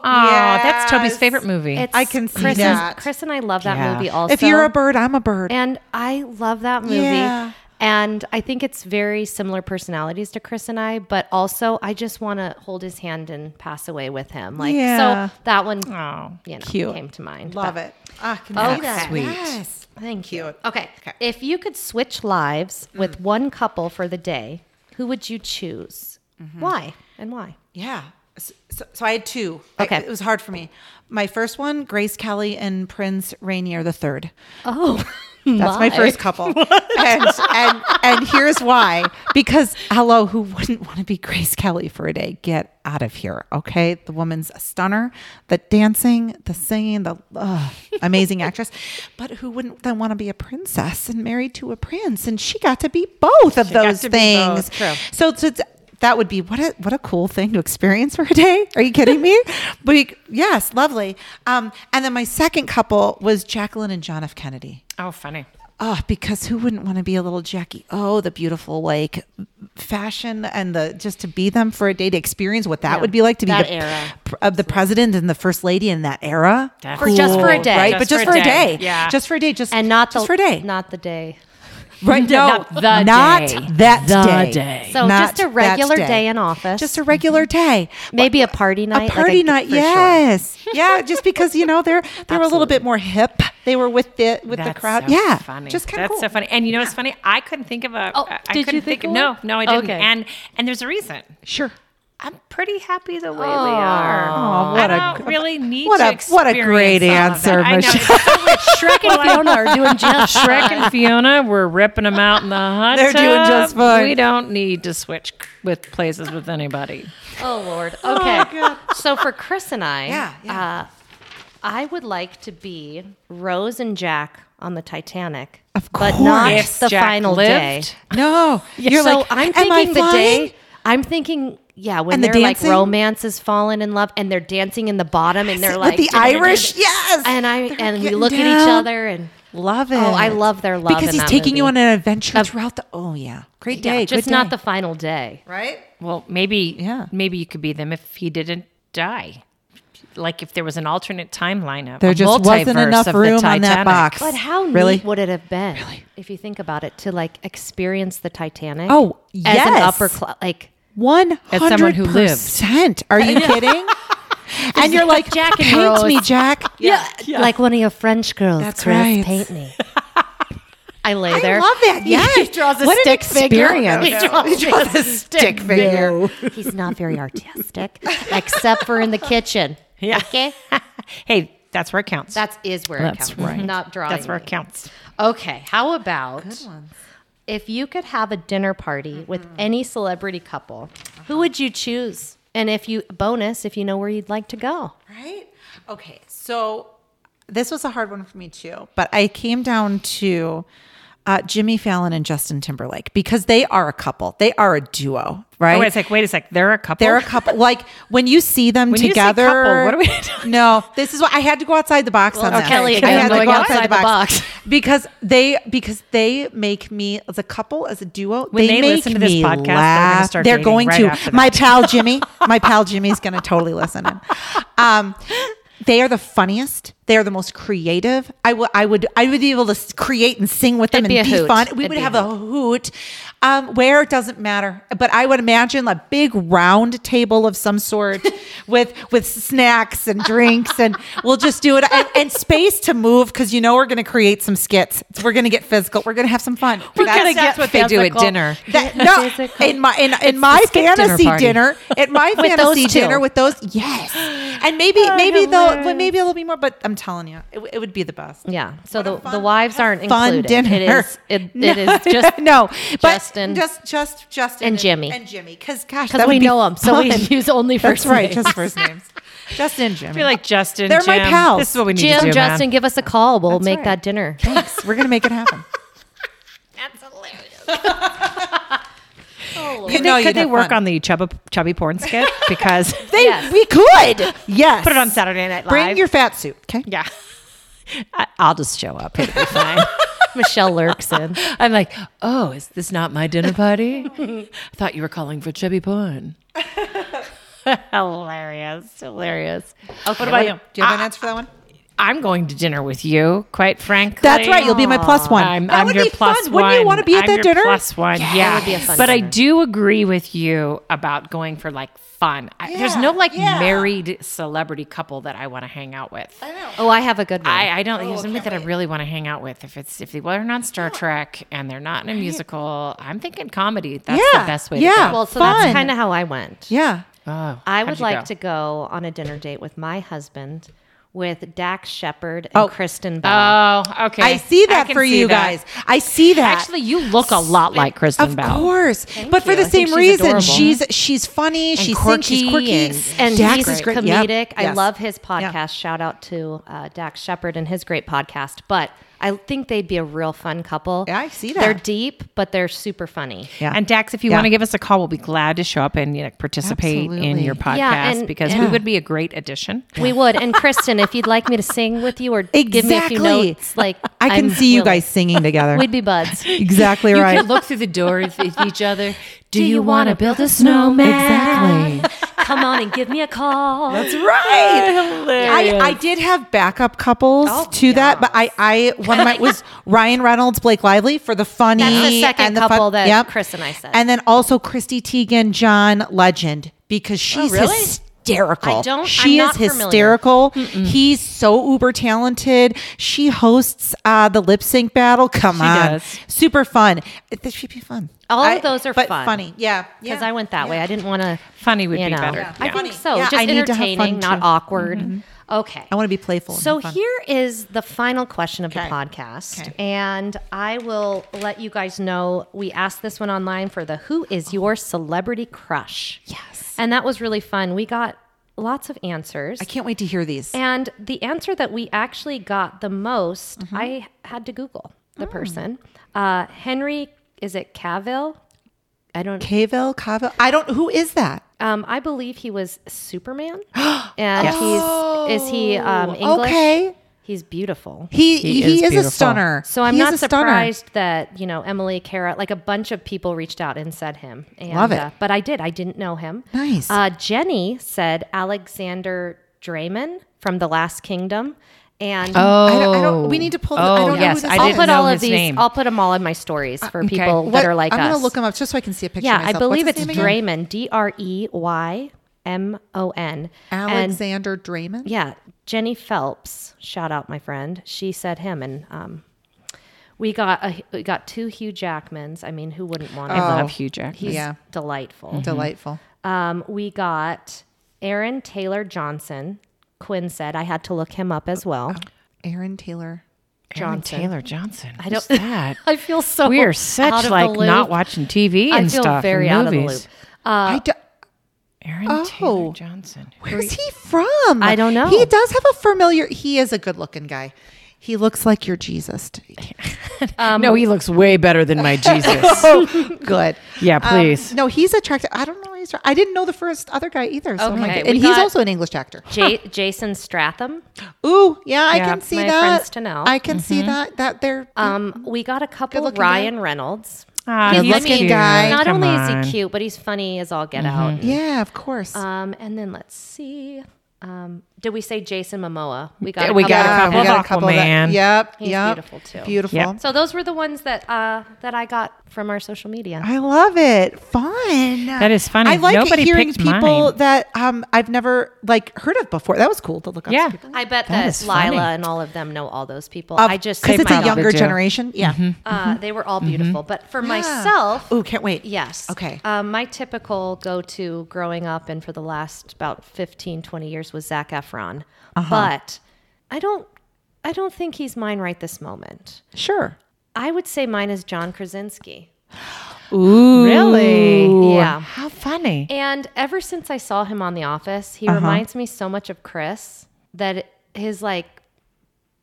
[SPEAKER 1] Oh, that's Toby's favorite movie.
[SPEAKER 2] It's
[SPEAKER 3] I can see
[SPEAKER 2] Chris
[SPEAKER 3] that.
[SPEAKER 2] And, Chris and I love that
[SPEAKER 1] Yeah.
[SPEAKER 2] movie also.
[SPEAKER 3] If you're a bird, I'm a bird.
[SPEAKER 2] And I love that movie.
[SPEAKER 3] Yeah.
[SPEAKER 2] And I think it's very similar personalities to Chris and I, but also I just want to hold his hand and pass away with him. Like
[SPEAKER 3] Yeah.
[SPEAKER 2] so that one
[SPEAKER 1] Oh.
[SPEAKER 2] you know
[SPEAKER 3] Cute.
[SPEAKER 2] came to mind.
[SPEAKER 3] love
[SPEAKER 2] but-
[SPEAKER 3] it. Ah, I can
[SPEAKER 2] Oh,
[SPEAKER 3] see
[SPEAKER 2] that's
[SPEAKER 3] that.
[SPEAKER 1] sweet.
[SPEAKER 3] Yes.
[SPEAKER 2] Thank you.
[SPEAKER 3] Cute.
[SPEAKER 2] Okay.
[SPEAKER 3] Okay. Mm.
[SPEAKER 2] If you could switch lives with one couple for the day, who would you choose?
[SPEAKER 3] Mm-hmm.
[SPEAKER 2] Why and why?
[SPEAKER 3] Yeah. S- So, so I had two.
[SPEAKER 2] Okay.
[SPEAKER 3] I- it was hard for me. My first one, Grace Kelly and Prince Rainier the Third.
[SPEAKER 2] Oh,
[SPEAKER 3] That's my first couple. and, and and here's why. Because hello, who wouldn't want to be Grace Kelly for a day? Get out of here. Okay. The woman's a stunner. The dancing, the singing, the ugh, amazing actress. But who wouldn't then want to be a princess and married to a prince? And she got to be both of
[SPEAKER 1] got
[SPEAKER 3] those
[SPEAKER 1] to be both.
[SPEAKER 3] things. So, so it's- that would be what a what a cool thing to experience for a day. Are you kidding me? but we- yes, lovely. Um, and then my second couple was Jacqueline and John F. Kennedy.
[SPEAKER 1] Oh, funny.
[SPEAKER 3] Oh, because who wouldn't want to be a little Jackie? Oh, the beautiful like fashion and the just to be them for a day to experience what that would be like to be
[SPEAKER 2] that
[SPEAKER 3] the,
[SPEAKER 2] era.
[SPEAKER 3] pr- of the president and the first lady in that era.
[SPEAKER 1] For- just
[SPEAKER 2] for a day.
[SPEAKER 3] right?
[SPEAKER 1] Just
[SPEAKER 3] but just for, a day.
[SPEAKER 1] Yeah.
[SPEAKER 3] just for a day. Just
[SPEAKER 2] and not the
[SPEAKER 3] just for a day.
[SPEAKER 2] not the day.
[SPEAKER 3] right? No,
[SPEAKER 1] not the
[SPEAKER 3] not
[SPEAKER 1] day.
[SPEAKER 3] that
[SPEAKER 1] The
[SPEAKER 3] day.
[SPEAKER 1] day.
[SPEAKER 2] So
[SPEAKER 3] Not
[SPEAKER 2] just a
[SPEAKER 3] that
[SPEAKER 2] regular day in office. Mm-hmm.
[SPEAKER 3] Just a regular day.
[SPEAKER 2] Maybe a party night. like
[SPEAKER 3] A party night,
[SPEAKER 2] for sure.
[SPEAKER 3] yes, yeah. Just because you know they're they're a little bit
[SPEAKER 2] Absolutely.
[SPEAKER 3] more hip. They were with the with the
[SPEAKER 1] That's
[SPEAKER 3] crowd.
[SPEAKER 1] so
[SPEAKER 3] yeah,
[SPEAKER 1] funny.
[SPEAKER 3] just kind of
[SPEAKER 1] That's so
[SPEAKER 3] cool.
[SPEAKER 1] funny. And you know what's funny? I couldn't think of a.
[SPEAKER 2] Oh,
[SPEAKER 1] I- I
[SPEAKER 2] did you
[SPEAKER 1] couldn't
[SPEAKER 2] think of
[SPEAKER 1] no,
[SPEAKER 2] one?
[SPEAKER 1] no, I didn't.
[SPEAKER 2] Okay.
[SPEAKER 1] And and there's a reason.
[SPEAKER 3] Sure.
[SPEAKER 1] I'm pretty happy the way we are.
[SPEAKER 3] Oh, what
[SPEAKER 1] I
[SPEAKER 3] a-
[SPEAKER 1] don't really need
[SPEAKER 3] what
[SPEAKER 1] to
[SPEAKER 3] a- what a
[SPEAKER 1] experience
[SPEAKER 3] great
[SPEAKER 1] all of
[SPEAKER 3] answer,
[SPEAKER 1] that. I know, it's
[SPEAKER 3] Michelle.
[SPEAKER 1] so much Shrek and Fiona
[SPEAKER 2] are doing just
[SPEAKER 1] Shrek and Fiona were ripping them out in the hot
[SPEAKER 3] They're doing
[SPEAKER 1] tub.
[SPEAKER 3] just fine.
[SPEAKER 1] We don't need to switch with places with anybody.
[SPEAKER 2] Oh Lord. Okay. so for Chris and I,
[SPEAKER 3] Yeah,
[SPEAKER 2] Uh,
[SPEAKER 3] yeah.
[SPEAKER 2] I would like to be Rose and Jack on the Titanic,
[SPEAKER 3] Of
[SPEAKER 2] but not
[SPEAKER 3] course. Yes,
[SPEAKER 2] the
[SPEAKER 1] Jack
[SPEAKER 2] final
[SPEAKER 1] lived.
[SPEAKER 3] No, you're
[SPEAKER 2] so
[SPEAKER 3] like
[SPEAKER 2] I'm
[SPEAKER 3] "Am I
[SPEAKER 2] thinking the
[SPEAKER 3] flying?"
[SPEAKER 2] day. I'm thinking, yeah, when
[SPEAKER 3] And the
[SPEAKER 2] they're like
[SPEAKER 3] dancing?
[SPEAKER 2] romance is fallen in love, and they're dancing in the bottom, and they're like
[SPEAKER 3] with the Irish. Yes,
[SPEAKER 2] and I
[SPEAKER 3] They're
[SPEAKER 2] and we
[SPEAKER 3] getting
[SPEAKER 2] look at each
[SPEAKER 3] down.
[SPEAKER 2] other and
[SPEAKER 3] Oh, Love it.
[SPEAKER 2] I love their love
[SPEAKER 3] because
[SPEAKER 2] in
[SPEAKER 3] he's
[SPEAKER 2] that
[SPEAKER 3] taking you
[SPEAKER 2] movie.
[SPEAKER 3] on an adventure throughout the. Oh yeah, great day.
[SPEAKER 2] yeah, just
[SPEAKER 3] good
[SPEAKER 2] not
[SPEAKER 3] day.
[SPEAKER 2] the final day.
[SPEAKER 3] right.
[SPEAKER 1] Well, maybe
[SPEAKER 3] Yeah.
[SPEAKER 1] maybe you could be them if he didn't die. Like if there was an alternate timeline of
[SPEAKER 3] There
[SPEAKER 1] a
[SPEAKER 3] just wasn't
[SPEAKER 1] multiverse
[SPEAKER 3] enough
[SPEAKER 1] of the
[SPEAKER 3] room on that
[SPEAKER 1] Titanic.
[SPEAKER 3] box.
[SPEAKER 2] But how
[SPEAKER 3] Really?
[SPEAKER 2] neat would it have been if you think about it to like experience the Titanic?
[SPEAKER 3] Oh,
[SPEAKER 2] as an
[SPEAKER 3] yes.
[SPEAKER 2] upper class, like
[SPEAKER 3] One hundred
[SPEAKER 1] someone who lived.
[SPEAKER 3] percent. Are you kidding? and you're like,
[SPEAKER 2] Jack and
[SPEAKER 3] paint
[SPEAKER 2] Rose."
[SPEAKER 3] me, Jack.
[SPEAKER 2] yeah, like one of your French girls.
[SPEAKER 3] That's
[SPEAKER 2] Chris,
[SPEAKER 3] right.
[SPEAKER 2] Paint me. I lay
[SPEAKER 3] I
[SPEAKER 2] there.
[SPEAKER 3] love that. Yes.
[SPEAKER 2] he draws a
[SPEAKER 3] What an
[SPEAKER 2] stick figure.
[SPEAKER 3] experience.
[SPEAKER 2] He draws,
[SPEAKER 3] He draws
[SPEAKER 2] a
[SPEAKER 3] a
[SPEAKER 2] stick
[SPEAKER 3] stick
[SPEAKER 2] figure.
[SPEAKER 3] figure.
[SPEAKER 2] He's not very artistic, except for in the kitchen.
[SPEAKER 1] Yeah.
[SPEAKER 2] Okay,
[SPEAKER 1] Hey, that's where it counts.
[SPEAKER 2] that is where
[SPEAKER 1] That's
[SPEAKER 2] it counts.
[SPEAKER 1] right.
[SPEAKER 2] Not drawing.
[SPEAKER 1] That's where
[SPEAKER 2] me.
[SPEAKER 1] it counts.
[SPEAKER 2] Okay, how about if you could have a dinner party with any celebrity couple, who would you choose? And if you bonus, if you know where you'd like to go,
[SPEAKER 3] Right? Okay. So this was a hard one for me too, but I came down to uh, Jimmy Fallon and Justin Timberlake because they are a couple. They are a duo, right?
[SPEAKER 1] Oh, wait a sec. Wait a sec. They're a couple.
[SPEAKER 3] They're a couple. Like when you see them
[SPEAKER 1] When you say
[SPEAKER 3] together.
[SPEAKER 1] couple, what are we talking-
[SPEAKER 3] No, this is what I had to go outside the box on
[SPEAKER 2] Well,
[SPEAKER 3] that.
[SPEAKER 2] Kelly,
[SPEAKER 3] I
[SPEAKER 2] again,
[SPEAKER 3] had to
[SPEAKER 2] going
[SPEAKER 3] go outside,
[SPEAKER 2] outside
[SPEAKER 3] the
[SPEAKER 2] the
[SPEAKER 3] box.
[SPEAKER 2] box.
[SPEAKER 3] because they because they make me as a couple as a duo.
[SPEAKER 1] When they
[SPEAKER 3] make
[SPEAKER 1] listen to this podcast,
[SPEAKER 3] me
[SPEAKER 1] they're gonna
[SPEAKER 3] laugh.
[SPEAKER 1] start
[SPEAKER 3] They're
[SPEAKER 1] dating
[SPEAKER 3] going
[SPEAKER 1] right
[SPEAKER 3] to.
[SPEAKER 1] after that.
[SPEAKER 3] My pal Jimmy, my pal Jimmy's going to totally listen in. Um, they are the funniest. They are the most creative. I would, I would, I would be able to s- create and sing with them
[SPEAKER 2] It'd be a
[SPEAKER 3] and be,
[SPEAKER 2] hoot.
[SPEAKER 3] fun. We
[SPEAKER 2] It'd
[SPEAKER 3] would
[SPEAKER 2] be a
[SPEAKER 3] have a hoot. Um, where it doesn't matter, but I would imagine a big round table of some sort with with snacks and drinks, and we'll just do it and, and space to move because you know we're going to create some skits. We're going to get physical. We're going to have some fun. We're
[SPEAKER 1] gonna get
[SPEAKER 3] what
[SPEAKER 1] they do at
[SPEAKER 3] physical.
[SPEAKER 1] dinner.
[SPEAKER 3] That- no, in my in, in my
[SPEAKER 1] dinner
[SPEAKER 3] fantasy
[SPEAKER 1] party.
[SPEAKER 3] dinner, at my
[SPEAKER 2] With those
[SPEAKER 3] fantasy
[SPEAKER 2] two.
[SPEAKER 3] dinner with those, yes, and maybe maybe they'll well, maybe a little bit more. But I'm telling you, it, w- it would be the best.
[SPEAKER 2] yeah. So
[SPEAKER 3] What a
[SPEAKER 2] the, the
[SPEAKER 3] fun-
[SPEAKER 2] wives aren't
[SPEAKER 3] Fun
[SPEAKER 2] included.
[SPEAKER 3] dinner.
[SPEAKER 2] It is. It, it is just
[SPEAKER 3] no, but
[SPEAKER 2] Justin.
[SPEAKER 3] just just Justin
[SPEAKER 2] and Jimmy.
[SPEAKER 3] and Jimmy, because gosh,
[SPEAKER 2] because
[SPEAKER 3] that
[SPEAKER 2] we
[SPEAKER 3] would be
[SPEAKER 2] know them, so we
[SPEAKER 3] fun.
[SPEAKER 2] use only first
[SPEAKER 3] That's right,
[SPEAKER 2] names.
[SPEAKER 3] just first names. Justin and Jimmy.
[SPEAKER 1] I feel like Justin.
[SPEAKER 3] They're my
[SPEAKER 1] Jim,
[SPEAKER 3] pals.
[SPEAKER 1] This is what we need
[SPEAKER 2] Jim,
[SPEAKER 1] to do. man.
[SPEAKER 2] Justin, give us a call. We'll make
[SPEAKER 3] right.
[SPEAKER 2] that dinner.
[SPEAKER 3] Thanks. We're gonna make it happen.
[SPEAKER 1] Could
[SPEAKER 3] No,
[SPEAKER 1] they,
[SPEAKER 3] you'd
[SPEAKER 1] could they
[SPEAKER 3] have
[SPEAKER 1] work
[SPEAKER 3] fun.
[SPEAKER 1] on the chubby, chubby porn skit? Because
[SPEAKER 3] They,
[SPEAKER 2] Yes.
[SPEAKER 3] we could. Yes.
[SPEAKER 1] put it on Saturday Night Live.
[SPEAKER 3] Bring your fat suit. Okay.
[SPEAKER 1] Yeah. I, I'll just show up. It'll be fine.
[SPEAKER 2] Michelle lurks in.
[SPEAKER 1] I'm like, oh, is this not my dinner party? I thought you were calling for chubby porn. hilarious, hilarious. Okay, what about you?
[SPEAKER 3] Do you have an answer for that one?
[SPEAKER 1] I'm going to dinner with you. Quite frankly,
[SPEAKER 3] That's right. You'll be my plus one.
[SPEAKER 1] I'm,
[SPEAKER 3] that
[SPEAKER 1] I'm
[SPEAKER 3] would
[SPEAKER 1] your
[SPEAKER 3] be
[SPEAKER 1] plus
[SPEAKER 3] fun.
[SPEAKER 1] one.
[SPEAKER 3] Wouldn't you want to be at
[SPEAKER 1] I'm
[SPEAKER 3] that
[SPEAKER 1] your
[SPEAKER 3] dinner?
[SPEAKER 1] Plus one, yeah.
[SPEAKER 2] That would be a fun
[SPEAKER 1] but I
[SPEAKER 2] dinner.
[SPEAKER 1] do agree with you about going for like fun. I, there's no
[SPEAKER 3] Yeah,
[SPEAKER 1] like
[SPEAKER 3] yeah.
[SPEAKER 1] married celebrity couple that I want to hang out with.
[SPEAKER 2] Oh, I have a good one.
[SPEAKER 1] I, I don't. There's somebody that I really want to hang out with. If it's if they well, they're not Star Trek and they're not in a musical, I'm thinking comedy. That's
[SPEAKER 3] Yeah,
[SPEAKER 1] the best way.
[SPEAKER 3] yeah.
[SPEAKER 1] To go.
[SPEAKER 2] well, so
[SPEAKER 3] Fun.
[SPEAKER 2] that's kind of how I went.
[SPEAKER 3] Yeah.
[SPEAKER 1] Oh,
[SPEAKER 2] I
[SPEAKER 1] how'd
[SPEAKER 2] would
[SPEAKER 1] you
[SPEAKER 2] like
[SPEAKER 1] go?
[SPEAKER 2] to go on a dinner date with my husband, with Dax Shepard and Kristen Bell.
[SPEAKER 1] Oh, okay.
[SPEAKER 3] I see
[SPEAKER 1] I
[SPEAKER 3] that
[SPEAKER 1] can
[SPEAKER 3] for
[SPEAKER 1] see
[SPEAKER 3] you
[SPEAKER 1] that.
[SPEAKER 3] guys. I see that.
[SPEAKER 1] Actually, you look a lot like Kristen
[SPEAKER 3] of
[SPEAKER 1] Bell.
[SPEAKER 3] course, but for
[SPEAKER 2] you.
[SPEAKER 3] the
[SPEAKER 2] I think
[SPEAKER 3] same
[SPEAKER 2] she's
[SPEAKER 3] reason,
[SPEAKER 2] adorable.
[SPEAKER 3] she's she's funny. she sings. She's quirky.
[SPEAKER 1] quirky
[SPEAKER 2] and
[SPEAKER 3] Dax
[SPEAKER 2] he's
[SPEAKER 3] is great.
[SPEAKER 2] comedic.
[SPEAKER 3] Yep.
[SPEAKER 2] I
[SPEAKER 3] Yes.
[SPEAKER 2] love his podcast.
[SPEAKER 3] Yeah.
[SPEAKER 2] Shout out to uh, Dax Shepard and his great podcast. But I think they'd be a real fun couple.
[SPEAKER 3] Yeah, I see
[SPEAKER 2] They're
[SPEAKER 3] that.
[SPEAKER 2] deep, but they're super funny.
[SPEAKER 3] Yeah.
[SPEAKER 1] And Dax, if you
[SPEAKER 3] Yeah.
[SPEAKER 1] want to give us a call, we'll be glad to show up and you know, participate in
[SPEAKER 3] Absolutely.
[SPEAKER 1] your podcast
[SPEAKER 2] Yeah, and-
[SPEAKER 1] because we
[SPEAKER 2] and-
[SPEAKER 1] would be a great addition.
[SPEAKER 2] We would. And Kristen, if you'd like me to sing with you or give me a few
[SPEAKER 3] Exactly.
[SPEAKER 2] notes, like
[SPEAKER 3] I can
[SPEAKER 2] I'm
[SPEAKER 3] see you
[SPEAKER 2] willing.
[SPEAKER 3] guys singing together.
[SPEAKER 2] We'd be buds.
[SPEAKER 3] exactly right.
[SPEAKER 1] look through the door with each other. Do,
[SPEAKER 2] you
[SPEAKER 1] wanna
[SPEAKER 2] wanna build a
[SPEAKER 1] snowman? Exactly.
[SPEAKER 2] Come on and give me a call.
[SPEAKER 3] That's right. I, I did have backup couples
[SPEAKER 2] Oh,
[SPEAKER 3] to that, but I, I one of my was Ryan Reynolds, Blake Lively for the funny.
[SPEAKER 2] That's the second
[SPEAKER 3] and the
[SPEAKER 2] couple that Chris and I said.
[SPEAKER 3] and then also Christy Teigen, John Legend, because she's
[SPEAKER 2] Oh, really?
[SPEAKER 3] hysterical.
[SPEAKER 2] I don't-
[SPEAKER 3] She
[SPEAKER 2] I'm
[SPEAKER 3] is
[SPEAKER 2] not familiar.
[SPEAKER 3] hysterical. He's so uber talented. She hosts uh, the lip sync battle. Come on,
[SPEAKER 1] does.
[SPEAKER 3] super fun. It- This should be fun.
[SPEAKER 2] All of those are
[SPEAKER 3] but
[SPEAKER 2] fun.
[SPEAKER 3] funny. Yeah,
[SPEAKER 2] Because
[SPEAKER 3] yeah.
[SPEAKER 2] I went that way. I didn't want to.
[SPEAKER 1] Funny would
[SPEAKER 2] you
[SPEAKER 1] be
[SPEAKER 2] know.
[SPEAKER 1] better. Yeah.
[SPEAKER 2] I
[SPEAKER 3] Funny.
[SPEAKER 2] think so.
[SPEAKER 3] Yeah,
[SPEAKER 2] Just
[SPEAKER 3] I need to have fun,
[SPEAKER 2] entertaining, not
[SPEAKER 3] too. Mm-hmm.
[SPEAKER 2] awkward. Okay.
[SPEAKER 3] I want to be playful. and
[SPEAKER 2] So
[SPEAKER 3] fun.
[SPEAKER 2] here is the final question of
[SPEAKER 3] Okay.
[SPEAKER 2] the podcast,
[SPEAKER 3] Okay.
[SPEAKER 2] and I will let you guys know. We asked this one online for the "Who is your celebrity crush?"
[SPEAKER 3] Yes.
[SPEAKER 2] and that was really fun. We got lots of answers.
[SPEAKER 3] I can't wait to hear these.
[SPEAKER 2] And the answer that we actually got the most,
[SPEAKER 3] Mm-hmm.
[SPEAKER 2] I had to Google
[SPEAKER 3] Mm.
[SPEAKER 2] the person. Uh, Henry, is it Cavill? I don't.
[SPEAKER 3] Cavill, Cavill. I don't. Who is that?
[SPEAKER 2] Um, I believe he was Superman, and he's is he um, English?
[SPEAKER 3] Oh. Okay.
[SPEAKER 2] He's beautiful.
[SPEAKER 3] He
[SPEAKER 1] He
[SPEAKER 3] he,
[SPEAKER 1] is
[SPEAKER 3] is, a
[SPEAKER 1] beautiful.
[SPEAKER 3] stunner.
[SPEAKER 2] So I'm
[SPEAKER 3] He is
[SPEAKER 2] not
[SPEAKER 3] a stunner.
[SPEAKER 2] surprised that you know Emily, Kara, like a bunch of people reached out and said him. And,
[SPEAKER 3] Love it.
[SPEAKER 2] Uh, but I did. I didn't know him.
[SPEAKER 3] Nice.
[SPEAKER 2] Uh, Jenny said Alexander Draymond from The Last Kingdom, and
[SPEAKER 1] Oh,
[SPEAKER 3] I don't- I don't- we need to pull the- I
[SPEAKER 1] Oh,
[SPEAKER 3] don't know who
[SPEAKER 1] yes.
[SPEAKER 3] this
[SPEAKER 1] I
[SPEAKER 3] is.
[SPEAKER 2] I'll
[SPEAKER 1] didn't
[SPEAKER 2] put
[SPEAKER 1] know
[SPEAKER 2] all of
[SPEAKER 1] his
[SPEAKER 2] these.
[SPEAKER 1] Name.
[SPEAKER 2] I'll put them all in my stories for people
[SPEAKER 3] What-
[SPEAKER 2] that are like
[SPEAKER 3] I'm
[SPEAKER 2] us.
[SPEAKER 3] gonna look him up just so I can see a picture.
[SPEAKER 2] yeah, I
[SPEAKER 3] myself. What's
[SPEAKER 2] believe
[SPEAKER 3] his
[SPEAKER 2] it's
[SPEAKER 3] name again?
[SPEAKER 2] Draymond. D R E Y M O N. And
[SPEAKER 3] Alexander Draymond.
[SPEAKER 2] yeah, Jenny Phelps, shout out my friend. She said him, and um, we got a, we got two Hugh Jackmans. I mean, who wouldn't want?
[SPEAKER 1] I
[SPEAKER 2] him?
[SPEAKER 1] love Hugh Jackman.
[SPEAKER 2] He's
[SPEAKER 3] Yeah.
[SPEAKER 2] delightful.
[SPEAKER 1] Mm-hmm.
[SPEAKER 3] Delightful.
[SPEAKER 2] Um, we got Aaron Taylor Johnson. Quinn said I had to look him up as well.
[SPEAKER 3] Aaron Taylor.
[SPEAKER 1] Aaron
[SPEAKER 2] Johnson.
[SPEAKER 1] Taylor Johnson. I
[SPEAKER 2] don't-
[SPEAKER 1] that.
[SPEAKER 2] I feel so.
[SPEAKER 1] we are
[SPEAKER 2] out
[SPEAKER 1] such
[SPEAKER 2] of
[SPEAKER 1] like
[SPEAKER 2] the loop.
[SPEAKER 1] not watching TV and
[SPEAKER 2] I feel
[SPEAKER 1] stuff.
[SPEAKER 2] very
[SPEAKER 1] and
[SPEAKER 2] out of the
[SPEAKER 1] movies.
[SPEAKER 2] loop.
[SPEAKER 3] I do,
[SPEAKER 1] Aaron
[SPEAKER 3] Oh.
[SPEAKER 1] Taylor Johnson.
[SPEAKER 3] where's he from?
[SPEAKER 2] I don't know.
[SPEAKER 3] He does have a familiar. He is a good-looking guy. He looks like your Jesus. to me.
[SPEAKER 2] Um,
[SPEAKER 1] no, he looks way better than my Jesus.
[SPEAKER 3] Oh, good.
[SPEAKER 1] yeah,
[SPEAKER 3] Um,
[SPEAKER 1] please.
[SPEAKER 3] no, he's attractive. I don't know. why He's. I didn't know the first other guy either. So I'm like-
[SPEAKER 2] Okay, we
[SPEAKER 3] and he's
[SPEAKER 2] got-
[SPEAKER 3] also an English actor.
[SPEAKER 2] Ja- Jason Stratham.
[SPEAKER 3] Ooh, yeah, I
[SPEAKER 1] Yeah,
[SPEAKER 3] can see
[SPEAKER 2] my
[SPEAKER 3] that.
[SPEAKER 2] friends to know.
[SPEAKER 3] I can
[SPEAKER 1] Mm-hmm.
[SPEAKER 3] see that. That they're
[SPEAKER 2] Um, we got a couple.
[SPEAKER 3] Good-looking
[SPEAKER 2] Ryan Reynolds.
[SPEAKER 1] Ah,
[SPEAKER 3] Good
[SPEAKER 1] he's
[SPEAKER 3] looking
[SPEAKER 1] cute.
[SPEAKER 3] guy.
[SPEAKER 2] Not
[SPEAKER 1] Come
[SPEAKER 2] only
[SPEAKER 1] on. Mm-hmm.
[SPEAKER 2] is he cute, but he's funny as all get out.
[SPEAKER 3] yeah, of course.
[SPEAKER 2] Um, and then let's see. Um, did we say Jason Momoa? We got.
[SPEAKER 1] We got a
[SPEAKER 2] of
[SPEAKER 3] Yeah,
[SPEAKER 1] couple
[SPEAKER 2] them.
[SPEAKER 3] we got
[SPEAKER 1] of Aquaman.
[SPEAKER 3] that. Yep,
[SPEAKER 2] He's
[SPEAKER 3] yep.
[SPEAKER 2] beautiful, too.
[SPEAKER 3] Beautiful.
[SPEAKER 1] Yep.
[SPEAKER 2] So those were the ones that uh, that I got from our social media.
[SPEAKER 3] I love it. Fun. That
[SPEAKER 1] is funny.
[SPEAKER 3] I like
[SPEAKER 1] Nobody
[SPEAKER 3] hearing
[SPEAKER 1] picked
[SPEAKER 3] people
[SPEAKER 1] mine.
[SPEAKER 3] that um I've never like heard of before. That was cool to look up.
[SPEAKER 1] Yeah.
[SPEAKER 3] some people.
[SPEAKER 2] I bet
[SPEAKER 1] That
[SPEAKER 2] that,
[SPEAKER 1] is
[SPEAKER 2] Lila
[SPEAKER 1] funny.
[SPEAKER 2] and all of them know all those people. I just
[SPEAKER 3] because
[SPEAKER 2] they
[SPEAKER 3] it's a
[SPEAKER 2] probably-
[SPEAKER 3] younger
[SPEAKER 1] do.
[SPEAKER 3] generation. Yeah.
[SPEAKER 1] Mm-hmm.
[SPEAKER 2] Uh, they were all beautiful, but for myself,
[SPEAKER 3] Ooh, can't wait.
[SPEAKER 2] Yes.
[SPEAKER 3] Okay.
[SPEAKER 2] Um, my typical go to growing up and for the last about 15, 20 years was Zach Efron.
[SPEAKER 1] Uh-huh.
[SPEAKER 2] But I don't I don't think he's mine right this moment.
[SPEAKER 3] Sure.
[SPEAKER 2] I would say mine is John Krasinski.
[SPEAKER 3] Ooh.
[SPEAKER 1] Really?
[SPEAKER 2] Yeah.
[SPEAKER 1] How funny.
[SPEAKER 2] And ever since I saw him on The Office,
[SPEAKER 3] Uh-huh.
[SPEAKER 2] he reminds me so much of Chris that it- his like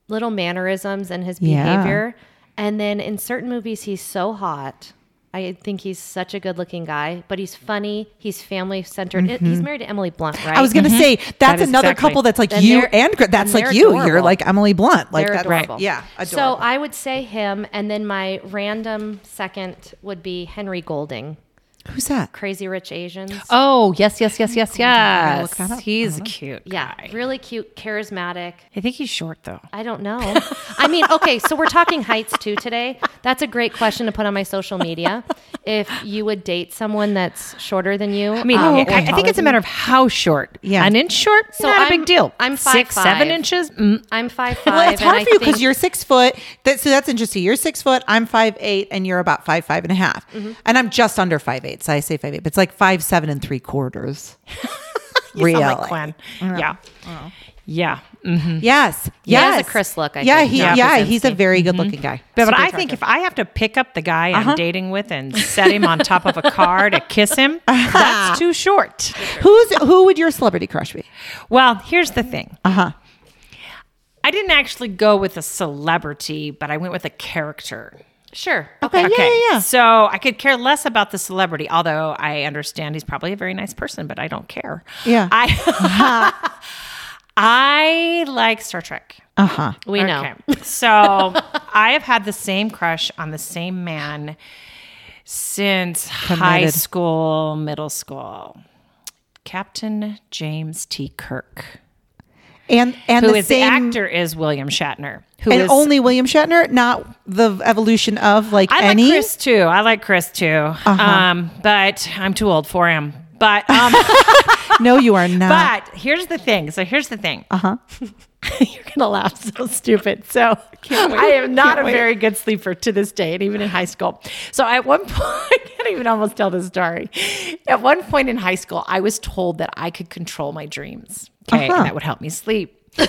[SPEAKER 2] little mannerisms and his
[SPEAKER 3] Yeah.
[SPEAKER 2] behavior. And then in certain movies, he's so hot. I think he's such a good-looking guy, but he's funny. He's family-centered. It- He's married to Emily Blunt, right?
[SPEAKER 3] Mm-hmm. I was going to say that's
[SPEAKER 1] Mm-hmm. That is
[SPEAKER 3] another
[SPEAKER 1] exactly-
[SPEAKER 3] couple that's like
[SPEAKER 2] And
[SPEAKER 3] you
[SPEAKER 2] they're-
[SPEAKER 3] and Gr-
[SPEAKER 2] and
[SPEAKER 3] that's
[SPEAKER 2] they're
[SPEAKER 3] like you. You're
[SPEAKER 2] adorable.
[SPEAKER 3] like Emily Blunt. Like
[SPEAKER 2] They're
[SPEAKER 3] that's
[SPEAKER 2] adorable.
[SPEAKER 3] Yeah,
[SPEAKER 2] So
[SPEAKER 3] adorable.
[SPEAKER 2] I would say him, and then my random second would be Henry Golding,
[SPEAKER 3] who's that?
[SPEAKER 2] Crazy Rich Asians.
[SPEAKER 1] Oh, yes, yes, yes, yes,
[SPEAKER 3] gotta look
[SPEAKER 1] yes.
[SPEAKER 3] that up. I
[SPEAKER 1] He's
[SPEAKER 3] don't know.
[SPEAKER 1] cute.
[SPEAKER 2] yeah,
[SPEAKER 1] guy.
[SPEAKER 2] really cute, charismatic.
[SPEAKER 1] I think he's short though.
[SPEAKER 2] I don't know. I mean, okay, so we're talking heights too today. That's a great question to put on my social media. If you would date someone that's shorter than you,
[SPEAKER 1] I mean,
[SPEAKER 2] um,
[SPEAKER 1] I,
[SPEAKER 2] or
[SPEAKER 1] Oh, I think
[SPEAKER 2] taller
[SPEAKER 1] it's a
[SPEAKER 2] than
[SPEAKER 1] matter of how short.
[SPEAKER 3] Yeah.
[SPEAKER 1] an inch short,
[SPEAKER 2] So
[SPEAKER 1] not
[SPEAKER 2] I'm-
[SPEAKER 1] a big deal.
[SPEAKER 2] I'm
[SPEAKER 1] six,
[SPEAKER 2] 5'5".
[SPEAKER 1] seven inches. Mm.
[SPEAKER 2] you. I'm five five.
[SPEAKER 3] Well, it's hard
[SPEAKER 2] and
[SPEAKER 3] for
[SPEAKER 2] I
[SPEAKER 3] you because
[SPEAKER 2] think-
[SPEAKER 3] you're six foot. That, so that's interesting. You're six foot. I'm five eight, and you're about five five and a half.
[SPEAKER 1] Mm-hmm.
[SPEAKER 3] And I'm just under five eight. So I say five eight, but it's like five seven and three quarters.
[SPEAKER 1] You sound like
[SPEAKER 3] Really?
[SPEAKER 1] Gwen. Yeah,
[SPEAKER 2] Oh.
[SPEAKER 1] yeah. Mhm.
[SPEAKER 3] Yes, yes.
[SPEAKER 2] He has a Chris look, I
[SPEAKER 3] yeah,
[SPEAKER 2] think.
[SPEAKER 3] he,
[SPEAKER 2] Yeah.
[SPEAKER 3] yeah, he's a
[SPEAKER 2] Krasinski.
[SPEAKER 3] very good looking guy.
[SPEAKER 1] But I think if I Mm-hmm. have to pick up the guy
[SPEAKER 3] Uh-huh.
[SPEAKER 1] I'm dating with and set him on top of a car to kiss him,
[SPEAKER 3] Uh-huh.
[SPEAKER 1] that's too short.
[SPEAKER 3] who's who would your celebrity crush be?
[SPEAKER 1] Well, here's the thing.
[SPEAKER 3] Uh huh.
[SPEAKER 1] I didn't actually go with a celebrity, but I went with a character.
[SPEAKER 2] sure.
[SPEAKER 3] Okay, yeah, yeah, yeah.
[SPEAKER 1] So I could care less about the celebrity, although I understand he's probably a very nice person, but I don't care.
[SPEAKER 3] Yeah. Uh-huh.
[SPEAKER 1] I I like Star Trek.
[SPEAKER 3] Uh huh.
[SPEAKER 2] We know.
[SPEAKER 1] so I have had the same crush on the same man since high
[SPEAKER 3] Committed.
[SPEAKER 1] school, middle school. Captain James T. Kirk,
[SPEAKER 3] And and
[SPEAKER 1] who
[SPEAKER 3] the
[SPEAKER 1] is
[SPEAKER 3] same
[SPEAKER 1] the actor, is William Shatner, who
[SPEAKER 3] and
[SPEAKER 1] is-
[SPEAKER 3] only William Shatner, not the evolution of like
[SPEAKER 1] I
[SPEAKER 3] any. Uh-huh.
[SPEAKER 1] like Chris too. I like Chris too. Um, but I'm too old for him. But um,
[SPEAKER 3] no, you are not.
[SPEAKER 1] but here's the thing. So here's the thing. Uh
[SPEAKER 2] Uh-huh.
[SPEAKER 1] huh. You're gonna laugh so stupid. So I am not a very good sleeper to this day, and even in high school. So at one point, I can't even almost tell this story. At one point in high school, I was told that I could control my dreams. Okay,
[SPEAKER 2] Uh-huh.
[SPEAKER 1] and that would help me sleep.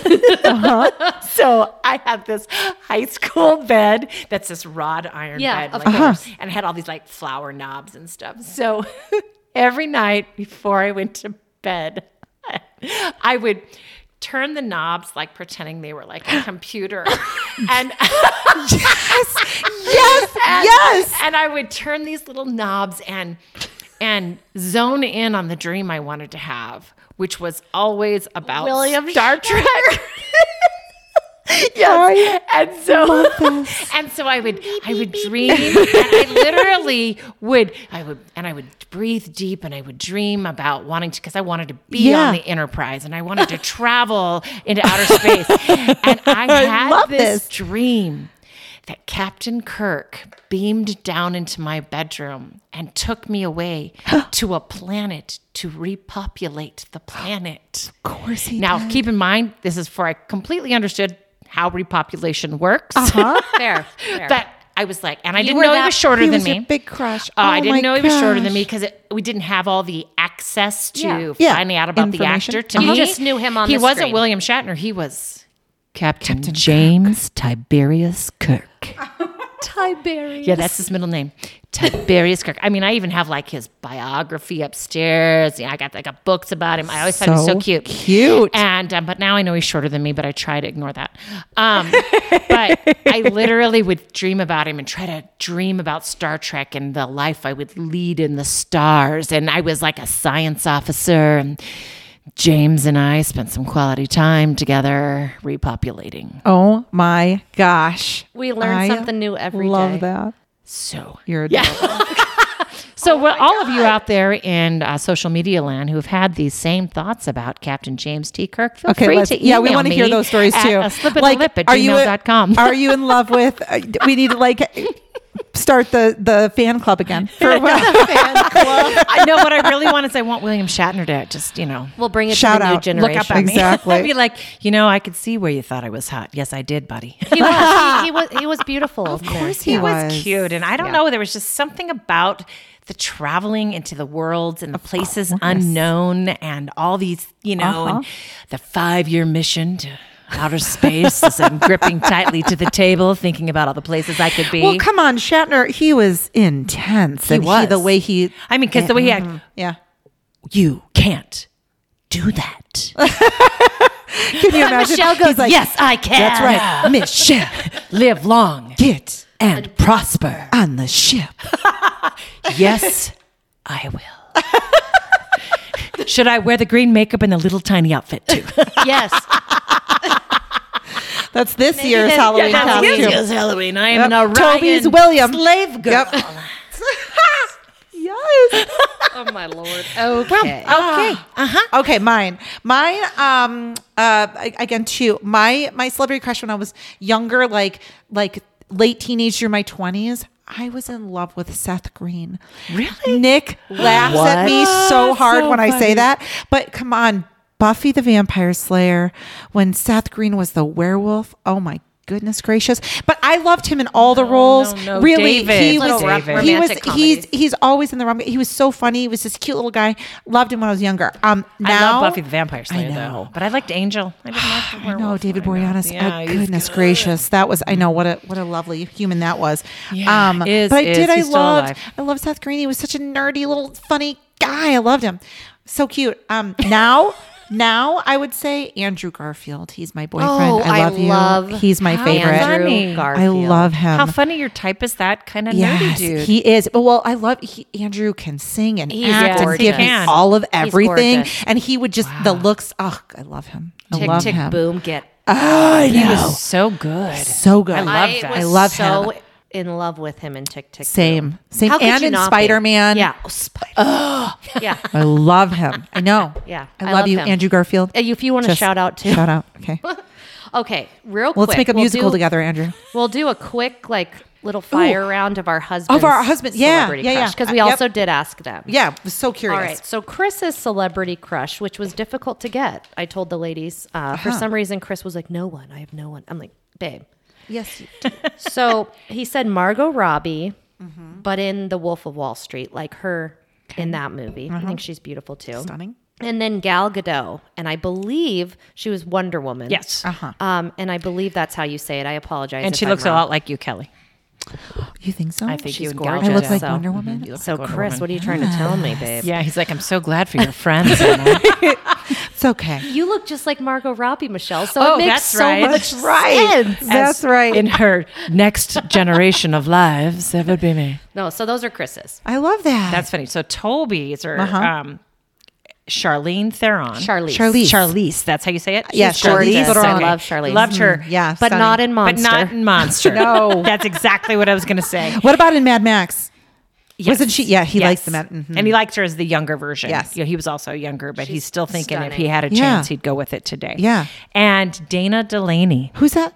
[SPEAKER 1] So I had this high school bed that's this wrought iron
[SPEAKER 2] Yeah,
[SPEAKER 1] bed,
[SPEAKER 2] of
[SPEAKER 1] like,
[SPEAKER 2] course.
[SPEAKER 1] and it had all these like flower knobs and stuff. So every night before I went to bed, I would turn the knobs like pretending they were like a computer, and
[SPEAKER 3] yes, yes.
[SPEAKER 1] and I would turn these little knobs and and zone in on the dream I wanted to have, which was always about
[SPEAKER 2] William
[SPEAKER 1] Star Trek.
[SPEAKER 3] Sorry.
[SPEAKER 1] and so and so I would I would dream and I literally would I would and I would breathe deep and I would dream about wanting to because I wanted to be
[SPEAKER 3] Yeah.
[SPEAKER 1] on the Enterprise and I wanted to travel into outer space and I had
[SPEAKER 3] love
[SPEAKER 1] this,
[SPEAKER 3] this.
[SPEAKER 1] dream that Captain Kirk beamed down into my bedroom and took me away to a planet to repopulate the planet.
[SPEAKER 3] Of course he
[SPEAKER 1] Now, keep in mind, this is before I completely understood how repopulation works.
[SPEAKER 2] Fair. Uh-huh. fair.
[SPEAKER 1] but I was like, and I didn't
[SPEAKER 2] were
[SPEAKER 1] know he
[SPEAKER 2] that-
[SPEAKER 1] was shorter
[SPEAKER 3] He
[SPEAKER 1] than
[SPEAKER 3] was
[SPEAKER 1] me.
[SPEAKER 3] your big crush.
[SPEAKER 1] Uh, I
[SPEAKER 3] Oh
[SPEAKER 1] didn't
[SPEAKER 3] my
[SPEAKER 1] know he was shorter than
[SPEAKER 3] gosh.
[SPEAKER 1] me because we didn't have all the access to
[SPEAKER 2] Yeah. Uh-huh.
[SPEAKER 3] Yeah.
[SPEAKER 1] finding out about the
[SPEAKER 3] Information.
[SPEAKER 1] actor. To
[SPEAKER 2] You
[SPEAKER 1] me,
[SPEAKER 2] just knew him on
[SPEAKER 1] He
[SPEAKER 2] the
[SPEAKER 1] wasn't
[SPEAKER 2] screen.
[SPEAKER 1] William Shatner. He was Captain, James Tiberius Kirk.
[SPEAKER 2] Tiberius.
[SPEAKER 1] Yeah, that's his middle name, Tiberius Kirk. I mean, I even have like his biography upstairs. Yeah, I got I got books about him. I always thought he was so
[SPEAKER 3] So
[SPEAKER 1] cute,
[SPEAKER 3] cute.
[SPEAKER 1] And um, but now I know he's shorter than me, but I try to ignore that. Um, but I literally would dream about him and try to dream about Star Trek and the life I would lead in the stars. And I was like a science officer and. James and I spent some quality time together repopulating.
[SPEAKER 3] Oh my gosh.
[SPEAKER 2] We learn
[SPEAKER 3] I
[SPEAKER 2] something new every
[SPEAKER 3] love
[SPEAKER 2] day.
[SPEAKER 3] that.
[SPEAKER 1] So
[SPEAKER 3] You're adorable. Oh
[SPEAKER 1] So, well, all of you out there in uh, social media land who have had these same thoughts about Captain James T. Kirk, feel
[SPEAKER 3] Okay,
[SPEAKER 1] free
[SPEAKER 3] let's,
[SPEAKER 1] to email
[SPEAKER 3] yeah, we want to hear
[SPEAKER 1] me
[SPEAKER 3] those stories
[SPEAKER 1] at
[SPEAKER 3] too.
[SPEAKER 1] A slip of the lip at
[SPEAKER 3] are you in-
[SPEAKER 1] gmail.com.
[SPEAKER 3] are you in love with? Uh, we need to like start the the fan club again. For
[SPEAKER 1] I know what I really want is I want William Shatner to just you know
[SPEAKER 2] We'll bring it to
[SPEAKER 3] Shout
[SPEAKER 2] the new
[SPEAKER 3] out.
[SPEAKER 1] look
[SPEAKER 2] generation.
[SPEAKER 1] up at me.
[SPEAKER 3] Exactly.
[SPEAKER 1] I'd be like, you know, I could see where you thought I was hot. Yes, I did, buddy.
[SPEAKER 2] He was, he, he was, he was beautiful. Of course
[SPEAKER 3] he
[SPEAKER 1] It was
[SPEAKER 3] was.
[SPEAKER 1] cute, and I don't know. There was just something about the traveling into the worlds and the places unknown, and all these, you know, and
[SPEAKER 3] Uh-huh.
[SPEAKER 1] the five-year mission to outer space. as I'm gripping tightly to the table, thinking about all the places I could be.
[SPEAKER 3] well, come on, Shatner. He was intense. He and He,
[SPEAKER 1] was.
[SPEAKER 3] the way he.
[SPEAKER 1] I mean, because the way he had,
[SPEAKER 3] Yeah.
[SPEAKER 1] you can't do that.
[SPEAKER 3] Can you imagine?
[SPEAKER 2] Michelle goes,
[SPEAKER 3] He's like,
[SPEAKER 1] yes, I can.
[SPEAKER 3] That's right, Michelle.
[SPEAKER 1] Live long.
[SPEAKER 3] Get
[SPEAKER 1] and prosper.
[SPEAKER 3] on the ship.
[SPEAKER 1] Yes, I will. Should I wear the green makeup and the little tiny outfit too?
[SPEAKER 2] Yes.
[SPEAKER 3] That's this year's Halloween costume.
[SPEAKER 1] Halloween. I am
[SPEAKER 3] Yep. Toby's William. Slave girl. Yep. yes.
[SPEAKER 2] oh my lord. Okay.
[SPEAKER 3] Okay. Uh-huh. Okay, mine. Mine um uh a- again too. My my celebrity crush when I was younger, like like late teenage year, my twenties. I was in love with Seth Green.
[SPEAKER 1] Really?
[SPEAKER 3] Nick laughs at me so hard when I say that. But come on, Buffy the Vampire Slayer, when Seth Green was the werewolf, oh my goodness gracious. But I loved him in all the roles.
[SPEAKER 1] no, no,
[SPEAKER 3] really,
[SPEAKER 1] David,
[SPEAKER 3] he was
[SPEAKER 1] David.
[SPEAKER 3] he was
[SPEAKER 2] Romantic
[SPEAKER 3] he's
[SPEAKER 2] comedies.
[SPEAKER 3] he's always in the wrong. He was so funny. He was this cute little guy. Loved him when I was younger. Um, now
[SPEAKER 1] I love Buffy the Vampire Slayer
[SPEAKER 3] know.
[SPEAKER 1] though, but I liked Angel. I didn't like the
[SPEAKER 3] I know
[SPEAKER 1] werewolf.
[SPEAKER 3] David
[SPEAKER 1] I know.
[SPEAKER 3] Boreanaz.
[SPEAKER 1] Yeah,
[SPEAKER 3] oh,
[SPEAKER 1] he's Mm.
[SPEAKER 3] goodness gracious, that was I know what a what a lovely human that was. Um,
[SPEAKER 1] Yeah, is-
[SPEAKER 3] but I
[SPEAKER 1] is.
[SPEAKER 3] did. I
[SPEAKER 1] He's still
[SPEAKER 3] loved.
[SPEAKER 1] alive.
[SPEAKER 3] I loved Seth Green. He was such a nerdy little funny guy. I loved him. So cute. Um, now. Now I would say Andrew Garfield. He's my boyfriend.
[SPEAKER 2] Oh,
[SPEAKER 3] I
[SPEAKER 2] I
[SPEAKER 3] love you.
[SPEAKER 2] love
[SPEAKER 3] He's my
[SPEAKER 2] how
[SPEAKER 3] favorite.
[SPEAKER 1] funny.
[SPEAKER 3] I love him.
[SPEAKER 1] How funny your type is that kind of nerdy
[SPEAKER 3] Yes,
[SPEAKER 1] dude.
[SPEAKER 3] he is. But well, I love he, Andrew can sing and
[SPEAKER 2] He's
[SPEAKER 3] act and
[SPEAKER 2] gorgeous.
[SPEAKER 3] give
[SPEAKER 1] He
[SPEAKER 3] me
[SPEAKER 1] can.
[SPEAKER 3] all of everything.
[SPEAKER 2] gorgeous.
[SPEAKER 3] And he would just the looks. Oh, I love him. I
[SPEAKER 2] Tick
[SPEAKER 3] love
[SPEAKER 2] tick
[SPEAKER 3] him.
[SPEAKER 2] boom get.
[SPEAKER 3] I know.
[SPEAKER 1] Oh. so good.
[SPEAKER 3] so good.
[SPEAKER 1] I love
[SPEAKER 2] I
[SPEAKER 1] that.
[SPEAKER 2] was
[SPEAKER 3] I love
[SPEAKER 2] so
[SPEAKER 3] him.
[SPEAKER 2] in love with him in Tick Tick. Boom.
[SPEAKER 3] Same, same,
[SPEAKER 2] How could
[SPEAKER 3] and
[SPEAKER 2] you
[SPEAKER 3] in
[SPEAKER 2] not be?
[SPEAKER 3] Spider Man.
[SPEAKER 2] Yeah. Oh, Spider. Yeah.
[SPEAKER 3] I love him. I know.
[SPEAKER 2] Yeah,
[SPEAKER 3] I,
[SPEAKER 2] I
[SPEAKER 3] love,
[SPEAKER 2] love
[SPEAKER 3] you,
[SPEAKER 2] him.
[SPEAKER 3] Andrew Garfield.
[SPEAKER 2] Uh, If you want to
[SPEAKER 3] Just
[SPEAKER 2] shout out too.
[SPEAKER 3] Shout out. Okay, well,
[SPEAKER 2] Okay, real quick.
[SPEAKER 3] let's make a
[SPEAKER 2] we'll
[SPEAKER 3] musical
[SPEAKER 2] do-
[SPEAKER 3] together, Andrew.
[SPEAKER 2] We'll do a quick like little fire round of our husbands.
[SPEAKER 3] Of our husband- yeah, yeah, yeah.
[SPEAKER 2] Because we
[SPEAKER 3] Uh, yep.
[SPEAKER 2] also did ask them.
[SPEAKER 3] Yeah, I was so
[SPEAKER 2] All
[SPEAKER 3] curious.
[SPEAKER 2] right. So Chris's celebrity crush, which was difficult to get, I told the ladies. Uh, For
[SPEAKER 1] Uh-huh.
[SPEAKER 2] some reason, Chris was like, "No one. I have no one." I'm like, "Babe."
[SPEAKER 3] Yes.
[SPEAKER 2] So he said Margot Robbie,
[SPEAKER 1] Mm-hmm.
[SPEAKER 2] but in The Wolf of Wall Street, like her in that movie. I
[SPEAKER 1] Uh-huh.
[SPEAKER 2] think she's beautiful too.
[SPEAKER 3] Stunning.
[SPEAKER 2] And then Gal Gadot, and I believe she was Wonder Woman.
[SPEAKER 1] Yes.
[SPEAKER 2] Uh-huh. Um, and I believe that's how you say it. I apologize.
[SPEAKER 1] and
[SPEAKER 2] if
[SPEAKER 1] she
[SPEAKER 2] I'm
[SPEAKER 1] looks a
[SPEAKER 2] wrong.
[SPEAKER 1] lot like you, Kelly.
[SPEAKER 3] You think so?
[SPEAKER 1] I think you
[SPEAKER 2] She's
[SPEAKER 1] and
[SPEAKER 2] gorgeous.
[SPEAKER 1] Gal
[SPEAKER 3] I look like
[SPEAKER 2] So-
[SPEAKER 3] Wonder Woman.
[SPEAKER 2] So, Chris, what are Mm-hmm. you trying to tell me, babe?
[SPEAKER 1] Yeah, he's like, I'm so glad for your friends. Anna."
[SPEAKER 3] It's okay.
[SPEAKER 2] You look just like Margot Robbie, Michelle. So
[SPEAKER 1] Oh,
[SPEAKER 2] it makes
[SPEAKER 1] that's
[SPEAKER 2] so
[SPEAKER 1] right.
[SPEAKER 2] much
[SPEAKER 1] That's
[SPEAKER 3] right.
[SPEAKER 2] sense.
[SPEAKER 3] That's
[SPEAKER 1] As
[SPEAKER 3] right.
[SPEAKER 1] In her next generation of lives, that would be me.
[SPEAKER 2] No, so those are Chris's.
[SPEAKER 3] I love that.
[SPEAKER 1] That's funny. So Toby is her um, Charlene Theron.
[SPEAKER 2] Charlize.
[SPEAKER 3] Charlize.
[SPEAKER 1] Charlize. That's how you say it.
[SPEAKER 3] Yeah,
[SPEAKER 1] She's
[SPEAKER 3] Charlize Mm.
[SPEAKER 1] gorgeous.
[SPEAKER 3] Theron.
[SPEAKER 2] I love Charlize.
[SPEAKER 1] Loved her.
[SPEAKER 3] Yeah,
[SPEAKER 2] But
[SPEAKER 3] stunning.
[SPEAKER 2] not in Monster.
[SPEAKER 1] Mm-hmm. But not in Monster.
[SPEAKER 3] No.
[SPEAKER 1] That's exactly what I was going to say.
[SPEAKER 3] What about in Mad Max?
[SPEAKER 1] Yes.
[SPEAKER 3] Wasn't she- yeah, he liked the Met- mhm.
[SPEAKER 1] And he liked her as the younger version.
[SPEAKER 3] Yes.
[SPEAKER 1] You know, he was also younger, but he's
[SPEAKER 2] She's
[SPEAKER 1] still thinking if he
[SPEAKER 2] stunning.
[SPEAKER 1] had a
[SPEAKER 3] Yeah.
[SPEAKER 1] chance, he'd go with it today.
[SPEAKER 3] Yeah.
[SPEAKER 1] And Dana Delaney,
[SPEAKER 3] Who's that?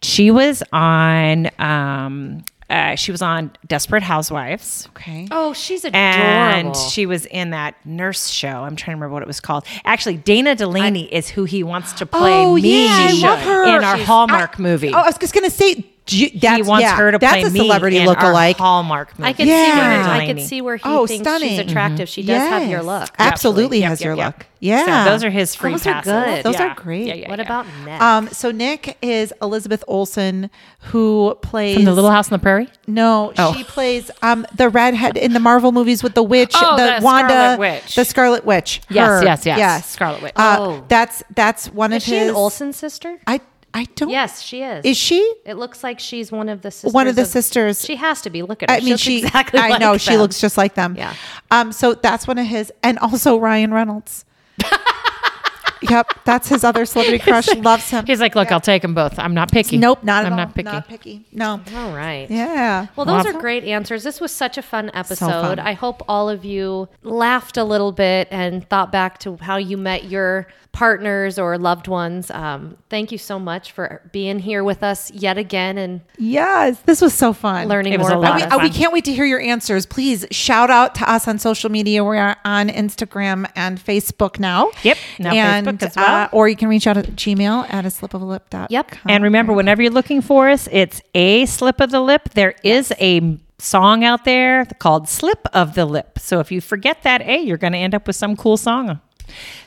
[SPEAKER 1] she was on, um, uh, she was on Desperate Housewives.
[SPEAKER 3] Okay.
[SPEAKER 2] oh, she's adorable.
[SPEAKER 1] And she was in that nurse show. I'm trying to remember what it was called. Actually, Dana Delaney is who he wants to play
[SPEAKER 3] oh
[SPEAKER 1] me
[SPEAKER 3] yeah, I love her
[SPEAKER 1] in our
[SPEAKER 3] She's-
[SPEAKER 1] Hallmark
[SPEAKER 3] I-
[SPEAKER 1] movie.
[SPEAKER 3] Oh, I was just gonna say. gee, That's,
[SPEAKER 1] he wants
[SPEAKER 3] yeah,
[SPEAKER 1] her to
[SPEAKER 3] that's
[SPEAKER 1] play
[SPEAKER 3] a
[SPEAKER 1] me
[SPEAKER 3] celebrity
[SPEAKER 1] in our
[SPEAKER 3] lookalike.
[SPEAKER 1] Hallmark movie.
[SPEAKER 2] I could see
[SPEAKER 3] Yeah.
[SPEAKER 2] where I could
[SPEAKER 1] Delaney.
[SPEAKER 2] see where he
[SPEAKER 3] Oh,
[SPEAKER 2] thinks
[SPEAKER 3] stunning.
[SPEAKER 2] she's attractive. She does have your
[SPEAKER 3] Yes.
[SPEAKER 2] look.
[SPEAKER 3] Absolutely
[SPEAKER 1] Yep,
[SPEAKER 3] has
[SPEAKER 1] yep,
[SPEAKER 3] your
[SPEAKER 1] yep.
[SPEAKER 3] look. Yeah.
[SPEAKER 1] So Oh, those are his free
[SPEAKER 2] Those are
[SPEAKER 1] passes.
[SPEAKER 2] good.
[SPEAKER 3] Those are
[SPEAKER 1] Yeah.
[SPEAKER 3] great.
[SPEAKER 1] Yeah, yeah,
[SPEAKER 2] What
[SPEAKER 1] yeah.
[SPEAKER 2] about next?
[SPEAKER 3] Um, so Nick is Elizabeth Olsen, who plays
[SPEAKER 1] from the Little House on the Prairie?
[SPEAKER 3] No,
[SPEAKER 1] Oh.
[SPEAKER 3] she plays um the redhead in the Marvel movies with the witch,
[SPEAKER 1] Oh,
[SPEAKER 3] the,
[SPEAKER 1] the
[SPEAKER 3] Wanda,
[SPEAKER 1] Scarlet Witch.
[SPEAKER 3] the Scarlet Witch.
[SPEAKER 1] Yes,
[SPEAKER 3] Her.
[SPEAKER 1] yes, yes. Scarlet Witch.
[SPEAKER 3] Uh,
[SPEAKER 2] Oh.
[SPEAKER 3] That's that's one
[SPEAKER 2] is
[SPEAKER 3] of
[SPEAKER 2] she
[SPEAKER 3] his.
[SPEAKER 2] an Olsen sister?
[SPEAKER 3] I I don't.
[SPEAKER 2] Yes, she is.
[SPEAKER 3] Is she?
[SPEAKER 2] It looks like she's one of the sisters.
[SPEAKER 3] One of the sisters.
[SPEAKER 2] She has to be. Look at her.
[SPEAKER 3] I mean,
[SPEAKER 2] looks
[SPEAKER 3] she.
[SPEAKER 2] Exactly
[SPEAKER 3] I
[SPEAKER 2] like
[SPEAKER 3] know she
[SPEAKER 2] them.
[SPEAKER 3] looks just like them.
[SPEAKER 2] Yeah.
[SPEAKER 3] Um. So that's one of his, and also Ryan Reynolds. yep, that's his other celebrity crush. Loves him.
[SPEAKER 1] He's like, look, I'll take them both. I'm not picky.
[SPEAKER 3] nope, not at
[SPEAKER 1] I'm
[SPEAKER 3] all.
[SPEAKER 1] not picky. Oh.
[SPEAKER 3] Not picky. No.
[SPEAKER 2] All right.
[SPEAKER 3] Yeah.
[SPEAKER 2] Well, those
[SPEAKER 1] Wow.
[SPEAKER 2] are great answers. This was such a fun episode.
[SPEAKER 3] fun.
[SPEAKER 2] I hope all of you laughed a little bit and thought back to how you met your partners or loved ones. Um, thank you so much for being here with us yet again and
[SPEAKER 3] Yes, this was so fun.
[SPEAKER 2] learning
[SPEAKER 1] It was
[SPEAKER 2] more
[SPEAKER 1] a
[SPEAKER 2] about
[SPEAKER 1] lot
[SPEAKER 3] we,
[SPEAKER 1] of
[SPEAKER 2] us.
[SPEAKER 3] uh, we
[SPEAKER 1] fun.
[SPEAKER 3] can't wait to hear your answers. Please shout out to us on social media. We are on Instagram and Facebook now.
[SPEAKER 1] Yep, now
[SPEAKER 3] and, uh,
[SPEAKER 1] Facebook as well.
[SPEAKER 3] or you can reach out at Gmail at a slip of a lip dot.
[SPEAKER 2] Yep.
[SPEAKER 3] com.
[SPEAKER 1] And remember, whenever you're looking for us, it's a slip of the lip. There is a song out there called Slip of the Lip. So if you forget that A, you're going to end up with some cool song.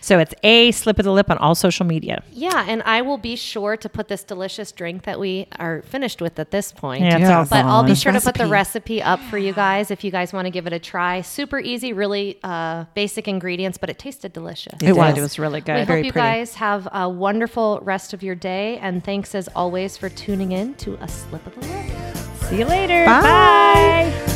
[SPEAKER 1] So it's a slip of the lip on all social media.
[SPEAKER 2] Yeah, and I will be sure to put this delicious drink that we are finished with at this point.
[SPEAKER 1] Yeah, it's all
[SPEAKER 2] but I'll be
[SPEAKER 1] gone.
[SPEAKER 2] sure to put the
[SPEAKER 3] Recipe.
[SPEAKER 2] recipe up for you guys if you guys want to give it a try. Super easy, really uh, basic ingredients, but it tasted delicious.
[SPEAKER 3] It was.
[SPEAKER 1] It was really
[SPEAKER 2] We
[SPEAKER 1] good.
[SPEAKER 2] hope you guys have a wonderful rest of your day, and thanks as always for tuning in to a slip of the lip.
[SPEAKER 3] See
[SPEAKER 1] See you later.
[SPEAKER 3] Bye.
[SPEAKER 1] Bye.